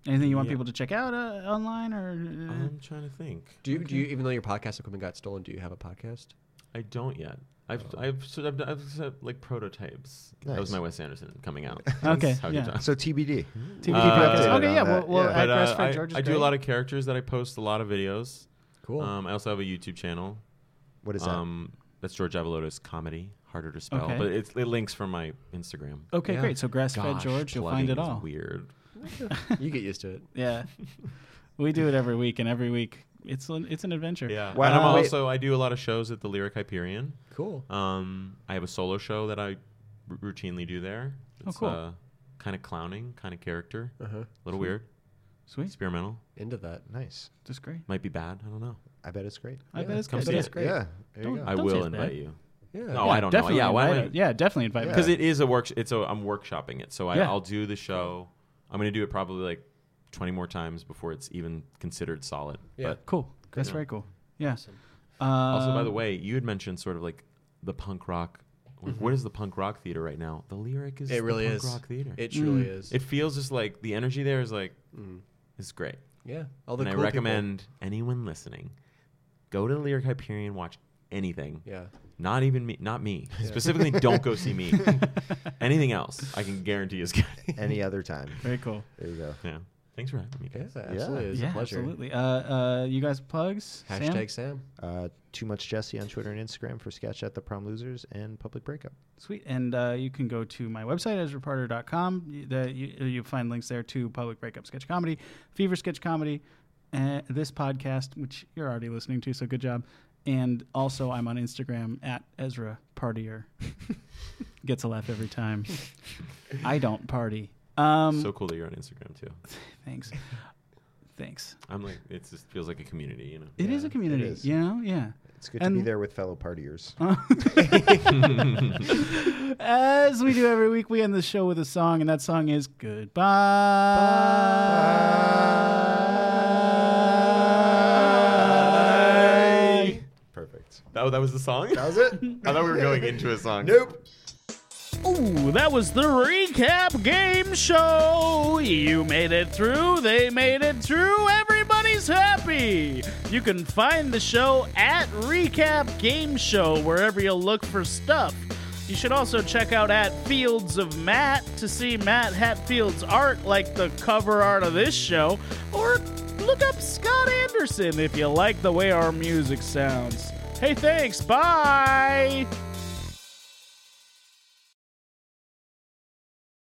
Speaker 1: Anything you want
Speaker 4: Yeah.
Speaker 1: people to check out uh, online or?
Speaker 4: I'm trying to think.
Speaker 3: Do you, do you even though your podcast equipment got stolen? Do you have a podcast?
Speaker 4: I don't yet. I've I've sort of I've, sort of, like prototypes. That was
Speaker 5: Nice.
Speaker 4: my Wes Anderson coming out.
Speaker 1: okay.
Speaker 4: That's how you
Speaker 1: Yeah.
Speaker 4: done.
Speaker 5: So TBD.
Speaker 1: TBD
Speaker 4: Uh,
Speaker 1: podcast.
Speaker 4: updated
Speaker 1: Okay. Yeah.
Speaker 5: on
Speaker 1: Well,
Speaker 5: that,
Speaker 1: well
Speaker 5: yeah.
Speaker 1: at
Speaker 4: But uh,
Speaker 1: Grass Fed
Speaker 4: I,
Speaker 1: George. Is
Speaker 4: I do
Speaker 1: great.
Speaker 4: a lot of characters that I post a lot of videos.
Speaker 3: Cool.
Speaker 4: Um, I also have a YouTube channel.
Speaker 5: What is that?
Speaker 4: Um, that's George Avalota's comedy, harder to spell,
Speaker 1: Okay.
Speaker 4: but it's, it links from my Instagram.
Speaker 1: Okay,
Speaker 3: Yeah.
Speaker 1: great. So Grass Fed
Speaker 4: Gosh,
Speaker 1: George, you'll
Speaker 4: plugging
Speaker 1: find it
Speaker 4: is
Speaker 1: all.
Speaker 4: Weird.
Speaker 3: you get used to it.
Speaker 1: Yeah. we do it every week, and every week it's an, it's an adventure.
Speaker 4: Yeah.
Speaker 5: Wow.
Speaker 4: And I'm
Speaker 5: Uh, wait.
Speaker 4: also I do a lot of shows at the Lyric Hyperion.
Speaker 3: Cool.
Speaker 4: Um, I have a solo show that I r- routinely do there.
Speaker 1: Oh, cool.
Speaker 4: Uh, kind of clowning, kind of character, a
Speaker 3: Uh huh.
Speaker 4: little weird,
Speaker 1: Sweet.
Speaker 4: experimental.
Speaker 3: Into that.
Speaker 5: nice.
Speaker 1: That's great.
Speaker 4: Might be bad. I don't know.
Speaker 5: I bet it's great.
Speaker 1: I
Speaker 3: Yeah,
Speaker 1: bet it's
Speaker 4: come
Speaker 1: good.
Speaker 4: see
Speaker 1: That's
Speaker 4: it.
Speaker 1: great.
Speaker 5: Yeah. There you
Speaker 1: Don't-
Speaker 5: go.
Speaker 4: I
Speaker 1: say
Speaker 4: will
Speaker 1: it's
Speaker 4: invite
Speaker 1: bad.
Speaker 4: you.
Speaker 3: Yeah.
Speaker 4: No, I don't know.
Speaker 1: definitely
Speaker 4: Yeah, why
Speaker 1: invite
Speaker 4: would I-
Speaker 1: it. Yeah, definitely invite me.
Speaker 5: Yeah.
Speaker 4: Because it is a work. It's a. I'm workshopping it, so I,
Speaker 1: Yeah.
Speaker 4: I'll do the show. I'm gonna do it probably like 20 more times before it's even considered solid.
Speaker 3: Yeah.
Speaker 4: But
Speaker 1: Cool. That's
Speaker 4: Yeah.
Speaker 1: very cool. Yeah.
Speaker 3: Awesome.
Speaker 4: also,
Speaker 1: Uh,
Speaker 4: by the
Speaker 3: Um,
Speaker 4: way, you had mentioned sort of like the punk rock. wh- what is the punk rock theater right now? The Lyric is.
Speaker 3: Mm-hmm. It
Speaker 4: the
Speaker 3: really
Speaker 4: punk
Speaker 3: is.
Speaker 4: Rock theater.
Speaker 3: It truly
Speaker 1: Mm.
Speaker 3: is.
Speaker 4: It feels just like the energy there is like
Speaker 3: Mm.
Speaker 4: it's great.
Speaker 3: Yeah. All the
Speaker 4: and
Speaker 3: cool
Speaker 4: I
Speaker 3: people-
Speaker 4: recommend anyone listening go to the Lyric Hyperion, watch anything.
Speaker 3: Yeah.
Speaker 4: Not even me, not me. Specifically, don't go see me. anything else, I can guarantee is good.
Speaker 5: Any other time.
Speaker 1: Very cool.
Speaker 5: There you go.
Speaker 4: yeah. Thanks for having me.
Speaker 3: Yeah,
Speaker 4: Guys.
Speaker 3: absolutely. It was
Speaker 1: yeah,
Speaker 3: a pleasure.
Speaker 1: absolutely. Uh, uh, you guys plugs? Sam?
Speaker 3: Hashtag Sam.
Speaker 5: Uh, too much Jesse on Twitter and Instagram for sketch at the prom losers and public breakup.
Speaker 1: Sweet. And uh, you can go to my website, ezraparter.com. You- That you, you'll find links there to Public Breakup Sketch Comedy, Fever Sketch Comedy, uh, this podcast, which you're already listening to, so good job. And also, I'm on Instagram at Ezra Partier. Gets a laugh every time. I don't party. Um,
Speaker 4: so cool that you're on Instagram too.
Speaker 1: thanks. Thanks.
Speaker 4: I'm like, it just feels like a community, you know.
Speaker 1: It is a
Speaker 5: Yeah, it
Speaker 1: community,
Speaker 5: is.
Speaker 1: you know? Yeah.
Speaker 5: It's good to be
Speaker 1: And-
Speaker 5: there with fellow partiers.
Speaker 1: As we do every week, we end the show with a song, and that song is Goodbye.
Speaker 5: Perfect.
Speaker 4: Oh, That, that was the song.
Speaker 5: That was it.
Speaker 4: I thought we were going into a song.
Speaker 5: nope.
Speaker 1: Ooh, that was the recap game show. You made it through. They made it through. Everybody's happy. You can find the show at Recap Game Show wherever you look for stuff. You should also check out at Fields of Matt to see Matt Hatfield's art, like the cover art of this show, or look up Scott Anderson if you like the way our music sounds. Hey, thanks. Bye.